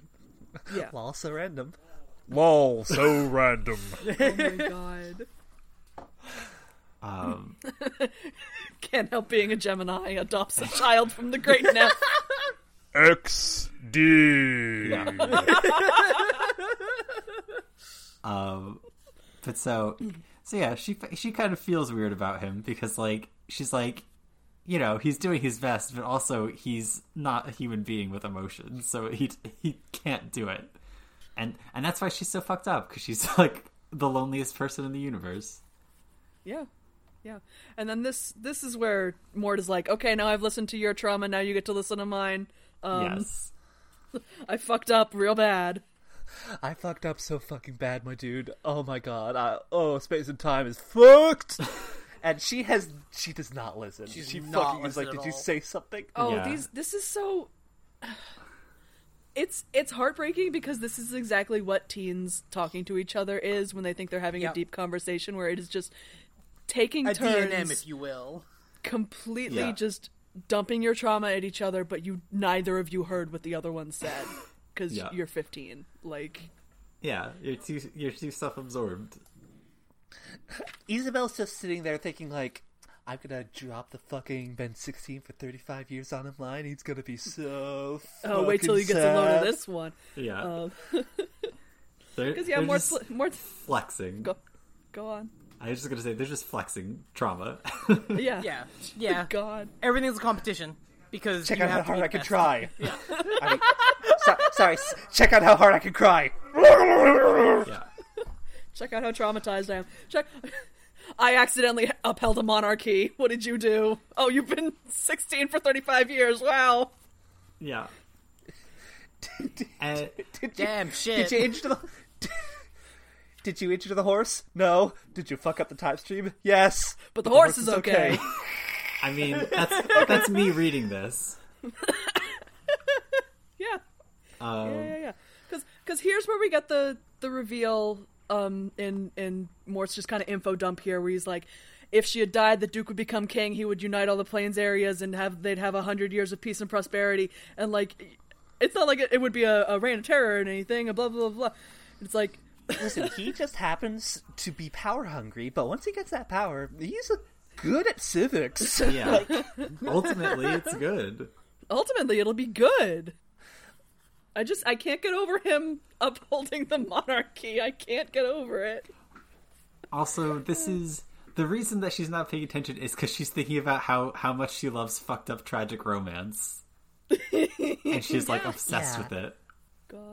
Speaker 2: Yeah. oh
Speaker 1: Lol, so random.
Speaker 5: Lol, so random.
Speaker 2: Oh my God.
Speaker 3: um
Speaker 2: Can't help being a Gemini. Adopts a child from the Great Neff.
Speaker 5: XD.
Speaker 3: um but so so yeah she she kind of feels weird about him because like she's like you know he's doing his best but also he's not a human being with emotions so he he can't do it and and that's why she's so fucked up because she's like the loneliest person in the universe
Speaker 2: Yeah. Yeah. And then this this is where Mort is like, okay, now I've listened to your trauma. Now you get to listen to mine. Um,
Speaker 3: yes
Speaker 2: I fucked up real bad.
Speaker 1: I fucked up so fucking bad, my dude. Oh my god. I, oh, space and time is fucked. and she has. She does not listen.
Speaker 4: She's
Speaker 1: she
Speaker 4: not
Speaker 1: fucking is
Speaker 4: listen
Speaker 1: like,
Speaker 4: at
Speaker 1: did you
Speaker 4: all."
Speaker 1: say something?
Speaker 2: Oh,
Speaker 3: Yeah.
Speaker 2: these this is so it's it's heartbreaking because this is exactly what teens talking to each other is when they think they're having
Speaker 4: Yeah.
Speaker 2: a deep conversation where it is just taking
Speaker 4: A
Speaker 2: turns
Speaker 4: DNM, if you will.
Speaker 2: completely
Speaker 3: Yeah.
Speaker 2: just dumping your trauma at each other but you neither of you heard what the other one said cuz
Speaker 3: Yeah.
Speaker 2: you're 15 like
Speaker 3: yeah you're too you're too self-absorbed
Speaker 1: Isabel's just sitting there thinking, like, I'm gonna drop the fucking Ben 16 for 35 years on him line. He's gonna be so.
Speaker 2: oh wait till
Speaker 1: fucking
Speaker 2: you get a load
Speaker 1: sad."
Speaker 2: of this one
Speaker 3: yeah
Speaker 2: Um,
Speaker 3: They're-
Speaker 2: cuz yeah
Speaker 3: they're
Speaker 2: more
Speaker 3: just
Speaker 2: fl- more
Speaker 3: flexing
Speaker 2: go, go on
Speaker 3: I was just gonna say they're just flexing trauma.
Speaker 2: yeah
Speaker 4: Yeah, yeah.
Speaker 2: god
Speaker 4: Everything's a competition because
Speaker 1: Check
Speaker 4: you
Speaker 1: out how
Speaker 4: have to be
Speaker 1: hard I
Speaker 4: the
Speaker 1: can
Speaker 4: best.
Speaker 1: try. I mean, so- sorry, s- check out how hard I can cry.
Speaker 3: yeah.
Speaker 2: Check out how traumatized I am. Check. I accidentally upheld a monarchy. What did you do? Oh, you've been 16 for 35 years. Wow.
Speaker 3: Yeah. and
Speaker 1: Did you-
Speaker 4: Damn shit.
Speaker 1: Did you injure the? Did you injure the horse? No. Did you fuck up the time stream? Yes.
Speaker 2: But the horse is okay.
Speaker 3: I mean that's that's me reading this.
Speaker 2: Yeah.
Speaker 3: Um,
Speaker 2: Yeah, yeah, yeah. Cuz cuz here's where we get the the reveal um in in Mort's just kind of info dump here where he's like if she had died, the Duke would become king. He would unite all the plains areas and have they'd have a hundred years of peace and prosperity. And like, it's not like it, it would be a, a reign of terror or anything. And blah blah blah. blah. It's like
Speaker 1: Listen, he just happens to be power hungry, but once he gets that power, he's a, good at civics.
Speaker 3: Yeah. Ultimately it's good.
Speaker 2: ultimately it'll be good. I just I can't get over him upholding the monarchy. I can't get over it.
Speaker 3: Also, this is the reason that she's not paying attention is because she's thinking about how, how much she loves fucked up tragic romance. and she's like obsessed
Speaker 1: Yeah.
Speaker 3: with it.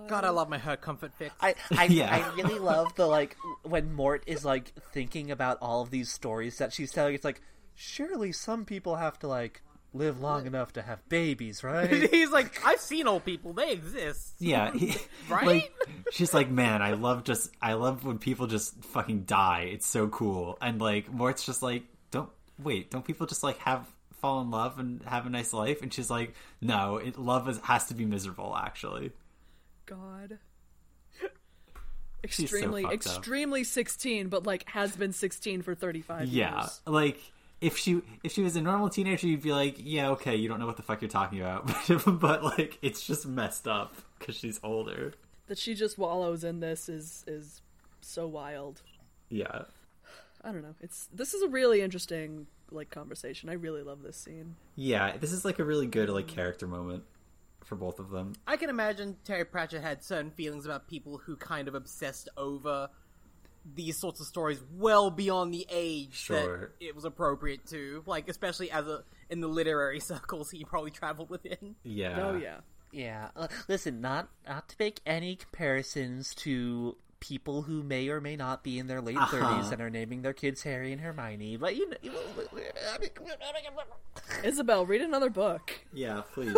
Speaker 4: God, I love my her comfort fix.
Speaker 1: I, I,
Speaker 3: Yeah.
Speaker 1: I really love the like when Mort is like thinking about all of these stories that she's telling. It's like surely some people have to like live long enough to have babies, right?
Speaker 4: He's like, I've seen old people. They exist.
Speaker 3: Yeah. he-
Speaker 4: Right?
Speaker 3: Like she's like, Man, I love just I love when people just fucking die. It's so cool. And like Mort's just like, Don't wait, don't people just like have fall in love and have a nice life? And she's like, No, it love is, has to be miserable actually.
Speaker 2: God.
Speaker 3: so
Speaker 2: extremely
Speaker 3: fucked up.
Speaker 2: extremely 16 but like has been 16 for 35
Speaker 3: Yeah,
Speaker 2: years
Speaker 3: like if she if she was a normal teenager, you'd be like, yeah, okay, you don't know what the fuck you're talking about, but like it's just messed up because she's older.
Speaker 2: that she just wallows in this is is so wild
Speaker 3: Yeah,
Speaker 2: i don't know it's this is a really interesting like conversation i really love this scene
Speaker 3: yeah. This is like a really good like character moment for both of them.
Speaker 4: I can imagine Terry Pratchett had certain feelings about people who kind of obsessed over these sorts of stories well beyond the age
Speaker 3: Sure.
Speaker 4: that it was appropriate to. Like, especially as a in the literary circles he probably traveled within.
Speaker 3: Yeah.
Speaker 2: oh yeah
Speaker 1: Yeah. Uh, listen, not not to make any comparisons to people who may or may not be in their late
Speaker 2: Uh-huh.
Speaker 1: 30s and are naming their kids Harry and Hermione, but you know, I mean,
Speaker 2: isabel read another book
Speaker 3: Yeah, please.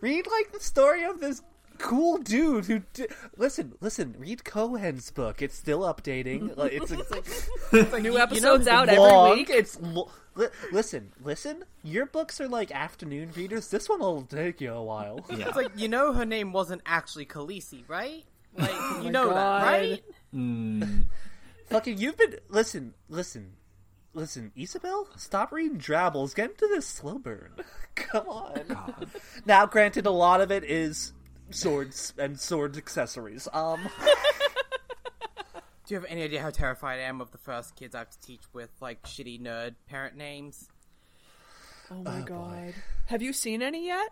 Speaker 1: read like the story of this cool dude who d- listen listen read cohen's book it's still updating Like, it's, it's, it's
Speaker 2: new episodes out
Speaker 1: long.
Speaker 2: every week
Speaker 1: It's lo- li- listen, listen. Your books are like afternoon readers. This one will take you a while.
Speaker 3: yeah.
Speaker 4: It's like you know her name wasn't actually Khaleesi, right? Like you know
Speaker 2: Oh God.
Speaker 4: that, right?
Speaker 1: Fucking, you've been listen, listen, listen. Isabel, stop reading drabbles. Get into this slow burn. Come on. Now, granted, a lot of it is swords and sword accessories. Um,
Speaker 4: Do you have any idea how terrified I am of the first kids I have to teach with like shitty nerd parent names?
Speaker 2: oh my god have you seen any yet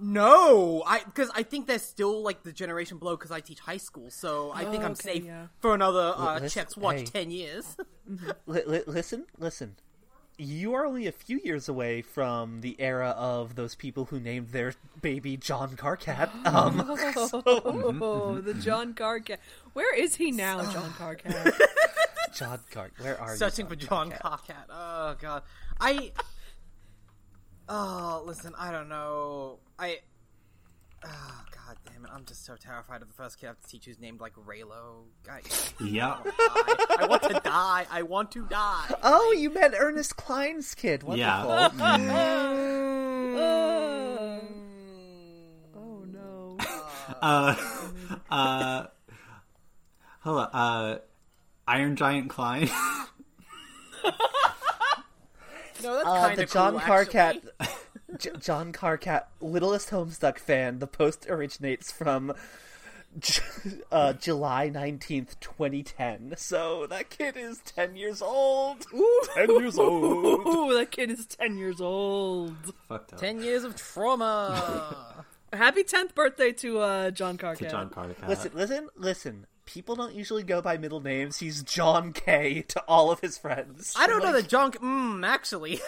Speaker 4: No, I because I think they're still like the generation below because I teach high school, so I think I'm
Speaker 2: okay,
Speaker 4: safe
Speaker 2: yeah.
Speaker 4: for another uh,
Speaker 1: let's-
Speaker 4: checks watch
Speaker 1: hey.
Speaker 4: ten years.
Speaker 1: li- li- listen, listen. You are only a few years away from the era of those people who named their baby John Carcat. Um,
Speaker 2: oh the john carcat where is he now john carcat
Speaker 1: John Cart, where are
Speaker 4: Searching
Speaker 1: you?
Speaker 4: for John Carcat. Oh god, I. Oh, listen, I don't know. I. Oh god damn it! I'm just so terrified of the first kid I have to teach who's named like Raylo. I,
Speaker 3: yeah.
Speaker 4: I, I want to die. I want to die.
Speaker 1: Oh, you met Ernest Klein's kid. Wonderful.
Speaker 3: Yeah.
Speaker 4: Mm,
Speaker 2: oh no
Speaker 3: Uh, hello, uh, Iron Giant Klein.
Speaker 4: No, that's
Speaker 1: Uh,
Speaker 4: kind
Speaker 1: the
Speaker 4: of
Speaker 1: John
Speaker 4: cool,
Speaker 1: Carcat,
Speaker 4: actually.
Speaker 1: J- John Carcat, littlest Homestuck fan. The post originates from J- uh, July nineteenth, twenty ten. So that kid is ten years old.
Speaker 5: Ten years old.
Speaker 2: Ooh, that kid is 10 years old
Speaker 3: Fucked up.
Speaker 4: Ten years of trauma.
Speaker 2: happy 10th birthday to uh john carcat
Speaker 3: to John Carter.
Speaker 1: Listen, listen, listen. People don't usually go by middle names. He's John K to all of his friends.
Speaker 4: I don't know that John. Mmm, actually.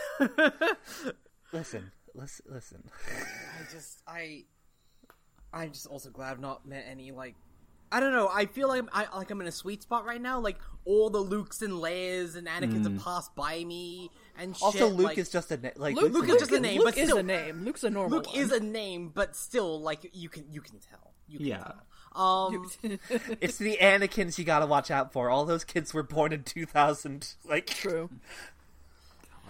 Speaker 1: Listen, listen, listen.
Speaker 4: I just I I'm just also glad I've not met any like I don't know. I feel like I'm, I like I'm in a sweet spot right now. Like all the Lukes and Leias and Anakin's have passed by me and shit.
Speaker 1: Mm. Also, Luke
Speaker 4: like,
Speaker 1: is just a na- like
Speaker 2: Luke,
Speaker 4: Luke is just a
Speaker 2: is-
Speaker 4: name,
Speaker 2: Luke
Speaker 4: but
Speaker 2: is
Speaker 4: still-
Speaker 2: a name. Luke's a normal.
Speaker 4: Luke is a name, but still like you can you can tell. You can
Speaker 3: Yeah.
Speaker 4: Tell. Um,
Speaker 1: It's the Anakin's you gotta watch out for. All those kids were born in two thousand. Like
Speaker 2: true.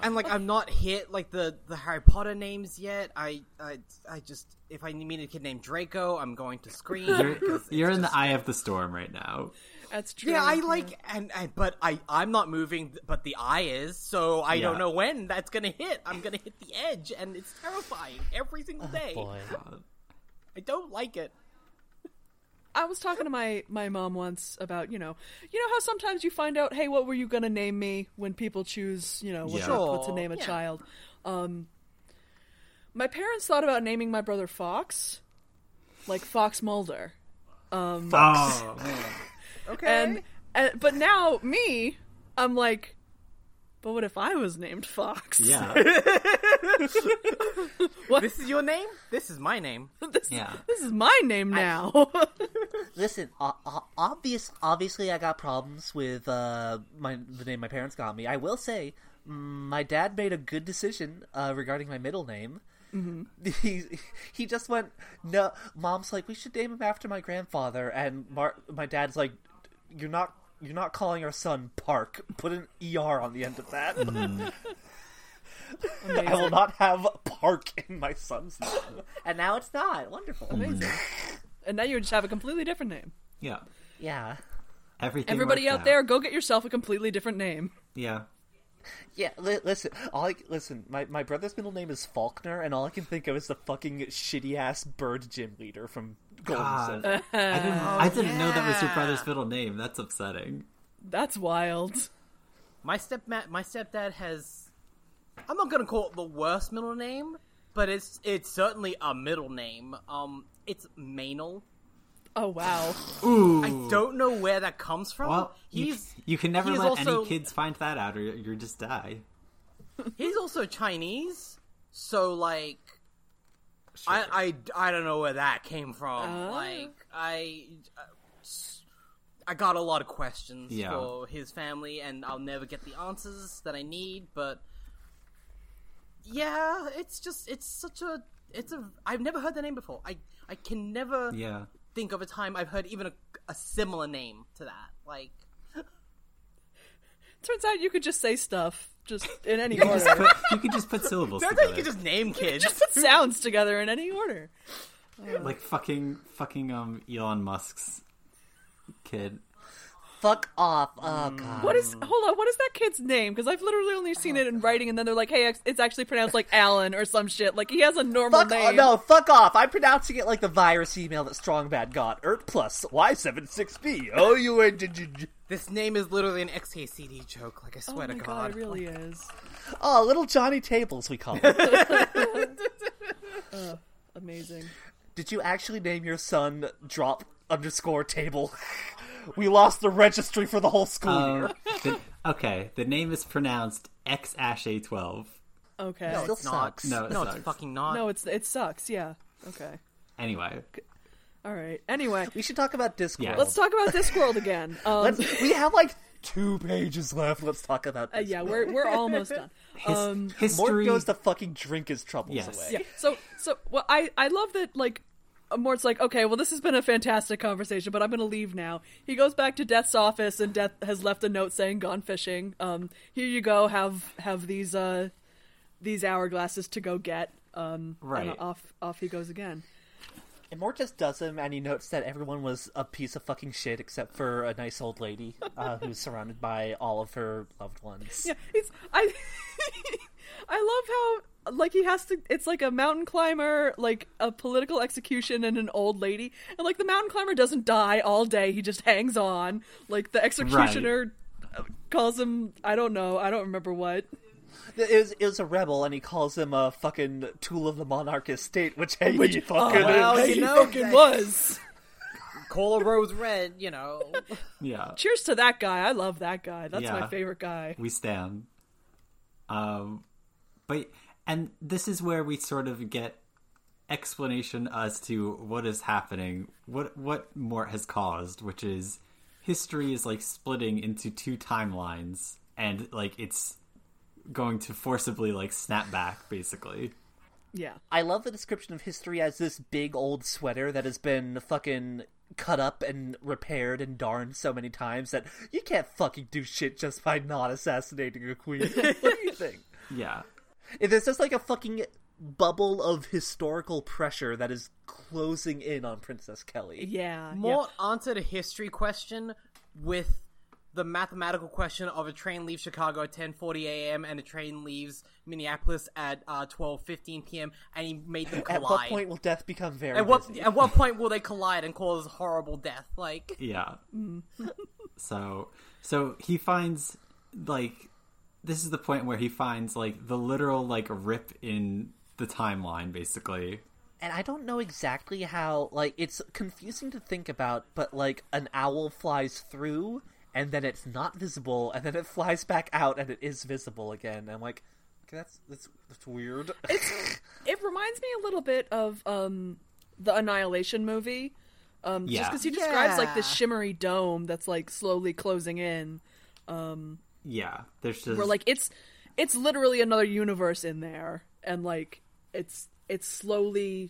Speaker 4: and like I'm not hit like the the Harry Potter names yet. I I I just if I meet a kid named Draco, I'm going to scream.
Speaker 3: You're,
Speaker 4: 'cause it's
Speaker 3: you're in
Speaker 4: just-
Speaker 3: the eye of the storm right now.
Speaker 2: That's true.
Speaker 4: Yeah, I like and, and but I I'm not moving, but the eye is. So I
Speaker 3: Yeah.
Speaker 4: don't know when that's gonna hit. I'm gonna hit the edge, and it's terrifying every
Speaker 3: Oh,
Speaker 4: single day. I don't like it.
Speaker 2: I was talking to my my mom once about you know you know how sometimes you find out hey what were you gonna name me when people choose you know what,
Speaker 3: Yeah.
Speaker 2: to, what to
Speaker 4: Sure,
Speaker 2: name a
Speaker 4: yeah.
Speaker 2: child. Um, my parents thought about naming my brother Fox, like Fox Mulder, Um,
Speaker 3: Oh,
Speaker 4: Okay,
Speaker 2: and, and but now me, I'm like, but what if I was named Fox?
Speaker 3: yeah,
Speaker 4: this is your name. This is my name.
Speaker 2: this,
Speaker 3: yeah.
Speaker 2: this is my name now.
Speaker 1: Listen, uh, uh, obvious, obviously, I got problems with uh, my the name my parents got me. I will say, mm, my dad made a good decision uh, regarding my middle name. He he just went no. Mom's like, we should name him after my grandfather, and Mar- my dad's like, you're not you're not calling our son Park. Put an er on the end of that. I will not have Park in my son's name. And now it's not wonderful.
Speaker 2: and now you just have a completely different name.
Speaker 3: Yeah.
Speaker 1: Yeah.
Speaker 3: Everything
Speaker 2: Everybody
Speaker 3: worked
Speaker 2: out there, go get yourself a completely different name.
Speaker 3: Yeah.
Speaker 1: Yeah, li- listen. All I, listen, my, my brother's middle name is Faulkner, and all I can think of is the fucking shitty ass bird gym leader from Golden
Speaker 3: God.
Speaker 1: Sun.
Speaker 3: I didn't, I didn't know that was your brother's middle name. That's upsetting.
Speaker 2: That's wild.
Speaker 4: My step my stepdad has I'm not gonna call it the worst middle name, but it's it's certainly a middle name. Um it's Manel.
Speaker 2: Oh wow.
Speaker 3: Ooh.
Speaker 4: I don't know where that comes from.
Speaker 3: Well, you,
Speaker 4: he's
Speaker 3: you can never
Speaker 4: he's
Speaker 3: let
Speaker 4: also-
Speaker 3: any kids find that out, or you you just die.
Speaker 4: he's also Chinese, so like I, I I don't know where that came from.
Speaker 2: Ah.
Speaker 4: Like I I got a lot of questions
Speaker 3: Yeah.
Speaker 4: for his family, and I'll never get the answers that I need. But yeah, it's just it's such a it's a I've never heard the name before. I I can never
Speaker 3: Yeah.
Speaker 4: think of a time I've heard even a, a similar name to that. Like
Speaker 2: Turns out you could just say stuff just in any
Speaker 3: You, just
Speaker 2: order.
Speaker 3: put, you could just put syllables
Speaker 4: I
Speaker 3: together.
Speaker 4: thought you could just name kids.
Speaker 2: Just put sounds together in any order.
Speaker 3: Like fucking, fucking um Elon Musk's kid.
Speaker 1: Fuck off! Oh god.
Speaker 2: What is? Hold on. What is that kid's name? Because I've literally only seen it in writing, and then they're like, "Hey, ex- it's actually pronounced like Alan or some shit." Like he has a normal
Speaker 1: Fuck off!
Speaker 2: name.
Speaker 1: No, fuck off! I'm pronouncing it like the virus email that Strongbad got. ERT plus Y76B. Oh, you ain't. did you-
Speaker 4: This name is literally an XKCD joke. Like I
Speaker 2: Oh
Speaker 4: swear
Speaker 2: my
Speaker 4: to
Speaker 2: god,
Speaker 4: God,
Speaker 2: it really is
Speaker 1: Oh, little Johnny Tables, we call him.
Speaker 2: amazing.
Speaker 1: Did you actually name your son Drop underscore Table? We lost the registry for the whole school year.
Speaker 3: Um, the- okay, the name is pronounced X Ash A twelve.
Speaker 2: Okay.
Speaker 4: No,
Speaker 2: No,
Speaker 1: Still
Speaker 4: it's not.
Speaker 1: sucks.
Speaker 3: No, it
Speaker 4: no,
Speaker 3: sucks.
Speaker 4: it's fucking not.
Speaker 2: it's it sucks. Yeah. Okay.
Speaker 3: Anyway,
Speaker 2: All right. Anyway,
Speaker 1: We should talk about Discord.
Speaker 3: Yeah.
Speaker 2: let's talk about Discworld again. Um,
Speaker 1: Let's- we have like two pages left. Let's talk about
Speaker 2: uh,
Speaker 1: this.
Speaker 2: yeah, we're we're almost done.
Speaker 3: his,
Speaker 1: Mort
Speaker 3: history.
Speaker 1: Um, goes to fucking drink his troubles
Speaker 3: Yes.
Speaker 1: away.
Speaker 2: yeah. So so well, I I love that like. uh, Mort's like, okay, well, this has been a fantastic conversation, but I'm gonna leave now. He goes back to Death's office, and Death has left a note saying, "Gone fishing. Um, here you go. Have have these uh, these hourglasses to go get." Um,
Speaker 3: Right.
Speaker 2: And off off he goes again.
Speaker 1: And Mort just does him, and he notes that everyone was a piece of fucking shit except for a nice old lady uh, who's surrounded by all of her loved ones.
Speaker 2: Yeah, it's I. I love how like he has to. It's like a mountain climber, like a political execution, and an old lady. And like the mountain climber doesn't die all day; he just hangs on. Like the executioner uh calls him. I don't know. I don't remember what.
Speaker 1: It, was, it was a rebel, and he calls him a fucking tool of the monarchist state, which hey, he fucking is.
Speaker 2: oh,
Speaker 4: well, you know,
Speaker 2: It was.
Speaker 4: call a rose red. You know,
Speaker 3: yeah,
Speaker 2: Cheers to that guy. I love that guy. That's my
Speaker 3: Yeah.
Speaker 2: favorite guy.
Speaker 3: we stand. Um, but and this is where we sort of get explanation as to what is happening, what what Mort has caused, which is history is like splitting into two timelines, and like it's going to forcibly like snap back, basically.
Speaker 2: Yeah.
Speaker 1: I love the description of history as this big old sweater that has been fucking cut up and repaired and darned so many times that you can't fucking do shit just by not assassinating a queen. what do you think?
Speaker 3: Yeah,
Speaker 1: If There's just like a fucking bubble of historical pressure that is closing in on Princess Kelly.
Speaker 2: Yeah.
Speaker 4: Mort answered a history question with the mathematical question of a train leaves Chicago at ten forty a.m. and a train leaves Minneapolis at uh, twelve fifteen p.m. and he made them collide.
Speaker 1: At what point will death become very
Speaker 4: At what,
Speaker 1: busy?
Speaker 4: at what point will they collide and cause horrible death? Like,
Speaker 3: Yeah.
Speaker 2: Mm.
Speaker 3: so so he finds like this is the point where he finds like the literal like rip in the timeline basically.
Speaker 1: And I don't know exactly how, like, it's confusing to think about, but, like, an owl flies through, and then it's not visible, and then it flies back out, and it is visible again. I'm like, okay, that's, that's, that's weird.
Speaker 2: It reminds me a little bit of um the Annihilation movie. Um,
Speaker 3: Yeah.
Speaker 2: Just because he describes like this
Speaker 4: Yeah.
Speaker 2: shimmery dome that's like slowly closing in.
Speaker 3: Yeah. There's just
Speaker 2: Where like it's it's literally another universe in there, and like it's it's slowly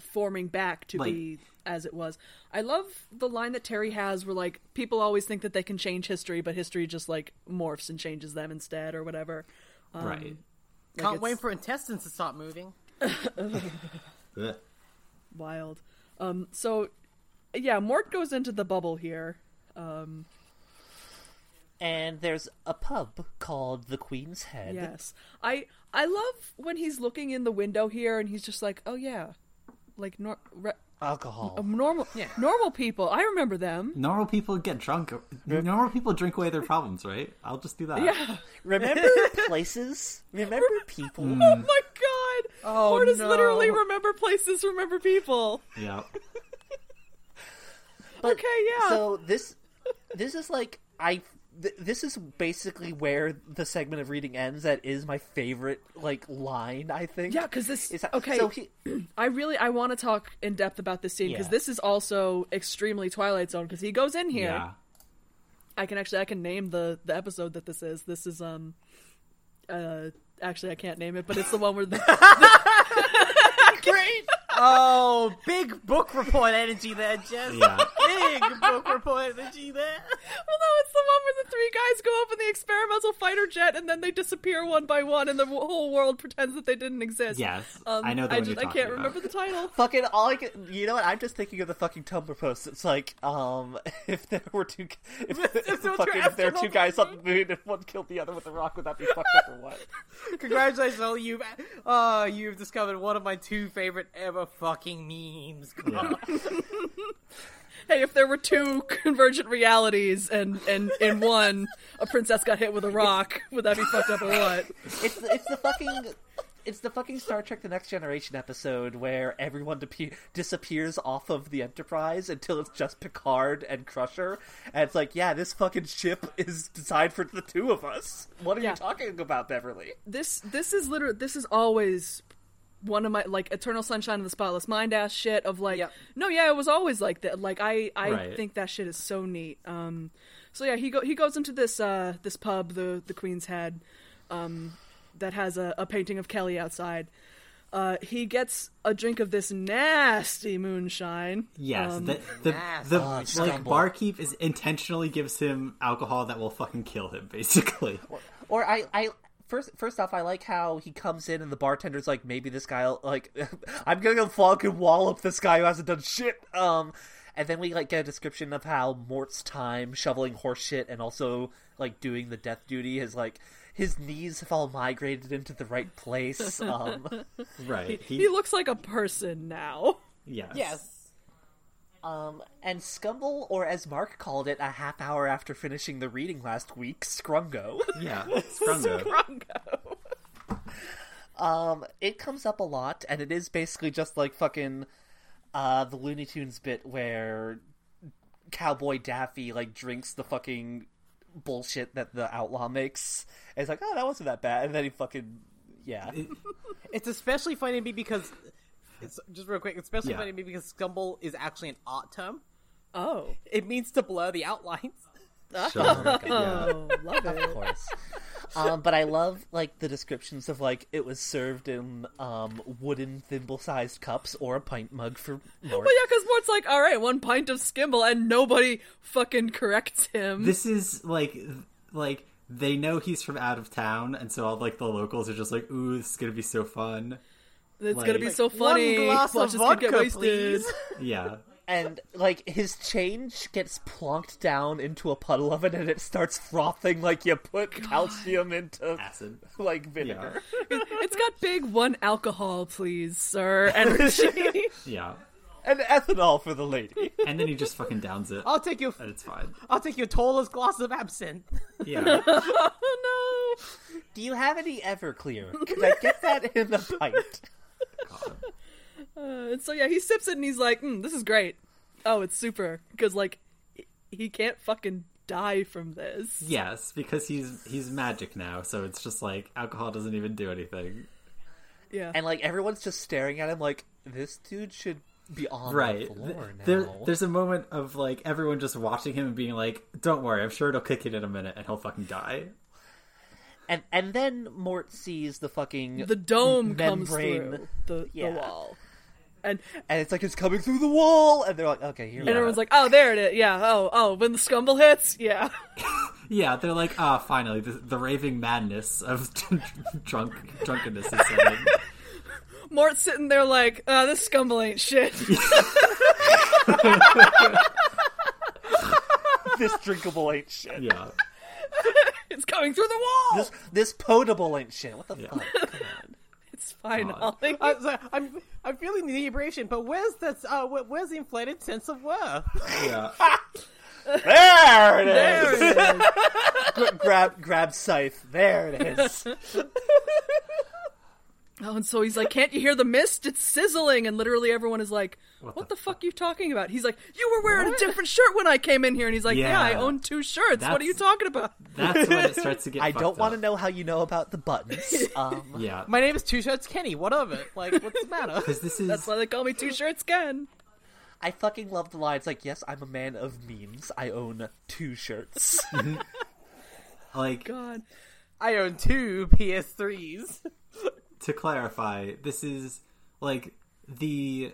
Speaker 2: forming back to be as it was. I love the line that Terry has where like people always think that they can change history, but history just like morphs and changes them instead or whatever.
Speaker 3: right.
Speaker 4: can't
Speaker 2: it's- um,
Speaker 4: wait for intestines to start moving.
Speaker 3: Blech.
Speaker 2: Wild. Um, so, yeah, Mort goes into the bubble here.
Speaker 1: And there's a pub called the Queen's Head.
Speaker 2: Yes, I I love when he's looking in the window here, and he's just like, "Oh yeah, like nor- re-
Speaker 1: Alcohol.
Speaker 2: normal normal people. I remember them."
Speaker 3: Normal people get drunk. Normal people drink away their problems, right? I'll just do that.
Speaker 2: Yeah.
Speaker 1: Remember places? Remember people?
Speaker 2: Oh my god!
Speaker 4: Oh,
Speaker 2: Mort is
Speaker 4: no.
Speaker 2: literally remember places, remember people.
Speaker 3: Yeah.
Speaker 1: But-
Speaker 2: Okay, yeah.
Speaker 1: So this this is like I th- this is basically where the segment of reading ends. That is my favorite like line. I think.
Speaker 2: Yeah, because this
Speaker 1: Is that-
Speaker 2: okay.
Speaker 1: So he,
Speaker 2: I really I want to talk in depth about this scene because
Speaker 1: Yeah.
Speaker 2: this is also extremely Twilight Zone because he goes in here.
Speaker 3: Yeah.
Speaker 2: I can actually I can name the the episode that this is. This is um uh actually I can't name it, but it's the one where the,
Speaker 4: Great. oh, big book report energy there, Jess.
Speaker 3: Yeah.
Speaker 4: Big book report energy there.
Speaker 2: well no, it's the one where the three guys go up in the experimental fighter jet and then they disappear one by one and the whole world pretends that they didn't exist.
Speaker 3: Yes.
Speaker 2: Um,
Speaker 3: I know the
Speaker 2: I
Speaker 3: one
Speaker 2: just
Speaker 3: you're
Speaker 2: I can't
Speaker 3: talking about.
Speaker 2: remember the title.
Speaker 1: fucking all I can, you know what? I'm just thinking of the fucking Tumblr post. It's like, um, if there were two, if, if
Speaker 4: those
Speaker 1: fucking
Speaker 4: were
Speaker 1: if there were two
Speaker 4: astronauts.
Speaker 1: guys on the moon and one killed the other with a rock, would that be fucked up or what?
Speaker 4: Congratulations, all you've uh, you've discovered one of my two favorite ever fucking memes.
Speaker 3: Yeah.
Speaker 2: Um, Hey, if there were two convergent realities and and in one a princess got hit with a rock, would that be fucked up or what?
Speaker 1: It's the- it's the fucking. It's the fucking Star Trek: The Next Generation episode where everyone depe- disappears off of the Enterprise until it's just Picard and Crusher, and it's like, yeah, this fucking ship is designed for the two of us. What are
Speaker 2: Yeah.
Speaker 1: you talking about, Beverly?
Speaker 2: This this is literally this is always one of my like eternal sunshine of the spotless mind ass shit of like
Speaker 4: Yep.
Speaker 2: no yeah it was always like that like I I
Speaker 3: Right.
Speaker 2: think that shit is so neat um so yeah he go he goes into this uh this pub the the Queen's Head um that has a, a painting of Kelly outside uh he gets a drink of this nasty moonshine
Speaker 3: Yes,
Speaker 2: Um,
Speaker 3: the the,
Speaker 4: yes.
Speaker 3: the
Speaker 1: Ah,
Speaker 3: like
Speaker 1: stumble.
Speaker 3: barkeep is intentionally gives him alcohol that will fucking kill him, basically.
Speaker 1: Or I, I first first off, I like how he comes in and the bartender's like, maybe this guy, will like, I'm gonna fucking wallop this guy who hasn't done shit. Um, and then we like get a description of how Mort's time shoveling horseshit and also like doing the death duty is like his knees have all migrated into the right place. Um,
Speaker 3: Right. He,
Speaker 2: He looks like a person now.
Speaker 3: yes.
Speaker 4: Yes.
Speaker 1: um, and Scumble, or as Mark called it, a half hour after finishing the reading last week, Scrungo.
Speaker 3: Yeah. Scrungo.
Speaker 2: Bronco.
Speaker 1: Um, it comes up a lot, and it is basically just like fucking uh, the Looney Tunes bit where Cowboy Daffy like drinks the fucking bullshit that the outlaw makes. And it's like, oh, that wasn't that bad, and then he fucking yeah,
Speaker 4: It's especially funny to me because it's just real quick. It's especially
Speaker 3: Yeah.
Speaker 4: funny to me because scumble is actually an art term.
Speaker 2: Oh.
Speaker 4: It means to blur the outlines.
Speaker 3: Sure. Yeah.
Speaker 2: Oh, love
Speaker 1: of
Speaker 2: it.
Speaker 1: course. um, but I love like the descriptions of like it was served in um, wooden thimble-sized cups or a pint mug for Mort.
Speaker 2: Well, yeah, because Mort's like, all right, one pint of skimble, and nobody fucking corrects him.
Speaker 3: This is like th- like they know he's from out of town, and so all like the locals are just like, "Ooh, this is gonna be so fun."
Speaker 2: it's gonna be
Speaker 3: like,
Speaker 2: so funny.
Speaker 4: One glass
Speaker 2: Watch
Speaker 4: of
Speaker 2: this kid get
Speaker 4: vodka,
Speaker 2: wasted.
Speaker 4: please.
Speaker 3: Yeah.
Speaker 1: and like his change gets plonked down into a puddle of it and it starts frothing like you put calcium into
Speaker 3: Acid.
Speaker 1: like
Speaker 3: Yeah.
Speaker 1: vinegar
Speaker 2: It's got big one alcohol, please, sir. Energy.
Speaker 3: Yeah.
Speaker 1: and ethanol for the lady
Speaker 3: And then he just fucking downs it,
Speaker 4: I'll take your
Speaker 3: and it's fine.
Speaker 4: I'll take your tallest glass of absinthe.
Speaker 3: Yeah.
Speaker 2: oh no.
Speaker 1: do you have any everclear could i get that in the pint
Speaker 3: God.
Speaker 2: Uh, and so yeah, he sips it and he's like, mm, "This is great. Oh, it's super." Because like, he- he can't fucking die from this.
Speaker 3: Yes, because he's he's magic now, so it's just like alcohol doesn't even do anything.
Speaker 2: Yeah.
Speaker 1: and like everyone's just staring at him like this dude should be on
Speaker 3: right
Speaker 1: the floor now
Speaker 3: There- there's a moment of like everyone just watching him and being like don't worry i'm sure it'll kick it in a minute and he'll fucking die
Speaker 1: and and then mort sees the fucking
Speaker 2: the dome comes
Speaker 1: membrane.
Speaker 2: through the,
Speaker 1: Yeah.
Speaker 2: the wall. And,
Speaker 1: and it's like it's coming through the wall and they're like okay here
Speaker 2: and
Speaker 1: we are
Speaker 2: everyone's like, oh, there it is. Yeah. Oh, oh, when the scumble hits. Yeah.
Speaker 3: yeah they're like ah finally the, the raving madness of drunk drunkenness is setting.
Speaker 2: Mort's sitting there like, uh, this scumble ain't shit.
Speaker 1: this drinkable ain't shit.
Speaker 3: Yeah.
Speaker 2: it's going through the wall.
Speaker 1: This this potable ain't shit. What the fuck?
Speaker 2: It's fine,
Speaker 3: God.
Speaker 2: Ollie.
Speaker 4: I'm, sorry, I'm I'm feeling the inebriation, but where's that? Uh, where- where's the inflated sense of worth?
Speaker 3: Yeah.
Speaker 1: There it is.
Speaker 2: There it is.
Speaker 1: Gra- grab grab scythe. There it is.
Speaker 2: Oh, and so he's like, "Can't you hear the mist? It's sizzling!" And literally everyone is like, "What, the, fuck are you talking about?" He's like, "You were wearing a different shirt when I came in here," and he's like, "Yeah,
Speaker 3: Yeah.
Speaker 2: I own two shirts. What are
Speaker 3: That's-
Speaker 2: you talking about?"
Speaker 3: That's when it starts to get.
Speaker 1: I don't
Speaker 3: want
Speaker 1: want to know how you know about the buttons. Um,
Speaker 3: Yeah.
Speaker 4: My name is Two Shirts Kenny. What of it? Like, what's the matter?
Speaker 3: Because this is.
Speaker 2: That's why they call me Two Shirts Ken.
Speaker 1: I fucking love the lines like, "Yes, I'm a man of means. I own two shirts."
Speaker 3: like
Speaker 2: God,
Speaker 4: I own two PS3s.
Speaker 3: to clarify this is like the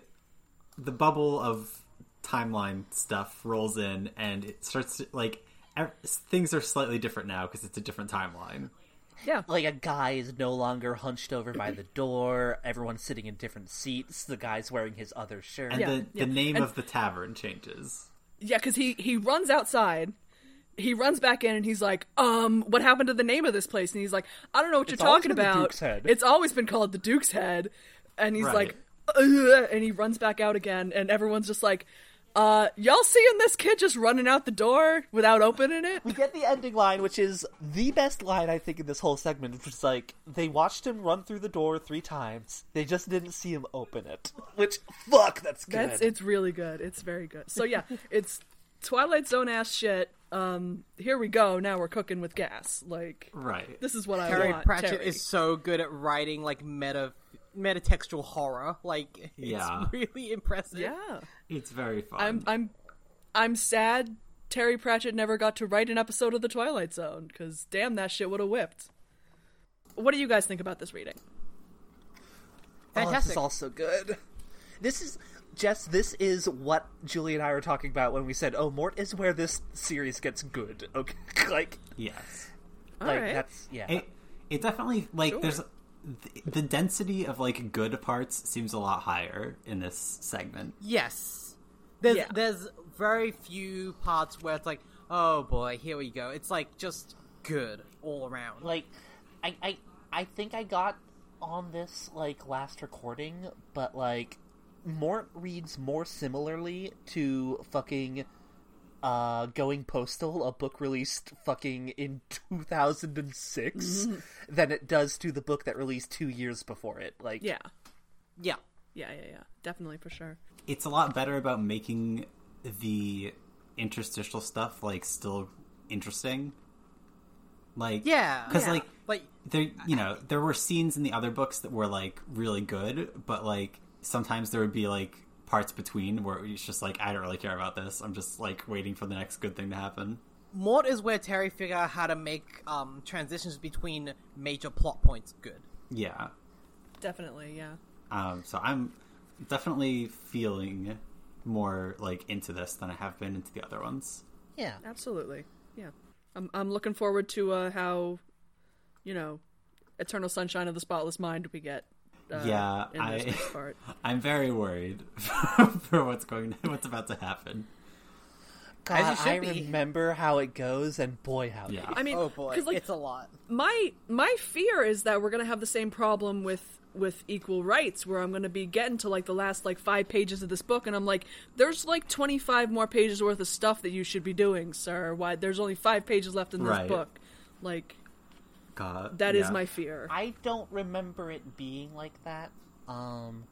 Speaker 3: the bubble of timeline stuff rolls in and it starts to, like ev- things are slightly different now because it's a different timeline
Speaker 2: yeah,
Speaker 1: like a guy is no longer hunched over by the door. Everyone's sitting in different seats. The guy's wearing his other shirt.
Speaker 3: and
Speaker 2: Yeah,
Speaker 3: the,
Speaker 2: yeah.
Speaker 3: the name
Speaker 2: And-
Speaker 3: of the tavern changes
Speaker 2: yeah, because he he runs outside. He runs back in and he's like, "Um, what happened to the name of this place?" And he's like, "I don't know what you're
Speaker 1: always
Speaker 2: talking
Speaker 1: been the
Speaker 2: about.
Speaker 1: Duke's Head."
Speaker 2: It's always been called the Duke's Head." And he's
Speaker 3: Right.
Speaker 2: like, Ugh, and he runs back out again, and everyone's just like, "Uh, y'all seeing this kid just running out the door without opening it?"
Speaker 1: We get the ending line, which is the best line I think in this whole segment. Which is like they watched him run through the door three times. They just didn't see him open it. Which fuck, that's good.
Speaker 2: That's it's really good. It's very good. So yeah, it's Twilight Zone ass shit. Um, here we go. Now we're cooking with gas. Like
Speaker 3: right
Speaker 2: this is what I
Speaker 4: Terry
Speaker 2: want.
Speaker 4: Pratchett
Speaker 2: Terry.
Speaker 4: is so good at writing like meta metatextual horror. Like, it's
Speaker 3: Yeah.
Speaker 4: really impressive.
Speaker 2: yeah.
Speaker 3: it's very fun
Speaker 2: I'm I'm I'm sad. Terry Pratchett never got to write an episode of The Twilight Zone because damn, that shit would have whipped. What do you guys think about this reading?
Speaker 1: Oh, this is
Speaker 4: Fantastic.
Speaker 1: also good. This is Jess. This is what Julie and I were talking about when we said, "Oh, Mort is where this series gets good." Okay, like,
Speaker 3: yes
Speaker 1: like
Speaker 2: right.
Speaker 1: that's yeah.
Speaker 3: it it definitely like
Speaker 2: Sure.
Speaker 3: there's the, the density of like good parts seems a lot higher in this segment
Speaker 4: Yes. There's
Speaker 2: Yeah.
Speaker 4: there's very few parts where it's like, oh boy, here we go. It's like just good all around.
Speaker 1: like, I, I, I think I got on this like last recording, but like, Mort reads more similarly to fucking. Uh, going postal, a book released fucking in 2006,
Speaker 2: Mm-hmm.
Speaker 1: than it does to the book that released two years before it. Like,
Speaker 2: Yeah,
Speaker 4: yeah.
Speaker 2: yeah, yeah, yeah. Definitely for sure.
Speaker 3: it's a lot better about making the interstitial stuff like still interesting. Like
Speaker 4: Yeah.
Speaker 3: because
Speaker 4: Yeah.
Speaker 3: like
Speaker 4: Like
Speaker 3: there you know there were scenes in the other books that were like really good, but like sometimes there would be like parts between where it's just like I don't really care about this. I'm just like waiting for the next good thing to happen.
Speaker 4: Mort is where Terry figure out how to make um, transitions between major plot points good.
Speaker 3: Yeah.
Speaker 2: Definitely, yeah.
Speaker 3: Um, so I'm definitely feeling more like into this than I have been into the other ones.
Speaker 1: Yeah.
Speaker 2: Absolutely. Yeah. I'm I'm looking forward to uh, how you know, Eternal Sunshine of the Spotless Mind we get. Uh,
Speaker 3: Yeah,
Speaker 2: in this
Speaker 3: I-
Speaker 2: next part.
Speaker 3: I'm very worried for what's going, what's about to happen.
Speaker 1: God,
Speaker 4: As you should
Speaker 1: I
Speaker 4: be.
Speaker 1: remember how it goes, and boy, how it
Speaker 3: Yeah,
Speaker 2: I mean,
Speaker 4: Oh boy,
Speaker 2: 'cause, like
Speaker 4: it's a lot.
Speaker 2: my my fear is that we're gonna have the same problem with with equal rights where i'm gonna be getting to like the last like five pages of this book and i'm like there's like 25 more pages worth of stuff that you should be doing sir why there's only five pages left in this
Speaker 3: Right.
Speaker 2: book like
Speaker 3: God,
Speaker 2: that is
Speaker 3: yeah.
Speaker 2: my fear
Speaker 1: I don't remember it being like that. Um,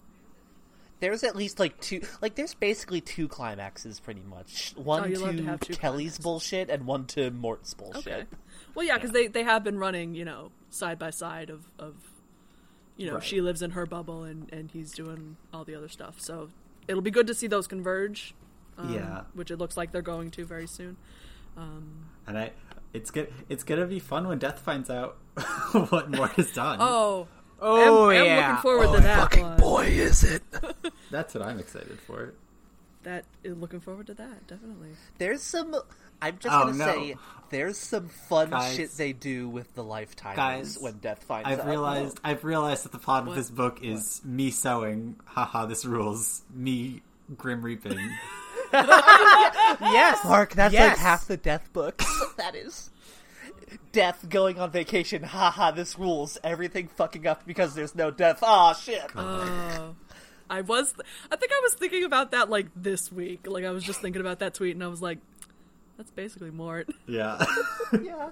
Speaker 1: there's at least like two, like there's basically two climaxes, pretty much. One
Speaker 2: you love Oh, to
Speaker 1: to,
Speaker 2: have two
Speaker 1: Kelly's
Speaker 2: climaxes.
Speaker 1: bullshit, and one to Mort's bullshit.
Speaker 2: okay well yeah because they they have been running you know side by side of of you know
Speaker 3: Right.
Speaker 2: she lives in her bubble and and he's doing all the other stuff so it'll be good to see those converge um,
Speaker 3: yeah,
Speaker 2: which it looks like they're going to very soon
Speaker 3: and I, it's good. It's gonna be fun when Death finds out what Mort has done.
Speaker 2: oh
Speaker 4: Oh
Speaker 2: I'm, I'm
Speaker 4: yeah.
Speaker 2: looking forward to that one.
Speaker 1: is it?
Speaker 3: That's what I'm excited for.
Speaker 2: That looking forward to that definitely.
Speaker 1: There's some I'm just
Speaker 3: Oh,
Speaker 1: gonna
Speaker 3: no.
Speaker 1: say there's some fun
Speaker 3: Guys.
Speaker 1: shit they do with the lifetime
Speaker 3: Guys,
Speaker 1: when death finds out.
Speaker 3: I've realized I've realized that the plot of this book is me sewing. Haha, this rules. Me grim reaping.
Speaker 4: Yes,
Speaker 1: Mark, that's
Speaker 4: yes.
Speaker 1: like half the death books. that is. Death going on vacation. Haha, this rules. Everything fucking up because there's no death. Ah, shit.
Speaker 2: I was, I think I was thinking about that like this week. Like I was just thinking about that tweet, and I was like, that's basically Mort.
Speaker 3: yeah.
Speaker 1: yeah.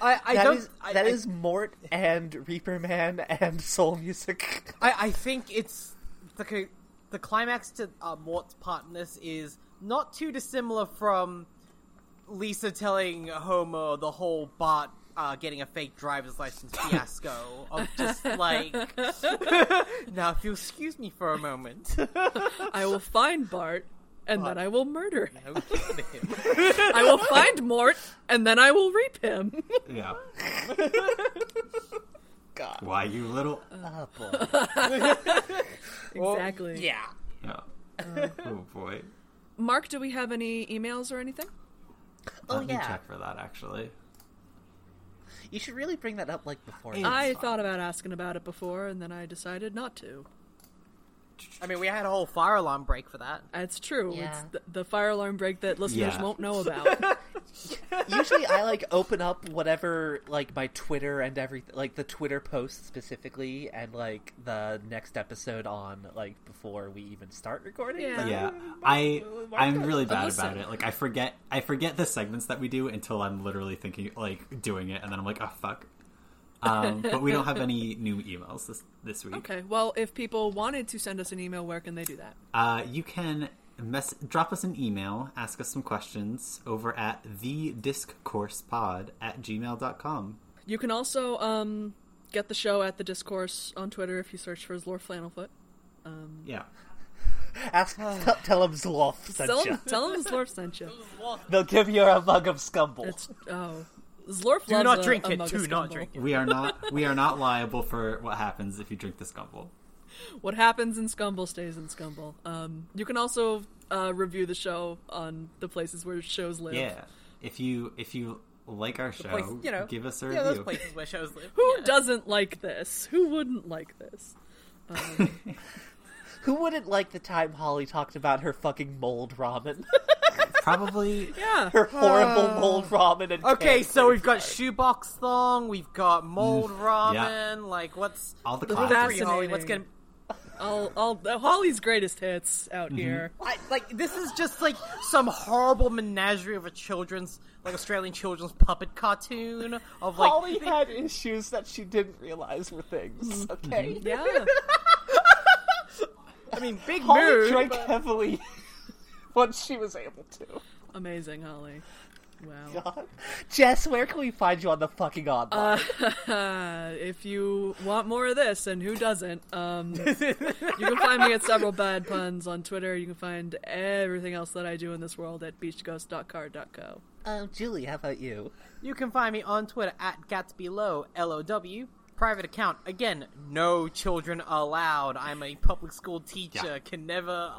Speaker 4: I, I
Speaker 1: That
Speaker 4: don't.
Speaker 1: is
Speaker 4: I,
Speaker 1: that
Speaker 4: I-
Speaker 1: is Mort and Reaper Man and Soul Music.
Speaker 4: I, I think it's the co- the climax to uh, Mort's part in this is not too dissimilar from Lisa telling Homer the whole Bart uh, getting a fake driver's license fiasco of just like now if you excuse me for a moment,
Speaker 2: I will find Bart, and then I will murder him.
Speaker 4: I'm kidding him.
Speaker 2: I will find Mort, and then I will reap him.
Speaker 3: Yeah.
Speaker 1: God.
Speaker 3: Why you little?
Speaker 1: Ah, boy.
Speaker 2: exactly.
Speaker 1: yeah.
Speaker 3: Yeah. oh boy.
Speaker 2: Mark, do we have any emails or anything?
Speaker 1: Oh,
Speaker 3: Let me
Speaker 1: yeah.
Speaker 3: check for that actually.
Speaker 1: You should really bring that up like before.
Speaker 3: Hey.
Speaker 2: I thought about asking about it before, and then I decided not to.
Speaker 4: I mean, we had a whole fire alarm break for that.
Speaker 2: It's true. It's
Speaker 1: Yeah.
Speaker 2: th- the fire alarm break that listeners
Speaker 3: Yeah.
Speaker 2: won't know about.
Speaker 1: Usually, I like open up whatever like my Twitter and everything, like the Twitter post specifically, and like the next episode on like before we even start recording.
Speaker 2: Yeah.
Speaker 3: Yeah. I I'm really bad about
Speaker 2: Listen.
Speaker 3: it. Like I forget I forget the segments that we do until I'm literally thinking like doing it, and then I'm like, oh fuck. Um, but we don't have any new emails this this week.
Speaker 2: okay. Well, if people wanted to send us an email, where can they do that?
Speaker 3: Uh, you can mess- drop us an email, ask us some questions over at the discoursepod at gmail.com.
Speaker 2: You can also um, get the show at the discourse on Twitter if you search for Zlore Flannelfoot.
Speaker 3: Yeah.
Speaker 1: Ask, tell, tell 'em Zloth sent
Speaker 2: Tell
Speaker 1: ya.
Speaker 2: them, tell them Zlorf sent you.
Speaker 1: They'll give you a mug of scumble.
Speaker 2: It's oh, Zlorf.
Speaker 4: Do
Speaker 2: loves
Speaker 4: not
Speaker 2: a-
Speaker 4: drink
Speaker 2: a
Speaker 4: it.
Speaker 2: mug
Speaker 4: Do
Speaker 2: of
Speaker 4: not
Speaker 2: Scumble.
Speaker 4: drink it.
Speaker 3: We are not we are not liable for what happens if you drink the scumble.
Speaker 2: What happens in Scumble stays in Scumble. Um, you can also uh, review the show on the places where shows live.
Speaker 3: Yeah. If you if you like our show,
Speaker 4: Place- you know,
Speaker 3: give us a
Speaker 4: yeah, those
Speaker 3: review.
Speaker 4: places where shows live.
Speaker 2: Who
Speaker 4: Yeah.
Speaker 2: doesn't like this? Who wouldn't like this?
Speaker 1: Who wouldn't like the time Holly talked about her fucking mold ramen?
Speaker 3: Probably
Speaker 2: Yeah.
Speaker 1: her horrible mold ramen and
Speaker 4: Uh, Okay,
Speaker 1: canned
Speaker 4: so we've got
Speaker 1: food.
Speaker 4: shoebox thong, we've got mold ramen.
Speaker 3: yeah.
Speaker 4: Like, what's
Speaker 3: all the
Speaker 2: The
Speaker 3: classics.
Speaker 4: Free Holly, What's gonna
Speaker 2: Fascinating. All, all the Holly's greatest hits out
Speaker 4: Mm-hmm.
Speaker 2: here.
Speaker 4: I, like this is just like some horrible menagerie of a children's like Australian children's puppet cartoon of like
Speaker 1: Holly had issues that she didn't realize were things. Okay,
Speaker 2: Yeah.
Speaker 4: I mean big
Speaker 1: Holly
Speaker 4: mood.
Speaker 1: drank heavily once she was able to.
Speaker 2: Amazing, Holly. Wow.
Speaker 1: God. Jess, where can we find you on the fucking online?
Speaker 2: Uh, if you want more of this, and who doesn't, um, you can find me at several bad puns on Twitter. You can find everything else that I do in this world at beachghost.car.co.
Speaker 1: um, Julie, how about you?
Speaker 4: You can find me on Twitter at Gatsbylow L O W. Private account again. No children allowed. I'm a public school teacher.
Speaker 3: Yeah.
Speaker 4: Can never.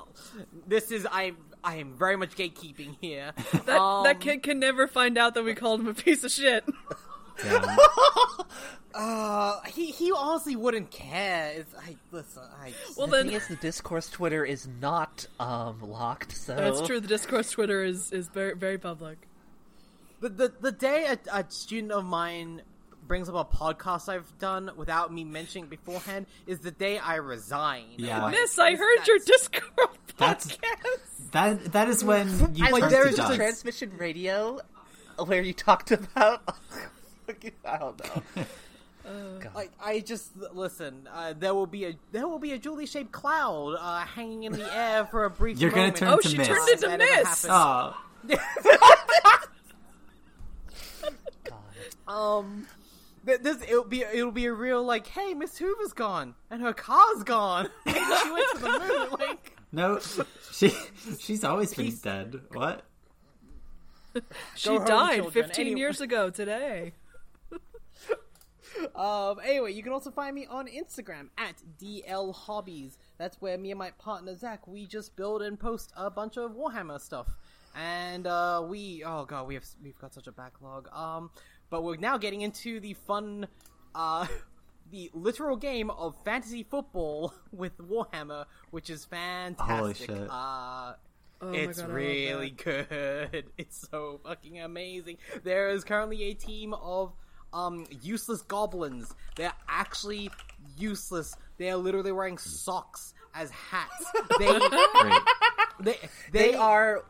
Speaker 4: This is I. I am very much gatekeeping here.
Speaker 2: That,
Speaker 4: Um,
Speaker 2: that kid can never find out that we called him a piece of shit.
Speaker 3: Damn.
Speaker 4: uh, he he honestly wouldn't care. It's, I listen. I
Speaker 2: Well,
Speaker 1: The thing
Speaker 2: then
Speaker 1: is, the discourse Twitter is not um locked, so
Speaker 2: that's true. The discourse Twitter is is very very public.
Speaker 4: The, the, the day a, a student of mine brings up a podcast I've done without me mentioning beforehand is the day I resign.
Speaker 3: Yeah.
Speaker 2: Miss, I heard your Discord
Speaker 3: That's-
Speaker 2: podcast.
Speaker 3: That that is when you
Speaker 1: I
Speaker 3: turn
Speaker 1: like
Speaker 3: to
Speaker 1: there is just
Speaker 3: dust.
Speaker 1: a transmission radio where you talked about. I don't know.
Speaker 4: Like I just listen. Uh, there will be a there will be a Julie shaped cloud uh, hanging in the air for a brief.
Speaker 3: You're gonna
Speaker 4: moment.
Speaker 3: turn
Speaker 2: Oh,
Speaker 3: to
Speaker 2: she
Speaker 3: miss.
Speaker 2: turned into
Speaker 4: That never
Speaker 2: Miss.
Speaker 4: happened.
Speaker 3: Oh.
Speaker 4: Um, th- this it'll be it'll be a real like, hey, Miss Hoover's gone and her car's gone. Maybe she went to the moon. Like
Speaker 3: No, she she's always been dead. What?
Speaker 2: She
Speaker 4: home,
Speaker 2: died
Speaker 4: children.
Speaker 2: 15
Speaker 4: Anyway.
Speaker 2: years ago today.
Speaker 4: Um, anyway, you can also find me on Instagram at DL Hobbies. That's where me and my partner Zach we just build and post a bunch of Warhammer stuff. and uh, we oh god, we have we've got such a backlog. Um, but we're now getting into the fun, uh, the literal game of fantasy football with Warhammer, which is fantastic.
Speaker 3: shit.
Speaker 4: Uh,
Speaker 2: Oh my
Speaker 4: it's
Speaker 2: God, I love
Speaker 4: really
Speaker 2: that.
Speaker 4: good. It's so fucking amazing. There is currently a team of um useless goblins. They're actually useless. They are literally wearing socks as hats. They
Speaker 3: Great.
Speaker 4: they,
Speaker 1: They are.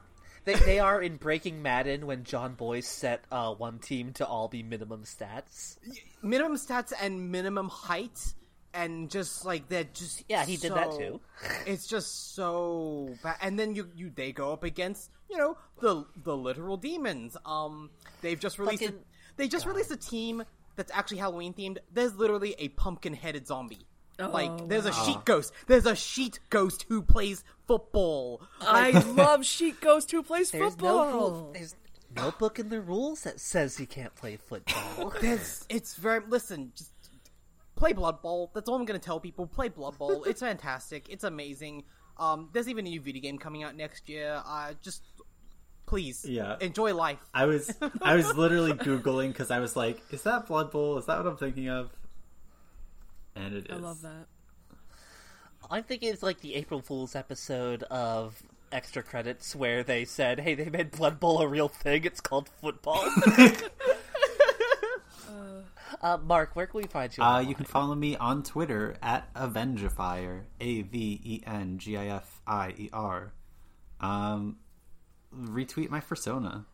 Speaker 1: They, they are in Breaking Madden when John Boy set uh, one team to all be minimum stats.
Speaker 4: minimum stats and minimum height and just like they're just
Speaker 1: Yeah, he did that
Speaker 4: so-
Speaker 1: too.
Speaker 4: it's just so bad and then you you they go up against you know the the literal demons um they've just released a,
Speaker 1: Fucking-
Speaker 4: they just released a team that's actually halloween themed there's literally a pumpkin headed zombie
Speaker 1: Oh,
Speaker 4: like there's a sheet ghost there's a sheet ghost who plays football
Speaker 2: I love Sheet Ghost who plays
Speaker 1: There's
Speaker 2: football.
Speaker 1: no rule. There's no book in the rules that says he can't play football.
Speaker 4: There's, it's very. Listen, just play Blood Bowl. That's all I'm gonna tell people. Play Blood Bowl. it's fantastic. It's amazing. Um, there's even a new video game coming out next year. Uh, just please,
Speaker 3: Yeah.
Speaker 4: enjoy life.
Speaker 3: I was I was literally googling because I was like, is that Blood Bowl? Is that what I'm thinking of? And it
Speaker 2: I
Speaker 3: is.
Speaker 2: love that.
Speaker 1: I'm thinking it's like the April Fool's episode of Extra Credits where they said, "Hey, they made Blood Bowl a real thing. It's called football." uh, Mark, where can we find you?
Speaker 3: Uh,
Speaker 1: online?
Speaker 3: you can follow me on Twitter at Avengifier, A V E N G I F I E R. Um, retweet my persona.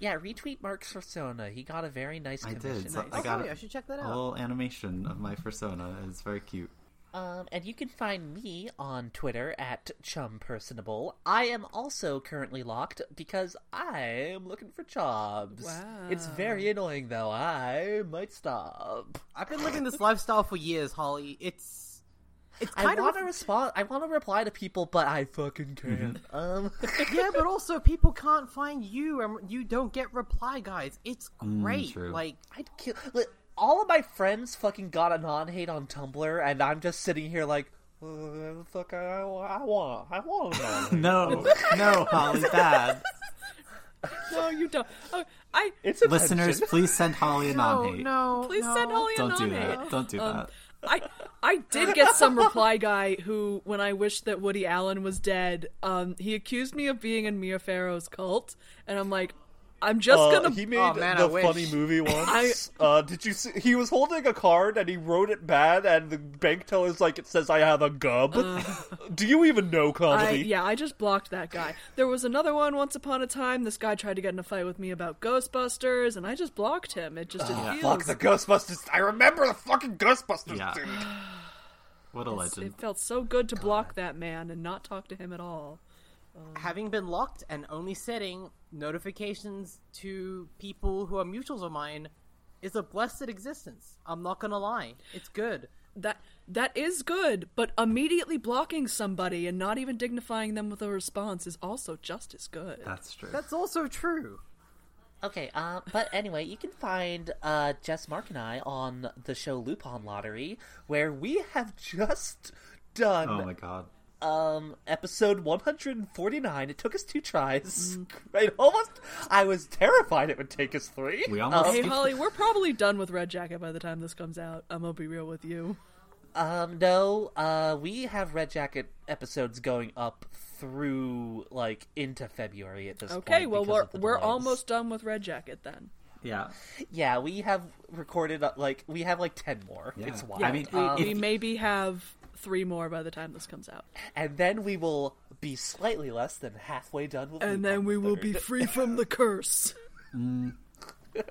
Speaker 1: yeah, retweet Mark's persona. He got a very nice
Speaker 3: I
Speaker 1: commission.
Speaker 3: did. So
Speaker 4: Oh,
Speaker 3: I got
Speaker 4: sorry,
Speaker 3: a,
Speaker 4: I should check that
Speaker 3: a
Speaker 4: out.
Speaker 3: little animation of my persona. It's very cute.
Speaker 1: Um, and you can find me on Twitter at chumpersonable. I am also currently locked because I am looking for jobs. It's
Speaker 2: Wow.
Speaker 1: very annoying though. I might stop.
Speaker 4: I've been living this lifestyle for years, Holly. It's it's
Speaker 1: I
Speaker 4: kind of
Speaker 1: want to respond. I want to reply to people, but I fucking can't. um,
Speaker 4: yeah, but also people can't find you, and you don't get reply guys. It's great.
Speaker 3: Mm, true.
Speaker 4: Like
Speaker 1: I'd kill. Li- all of my friends fucking got a non hate on Tumblr, and I'm just sitting here like, uh, the fuck, I, I want, I want a non-hate."
Speaker 3: No, no, Holly, bad.
Speaker 2: No, you don't. Oh, I
Speaker 1: It's
Speaker 3: Listeners,
Speaker 1: attention.
Speaker 3: please send Holly a
Speaker 4: no,
Speaker 3: non hate.
Speaker 4: oh, no,
Speaker 2: please
Speaker 4: no.
Speaker 2: send Holly
Speaker 3: Don't
Speaker 2: a
Speaker 3: do
Speaker 2: non-hate.
Speaker 3: that. Don't do
Speaker 2: Um,
Speaker 3: that.
Speaker 2: I I did get some reply guy who, when I wished that Woody Allen was dead, um, he accused me of being in Mia Farrow's cult, and I'm like, I'm just
Speaker 5: Uh,
Speaker 2: gonna.
Speaker 5: he made
Speaker 4: Oh, man, I
Speaker 5: the
Speaker 4: wish.
Speaker 5: funny movie
Speaker 2: I-
Speaker 5: once. Uh, did you see? He was holding a card and he wrote it bad, and the bank teller's like, "It says I have a gub." Do you even know
Speaker 2: I,
Speaker 5: comedy?
Speaker 2: yeah, I just blocked that guy. There was another one once upon a time. This guy tried to get in a fight with me about Ghostbusters, and I just blocked him. It just didn't feel.
Speaker 5: Fuck the Ghostbusters! I remember the fucking Ghostbusters.
Speaker 3: Yeah.
Speaker 5: Dude.
Speaker 3: What a legend.
Speaker 2: It felt so good to block that man and not talk to him at all.
Speaker 4: having been locked and only setting notifications to people who are mutuals of mine is a blessed existence. I'm not gonna lie, it's good.
Speaker 2: That that is good, but immediately blocking somebody and not even dignifying them with a response is also just as good.
Speaker 3: That's true.
Speaker 4: That's also true.
Speaker 1: Okay, uh, but anyway, you can find uh, Jess, Mark, and I on the show Lupin Lottery, where we have just
Speaker 3: Oh
Speaker 1: done
Speaker 3: my god. Oh.
Speaker 1: um, episode 149. It took us two tries. Right, almost. I was terrified it would take us three.
Speaker 3: We almost
Speaker 2: Hey
Speaker 3: skipped-
Speaker 2: Holly, we're probably done with Red Jacket by the time this comes out. I'm gonna be real with you.
Speaker 1: Um, no, uh, we have Red Jacket episodes going up through like into February at this point.
Speaker 2: Okay, well
Speaker 1: because
Speaker 2: we're
Speaker 1: of the
Speaker 2: we're
Speaker 1: delays.
Speaker 2: almost done with Red Jacket then.
Speaker 3: Yeah.
Speaker 1: yeah. We have recorded uh, like we have like ten more.
Speaker 3: Yeah.
Speaker 1: It's
Speaker 3: Yeah,
Speaker 1: wild.
Speaker 3: I mean,
Speaker 2: we,
Speaker 3: um,
Speaker 2: we
Speaker 3: if-
Speaker 2: maybe have three more by the time this comes out,
Speaker 1: and then we will be slightly less than halfway done with.
Speaker 2: and
Speaker 1: Lupin
Speaker 2: then we will
Speaker 1: Third.
Speaker 2: be free from the curse.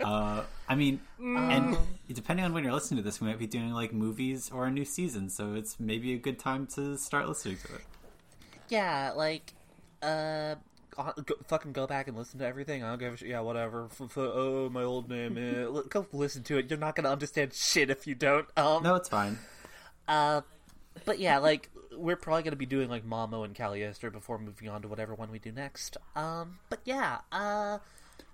Speaker 3: Uh, I mean, and depending on when you're listening to this, we might be doing like movies or a new season, so it's maybe a good time to start listening to it.
Speaker 1: Yeah, like, uh, go, fucking go back and listen to everything. I don't give a shit. Yeah, whatever. F- f- oh, my old name. eh. L- go listen to it. You're not gonna understand shit if you don't. Um,
Speaker 3: No, it's fine.
Speaker 1: uh, but yeah, like we're probably gonna be doing like Mamo and Calliester before moving on to whatever one we do next. Um, but yeah, uh.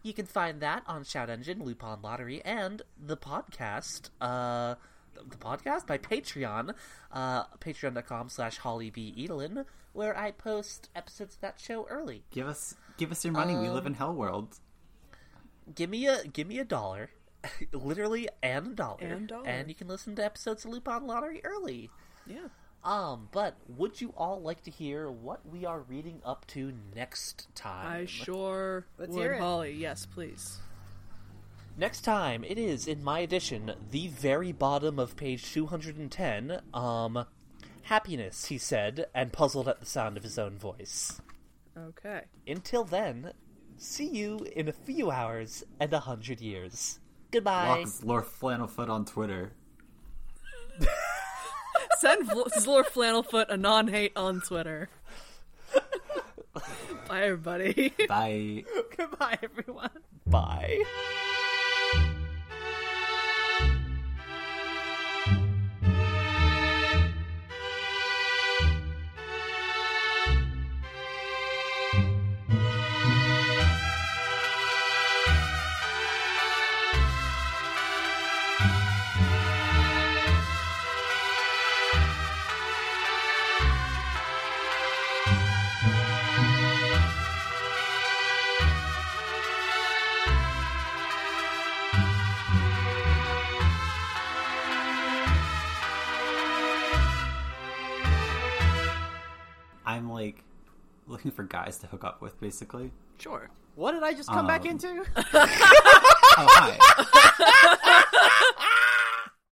Speaker 1: You can find that on Shout Engine, Lupin Lottery, and the podcast. Uh, the podcast by Patreon, uh, patreon.com slash Holly B. Edelin, where I post episodes of that show early.
Speaker 3: Give us give us your money. we live in Hell World.
Speaker 1: Give me a give me a dollar, literally and a dollar,
Speaker 2: And a dollar.
Speaker 1: and you can listen to episodes of Lupin Lottery early.
Speaker 2: Yeah.
Speaker 1: Um, but would you all like to hear what we are reading up to next time?
Speaker 2: I sure
Speaker 4: Let's
Speaker 2: would,
Speaker 4: hear it.
Speaker 2: Holly. Yes, please.
Speaker 1: Next time, it is in my edition, the very bottom of page 210. Um, happiness, he said, and puzzled at the sound of his own voice.
Speaker 2: Okay.
Speaker 1: Until then, see you in a few hours and a hundred years. Goodbye.
Speaker 3: Walks Lord Flannelfoot on Twitter.
Speaker 2: Send Vl- Zlor Flannelfoot a non-hate on Twitter. Bye, everybody.
Speaker 3: Bye.
Speaker 4: Goodbye, everyone.
Speaker 1: Bye.
Speaker 3: I'm like looking for guys to hook up with, basically.
Speaker 2: Sure.
Speaker 4: What did I just come back
Speaker 3: Um,
Speaker 4: into?
Speaker 3: Oh,